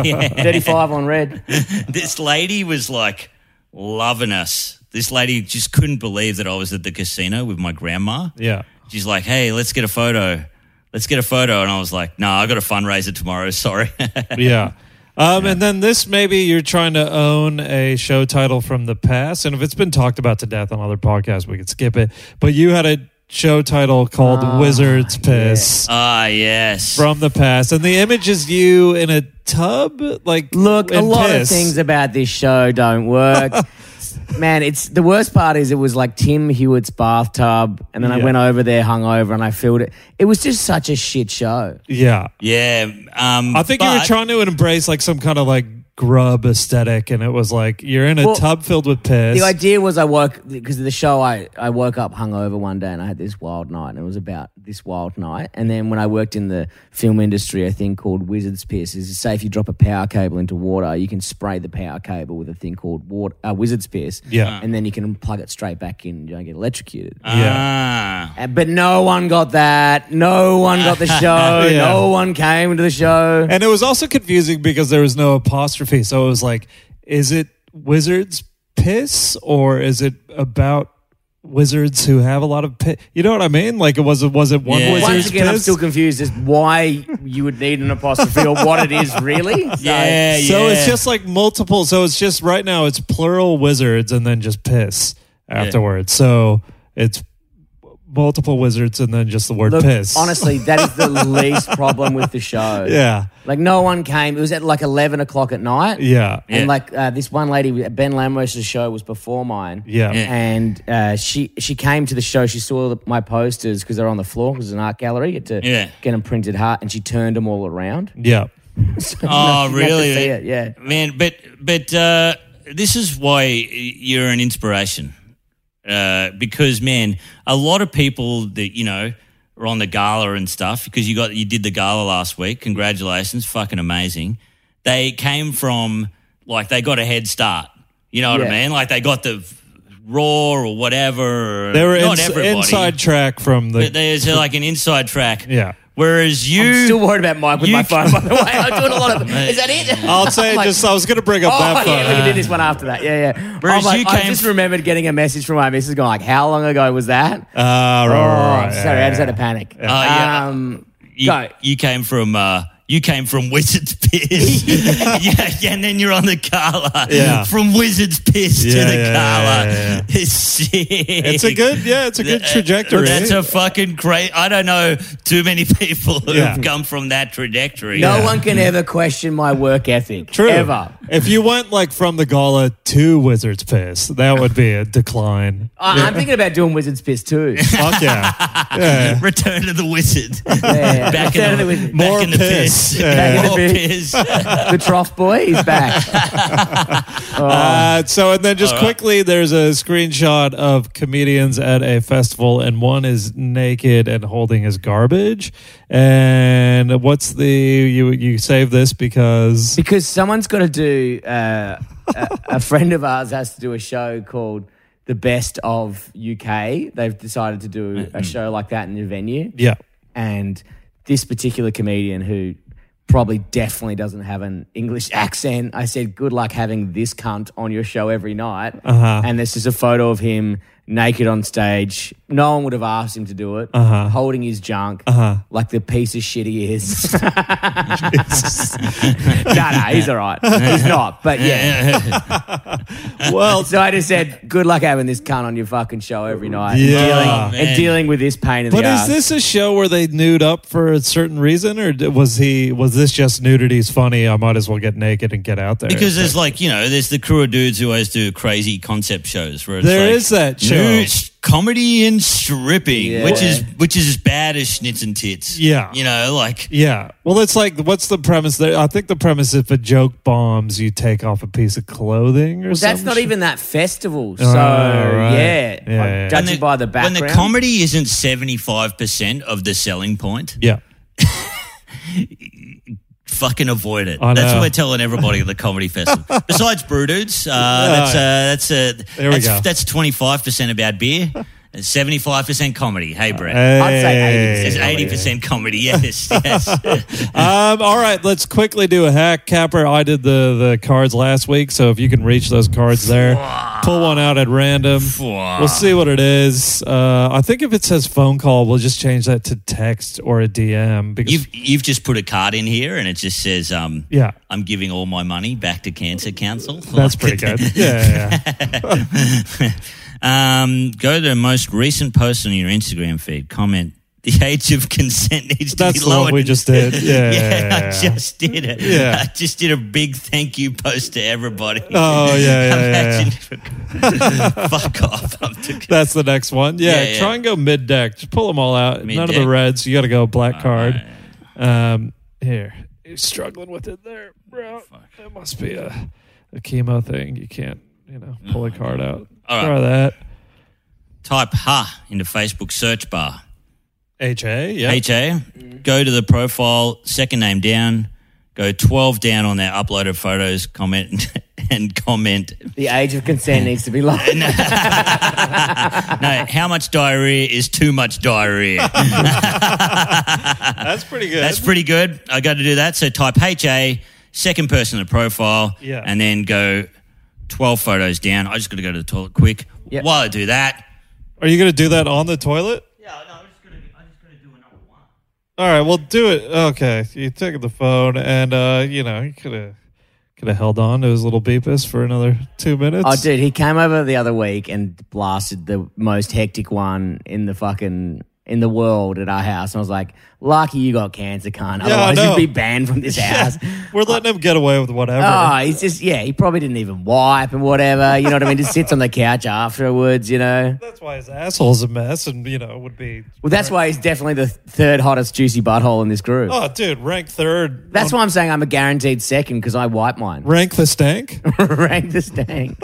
[SPEAKER 3] Yeah.
[SPEAKER 4] 35 on red.
[SPEAKER 3] this lady was like loving us. This lady just couldn't believe that I was at the casino with my grandma.
[SPEAKER 2] Yeah.
[SPEAKER 3] She's like, hey, let's get a photo. Let's get a photo. And I was like, no, I got a fundraiser tomorrow. Sorry.
[SPEAKER 2] Yeah. Um, And then this maybe you're trying to own a show title from the past, and if it's been talked about to death on other podcasts, we could skip it. But you had a show title called
[SPEAKER 4] Ah,
[SPEAKER 2] Wizards Piss
[SPEAKER 3] Ah, yes.
[SPEAKER 2] from the past, and the image is you in a tub, like
[SPEAKER 4] Look, a
[SPEAKER 2] and
[SPEAKER 4] lot
[SPEAKER 2] piss.
[SPEAKER 4] of things about this show don't work. Man, it's the worst part is it was like Tim Hewitt's bathtub, and then I
[SPEAKER 2] Yeah.
[SPEAKER 4] went over there hungover and I filled it. It was just such a shit show.
[SPEAKER 2] Yeah,
[SPEAKER 3] yeah. Um,
[SPEAKER 2] I think you were
[SPEAKER 3] but-
[SPEAKER 2] trying to embrace like some kind of like grub aesthetic, and it was like you're in a
[SPEAKER 4] Well,
[SPEAKER 2] tub filled with piss.
[SPEAKER 4] The idea was I woke because of the show. I, I woke up hungover one day and I had this wild night, and it was about this wild night. And then when I worked in the film industry, a thing called Wizard's Piss is to say if you drop a power cable into water, you can spray the power cable with a thing called water, uh, Wizard's Piss.
[SPEAKER 2] Yeah.
[SPEAKER 4] and then you can plug it straight back in. And you don't get electrocuted.
[SPEAKER 3] Ah.
[SPEAKER 4] And- but no one got that. No one got the show.
[SPEAKER 2] Yeah.
[SPEAKER 4] No one came to the show.
[SPEAKER 2] and it was also confusing because there was no apostrophe, so it was like, is it wizards piss or is it about? Wizards who have a lot of piss. You know what I mean? Like it was it was it one
[SPEAKER 3] Yeah.
[SPEAKER 2] wizard's
[SPEAKER 4] Once again, I'm
[SPEAKER 2] piss?
[SPEAKER 4] still confused as why you would need an apostrophe or what it is really. So-
[SPEAKER 3] Yeah, yeah.
[SPEAKER 2] so it's just like multiple. So it's just right now it's plural wizards and then just piss afterwards. So it's multiple wizards and then just the word
[SPEAKER 4] Look,
[SPEAKER 2] piss.
[SPEAKER 4] honestly, that is the least problem with the show.
[SPEAKER 2] yeah,
[SPEAKER 4] Like, no one came. It was at like 11 o'clock at night.
[SPEAKER 2] yeah,
[SPEAKER 4] And
[SPEAKER 3] Yeah.
[SPEAKER 4] like uh, this one lady, Ben Lamros's show was before mine.
[SPEAKER 2] yeah,
[SPEAKER 3] Yeah.
[SPEAKER 4] And uh, she she came to the show. She saw the, my posters because they're on the floor because it's an art gallery. You get to
[SPEAKER 3] Yeah.
[SPEAKER 4] get them printed hard, and she turned them all around.
[SPEAKER 2] yeah.
[SPEAKER 3] Oh,
[SPEAKER 4] You have to
[SPEAKER 3] really?
[SPEAKER 4] see it, yeah.
[SPEAKER 3] man. But but uh, this is why you're an inspiration, uh, because man, a lot of people that you know are on the gala and stuff. Because you got you did the gala last week. Congratulations, fucking amazing. They came from like they got a head start. You know what
[SPEAKER 4] Yeah.
[SPEAKER 3] I mean? Like they got the raw or whatever. or-
[SPEAKER 2] They were
[SPEAKER 3] not
[SPEAKER 2] ins-
[SPEAKER 3] everybody.
[SPEAKER 2] inside track from the
[SPEAKER 3] But there's uh, like an inside track.
[SPEAKER 2] yeah.
[SPEAKER 3] Whereas you
[SPEAKER 4] I'm still worried about Mike with
[SPEAKER 3] you-
[SPEAKER 4] my phone, by the way. I'm doing a lot of. Is that it?
[SPEAKER 2] I'll say
[SPEAKER 4] I'm like,
[SPEAKER 2] just I was gonna bring up
[SPEAKER 4] Oh,
[SPEAKER 2] that part.
[SPEAKER 4] yeah, we can do this one after that. Yeah, yeah. I'm
[SPEAKER 3] Whereas
[SPEAKER 4] like,
[SPEAKER 3] you
[SPEAKER 4] I
[SPEAKER 3] came
[SPEAKER 4] just
[SPEAKER 3] f-
[SPEAKER 4] remembered getting a message from my missus going like, how long ago was that?
[SPEAKER 2] Uh,
[SPEAKER 4] oh,
[SPEAKER 2] right, right, right,
[SPEAKER 4] sorry,
[SPEAKER 2] yeah,
[SPEAKER 4] I just had a
[SPEAKER 2] yeah.
[SPEAKER 4] panic.
[SPEAKER 3] yeah.
[SPEAKER 4] Um,
[SPEAKER 3] you,
[SPEAKER 4] Go.
[SPEAKER 3] you came from uh, you came from Wizard's Piss, yeah. yeah, and then you're on the Carla,
[SPEAKER 2] Yeah.
[SPEAKER 3] from Wizard's Piss to
[SPEAKER 2] Yeah,
[SPEAKER 3] the
[SPEAKER 2] yeah,
[SPEAKER 3] Carla.
[SPEAKER 2] yeah, yeah,
[SPEAKER 3] It's sick.
[SPEAKER 2] It's a good yeah. It's a good
[SPEAKER 3] That-
[SPEAKER 2] trajectory.
[SPEAKER 3] That's a fucking great. I don't know too many people who
[SPEAKER 2] Yeah.
[SPEAKER 3] have come from that trajectory.
[SPEAKER 4] no one can ever question my work ethic.
[SPEAKER 2] True.
[SPEAKER 4] Ever.
[SPEAKER 2] If you went like from the gala to Wizards Piss, that would be a decline.
[SPEAKER 4] I,
[SPEAKER 3] Uh-uh.
[SPEAKER 4] I'm thinking about doing Wizard's Piss too.
[SPEAKER 2] Fuck yeah.
[SPEAKER 3] Return to the Wizard.
[SPEAKER 4] yeah.
[SPEAKER 3] Back
[SPEAKER 4] Return of
[SPEAKER 3] in the,
[SPEAKER 4] the Wizard.
[SPEAKER 3] back
[SPEAKER 2] More
[SPEAKER 3] in the
[SPEAKER 2] piss.
[SPEAKER 3] piss.
[SPEAKER 2] Yeah.
[SPEAKER 4] Back in the
[SPEAKER 3] More
[SPEAKER 4] piss.
[SPEAKER 3] piss.
[SPEAKER 4] the trough boy is back.
[SPEAKER 2] Uh, so, and then just
[SPEAKER 3] All right.
[SPEAKER 2] quickly, there's a screenshot of comedians at a festival, and one is naked and holding his garbage. And what's the you you save this because
[SPEAKER 4] Because someone's got to do, uh, a, a friend of ours has to do a show called The Best of UK. They've decided to do a show like that in the venue.
[SPEAKER 2] Mm-hmm. yeah
[SPEAKER 4] and this particular comedian who probably definitely doesn't have an English accent, I said, "Good luck having this cunt on your show every night."
[SPEAKER 2] Uh-huh.
[SPEAKER 4] And there's just a photo of him naked on stage. No one would have asked him to do it,
[SPEAKER 2] Uh-huh.
[SPEAKER 4] holding his junk like the piece of shit he is. no, no, he's all right. He's not, but yeah.
[SPEAKER 2] well
[SPEAKER 4] So I just said, "Good luck having this cunt on your fucking show every night."
[SPEAKER 2] Yeah.
[SPEAKER 4] and, dealing,
[SPEAKER 3] Oh, Man.
[SPEAKER 4] and dealing with this pain in
[SPEAKER 2] But
[SPEAKER 4] the
[SPEAKER 2] is
[SPEAKER 4] ass.
[SPEAKER 2] this a show where they nude up for a certain reason, or d- was he was this just nudity's funny? I might as well get naked and get out there
[SPEAKER 3] Because there's like you know, there's the crew of dudes who always do crazy concept shows where it's
[SPEAKER 2] There
[SPEAKER 3] like
[SPEAKER 2] is that show.
[SPEAKER 3] nude s- comedy and stripping,
[SPEAKER 4] Yeah.
[SPEAKER 3] which is which is as bad as schnitz and tits.
[SPEAKER 2] Yeah.
[SPEAKER 3] you know, like
[SPEAKER 2] Yeah. Well, it's like, what's the premise there? I think the premise if a joke bombs, you take off a piece of clothing or something.
[SPEAKER 4] That's not even that festival. So
[SPEAKER 2] Oh, right.
[SPEAKER 4] yeah,
[SPEAKER 2] Yeah,
[SPEAKER 4] I'm
[SPEAKER 2] yeah.
[SPEAKER 4] judging by the background.
[SPEAKER 3] when the comedy isn't seventy five percent of the selling point,
[SPEAKER 2] Yeah.
[SPEAKER 3] fucking avoid it.
[SPEAKER 2] I
[SPEAKER 3] That's
[SPEAKER 2] know.
[SPEAKER 3] what we're telling everybody at the comedy festival. Besides brew dudes, uh, that's uh, that's uh,
[SPEAKER 2] There we
[SPEAKER 3] that's,
[SPEAKER 2] go.
[SPEAKER 3] that's twenty five percent about beer. And 75% comedy. Hey, Brett.
[SPEAKER 4] I'd say
[SPEAKER 2] Hey.
[SPEAKER 3] It's 80% comedy. Yes, yes.
[SPEAKER 2] Um, all right, let's quickly do a hack. Capper, I did the, the cards last week, so if you can reach those cards there, pull one out at random. We'll see what it is. Uh, I think if it says phone call, we'll just change that to text or a DM. Because
[SPEAKER 3] You've, you've just put a card in here and it just says, um,
[SPEAKER 2] yeah,
[SPEAKER 3] I'm giving all my money back to Cancer Council.
[SPEAKER 2] that's
[SPEAKER 3] Like-
[SPEAKER 2] pretty good. Yeah, yeah, yeah.
[SPEAKER 3] um, go to the most recent post on your Instagram feed. Comment. The age of consent needs to
[SPEAKER 2] that's
[SPEAKER 3] be
[SPEAKER 2] the one
[SPEAKER 3] lowered.
[SPEAKER 2] we just did. Yeah,
[SPEAKER 3] yeah, I just did it.
[SPEAKER 2] Yeah.
[SPEAKER 3] I just did a big thank you post to everybody.
[SPEAKER 2] Oh, yeah, yeah,
[SPEAKER 3] Imagine if- Fuck off. I'm too
[SPEAKER 2] That's the next one. Yeah,
[SPEAKER 3] Yeah, yeah.
[SPEAKER 2] try and go mid deck. Just pull them all out. None of the
[SPEAKER 3] Mid-deck.
[SPEAKER 2] reds. You got to go black card. Um, here, You're struggling with it there,
[SPEAKER 3] Oh,
[SPEAKER 2] bro. It must be a, a chemo thing. You can't, you know, pull a card out.
[SPEAKER 3] All right.
[SPEAKER 2] Try that.
[SPEAKER 3] Type ha into Facebook search bar.
[SPEAKER 2] HA. Yeah.
[SPEAKER 3] HA, go to the profile, second name down, go 12 down on their uploaded photos, comment, and comment.
[SPEAKER 4] the age of consent needs to be low.
[SPEAKER 3] No, how much diarrhea is too much diarrhea?
[SPEAKER 2] That's pretty good.
[SPEAKER 3] That's pretty good. I got to do that. So type HA, second person in the profile,
[SPEAKER 2] Yeah.
[SPEAKER 3] and then go 12 photos down. I just got to go to the toilet quick.
[SPEAKER 4] Yep.
[SPEAKER 3] While I do that,
[SPEAKER 2] Are you going to do that on the toilet?
[SPEAKER 3] yeah, no, I'm just going to do another one.
[SPEAKER 2] All right. Well, do it. Okay. You took the phone, and uh, you know, you could have could have held on to his little beepus for another two minutes.
[SPEAKER 4] Oh, dude, he came over the other week and blasted the most hectic one in the fucking in the world at our house. And I was like, "Lucky you got cancer, cunt.
[SPEAKER 2] I
[SPEAKER 4] Otherwise,
[SPEAKER 2] know.
[SPEAKER 4] you'd be banned from this house."
[SPEAKER 2] We're letting him get away with whatever.
[SPEAKER 4] Oh, he's just yeah. He probably didn't even wipe and whatever. You know what I mean? Just sits on the couch afterwards. You know.
[SPEAKER 2] That's why his asshole's a mess, and you know would be.
[SPEAKER 4] Well, that's why he's definitely the third hottest juicy butthole in this group.
[SPEAKER 2] Oh, dude, rank third.
[SPEAKER 4] That's why I'm saying I'm a guaranteed second because I wipe mine.
[SPEAKER 2] rank the stank.
[SPEAKER 4] Rank the stank.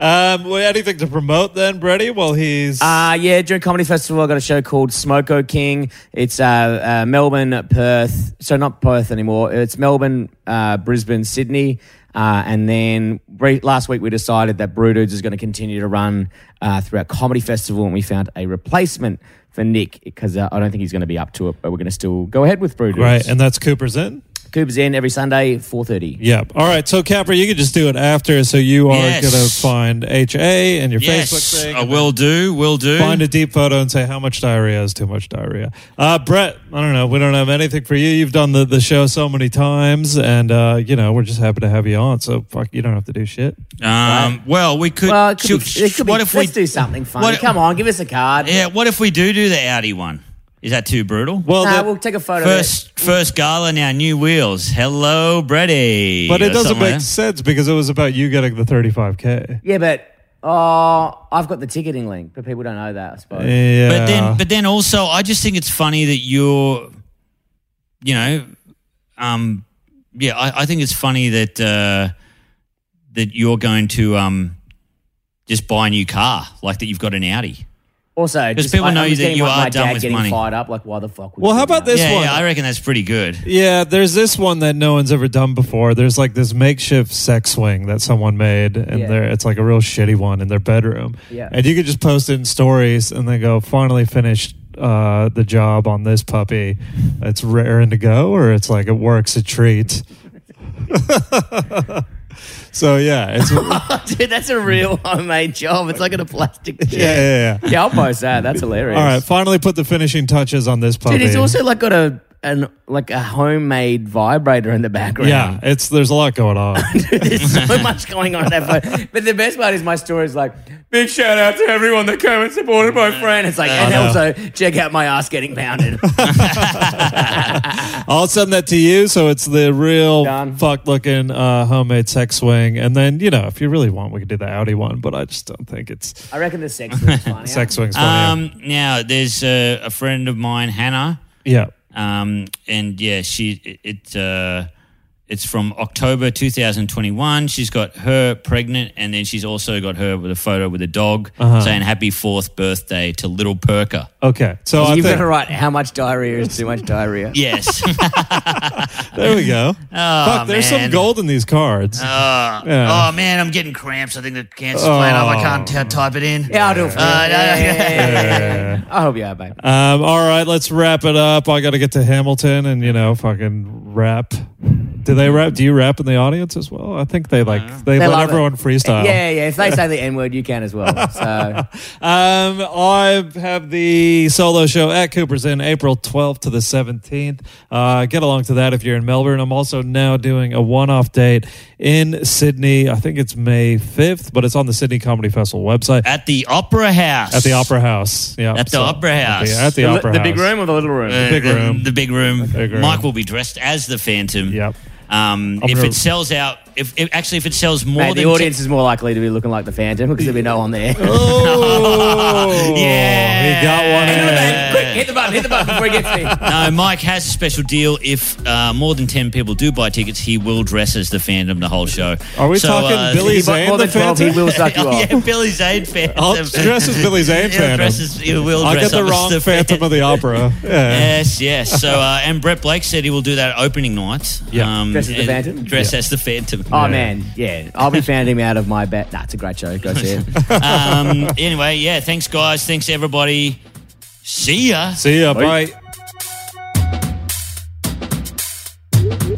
[SPEAKER 2] um, well, anything to promote then, Brady? Well, he's
[SPEAKER 4] Uh, yeah, during Comedy Festival, I got a show called Smoko King. It's uh, uh, Melbourne, Perth. So not Perth anymore. It's Melbourne, uh, Brisbane, Sydney. Uh, and then re- last week we decided that Brew Dudes is going to continue to run uh, throughout Comedy Festival, and we found a replacement for Nick because uh, I don't think he's going to be up to it, but we're going to still go ahead with Brew Dudes.
[SPEAKER 2] right, and that's Cooper's in.
[SPEAKER 4] Cooper's in every Sunday, four thirty.
[SPEAKER 2] Yep. All right. So, Capper, you can just do it after. So you are
[SPEAKER 3] Yes.
[SPEAKER 2] going to find HA and your
[SPEAKER 3] Yes,
[SPEAKER 2] Facebook thing.
[SPEAKER 3] I will do, will do.
[SPEAKER 2] Find a deep photo and say how much diarrhea is too much diarrhea. Uh, Brett, I don't know. We don't have anything for you. You've done the, the show so many times, and uh, you know we're just happy to have you on. So fuck, you don't have to do shit.
[SPEAKER 3] Um, well, we could.
[SPEAKER 4] Well, it could
[SPEAKER 3] should-
[SPEAKER 4] be, it could be,
[SPEAKER 3] what if we
[SPEAKER 4] let's do something funny.
[SPEAKER 3] what-
[SPEAKER 4] Come on, give us a card.
[SPEAKER 3] Yeah, what if we do do the Audi one? Is that too brutal?
[SPEAKER 2] Well,
[SPEAKER 4] Nah,
[SPEAKER 2] the-
[SPEAKER 4] we'll take a photo. of it.
[SPEAKER 3] first, first gala now, new wheels. Hello, Brady.
[SPEAKER 2] but it
[SPEAKER 3] Or
[SPEAKER 2] doesn't
[SPEAKER 3] something like
[SPEAKER 2] make
[SPEAKER 3] that.
[SPEAKER 2] sense because it was about you getting the 35k.
[SPEAKER 4] Yeah, but oh, I've got the ticketing link, but people don't know that. I suppose.
[SPEAKER 2] Yeah.
[SPEAKER 3] But then, but then also, I just think it's funny that you're, you know, um, yeah, I, I think it's funny that uh, that you're going to um, just buy a new car, like that you've got an Audi.
[SPEAKER 4] Also, because
[SPEAKER 3] people know
[SPEAKER 4] I'm just
[SPEAKER 3] that
[SPEAKER 4] getting,
[SPEAKER 3] you
[SPEAKER 4] like,
[SPEAKER 3] are
[SPEAKER 4] my
[SPEAKER 3] done
[SPEAKER 4] dad
[SPEAKER 3] with
[SPEAKER 4] getting
[SPEAKER 3] money.
[SPEAKER 4] Fired up, like why the fuck? would
[SPEAKER 2] Well,
[SPEAKER 4] you
[SPEAKER 2] how
[SPEAKER 4] do
[SPEAKER 2] about
[SPEAKER 4] that?
[SPEAKER 2] This
[SPEAKER 3] yeah,
[SPEAKER 2] one-
[SPEAKER 3] yeah, I reckon that's pretty good.
[SPEAKER 2] Yeah, there's this one that no one's ever done before. There's like this makeshift sex swing that someone made, and
[SPEAKER 4] Yeah.
[SPEAKER 2] there it's like a real shitty one in their bedroom.
[SPEAKER 4] Yeah.
[SPEAKER 2] and you could just post it in stories, and then go, "Finally finished uh, the job on this puppy. It's raring to go, or it's like it works a treat." so yeah, it's yeah,
[SPEAKER 4] Dude, that's a real homemade job. It's like in a plastic. chair.
[SPEAKER 2] yeah, yeah, yeah.
[SPEAKER 4] yeah, I'll post that. That's hilarious.
[SPEAKER 2] All right, finally put the finishing touches on this puppy.
[SPEAKER 4] dude, it's also like got a an like a homemade vibrator in the background.
[SPEAKER 2] yeah, it's there's a lot going on.
[SPEAKER 4] There's so much going on in that photo. But the best part is my story is like, big shout out to everyone that came and supported my friend. It's like, and
[SPEAKER 2] know.
[SPEAKER 4] also check out my ass getting pounded.
[SPEAKER 2] I'll send that to you. So it's the real
[SPEAKER 4] Done.
[SPEAKER 2] fuck looking uh, homemade sex swing. And then, you know, if you really want, we could do the Audi one, but I just don't think it's
[SPEAKER 4] I reckon the sex was funny.
[SPEAKER 2] sex swing's funny.
[SPEAKER 3] Um, now there's a, a friend of mine, Hannah,
[SPEAKER 2] yeah.
[SPEAKER 3] um, and yeah, she it, it uh, It's from October 2021. She's got her pregnant, and then she's also got her with a photo with a dog
[SPEAKER 2] Uh-huh.
[SPEAKER 3] saying "Happy Fourth Birthday" to little Perker.
[SPEAKER 2] Okay,
[SPEAKER 3] Oh,
[SPEAKER 2] so I
[SPEAKER 4] You've got
[SPEAKER 2] think
[SPEAKER 4] to write how much diarrhea is too much diarrhea.
[SPEAKER 3] Yes. Uh,
[SPEAKER 2] there we go. Fuck, there's
[SPEAKER 3] Oh, man.
[SPEAKER 2] some gold in these cards.
[SPEAKER 3] Uh,
[SPEAKER 2] Yeah. Oh.
[SPEAKER 3] Oh man, I'm getting cramps. I think the cancer's playing up. I can't t- type it in.
[SPEAKER 4] Yeah, I'll do it for you.
[SPEAKER 3] Uh, no,
[SPEAKER 4] Yeah,
[SPEAKER 3] no,
[SPEAKER 4] yeah, yeah, yeah, yeah, yeah,
[SPEAKER 2] Yeah.
[SPEAKER 4] yeah. I hope you are, mate.
[SPEAKER 2] Um, all right, let's wrap it up. I got to get to Hamilton and you know fucking rap. Do they rap? Do you rap in the audience as well? I think they like
[SPEAKER 3] Uh-huh.
[SPEAKER 2] they,
[SPEAKER 4] They
[SPEAKER 2] let
[SPEAKER 4] love it.
[SPEAKER 2] everyone freestyle.
[SPEAKER 4] Yeah, yeah. If they say the N word, you can as well. So
[SPEAKER 2] Um, I have the solo show at Cooper's in April 12th to the 17th. Uh, get along to that if you're in Melbourne. I'm also now doing a one off date in Sydney. I think it's May 5th, but it's on the Sydney Comedy Festival website
[SPEAKER 3] At the Opera House.
[SPEAKER 2] at the Opera House. Yeah,
[SPEAKER 3] At the Opera
[SPEAKER 2] at the-
[SPEAKER 3] House.
[SPEAKER 2] At the, Opera House.
[SPEAKER 4] or the little room?
[SPEAKER 3] Uh,
[SPEAKER 2] big room.
[SPEAKER 3] The big room.
[SPEAKER 2] Big room.
[SPEAKER 3] Mike will be dressed as the Phantom.
[SPEAKER 2] Yep.
[SPEAKER 3] Um,
[SPEAKER 2] I'm
[SPEAKER 3] if
[SPEAKER 2] gonna-
[SPEAKER 3] it sells out, if, if actually if it sells more
[SPEAKER 4] Mate,
[SPEAKER 3] than
[SPEAKER 4] the audience is more likely to be looking like the Phantom because there'll be no one there.
[SPEAKER 2] Oh,
[SPEAKER 3] Yeah.
[SPEAKER 2] He got one
[SPEAKER 3] Hang on,
[SPEAKER 2] in.
[SPEAKER 3] man. Quick, hit
[SPEAKER 4] the button, hit the button before he gets me.
[SPEAKER 3] 10 no, Mike has a special deal. If uh, more than ten people do buy tickets, he will dress as the Phantom the whole show. uh,
[SPEAKER 2] Are we talking Billy
[SPEAKER 4] He bought
[SPEAKER 2] Zane
[SPEAKER 4] more
[SPEAKER 2] the
[SPEAKER 4] than 12, he
[SPEAKER 2] Phantom?
[SPEAKER 4] will suck you
[SPEAKER 3] Oh,
[SPEAKER 4] off.
[SPEAKER 3] yeah, Billy Zane Phantom.
[SPEAKER 2] I'll dress as Billy Zane
[SPEAKER 3] He'll dress
[SPEAKER 2] Phantom.
[SPEAKER 3] as- he will
[SPEAKER 2] I get
[SPEAKER 3] dress
[SPEAKER 2] the
[SPEAKER 3] up as
[SPEAKER 2] wrong Phantom of the Opera. Yeah.
[SPEAKER 3] Yes, yes. So, uh, and Brett Blake said he will do that opening night. Um,
[SPEAKER 2] Yeah.
[SPEAKER 4] Dress as the
[SPEAKER 3] and
[SPEAKER 4] Phantom?
[SPEAKER 3] Dress as the Phantom.
[SPEAKER 4] Oh man, yeah, I'll be fanning him out of my bet. Nah, it's a great show. Go see it.
[SPEAKER 3] um, anyway, yeah. Thanks, guys. Thanks, everybody. See ya.
[SPEAKER 2] See ya. Bye.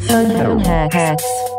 [SPEAKER 1] Phone hacks.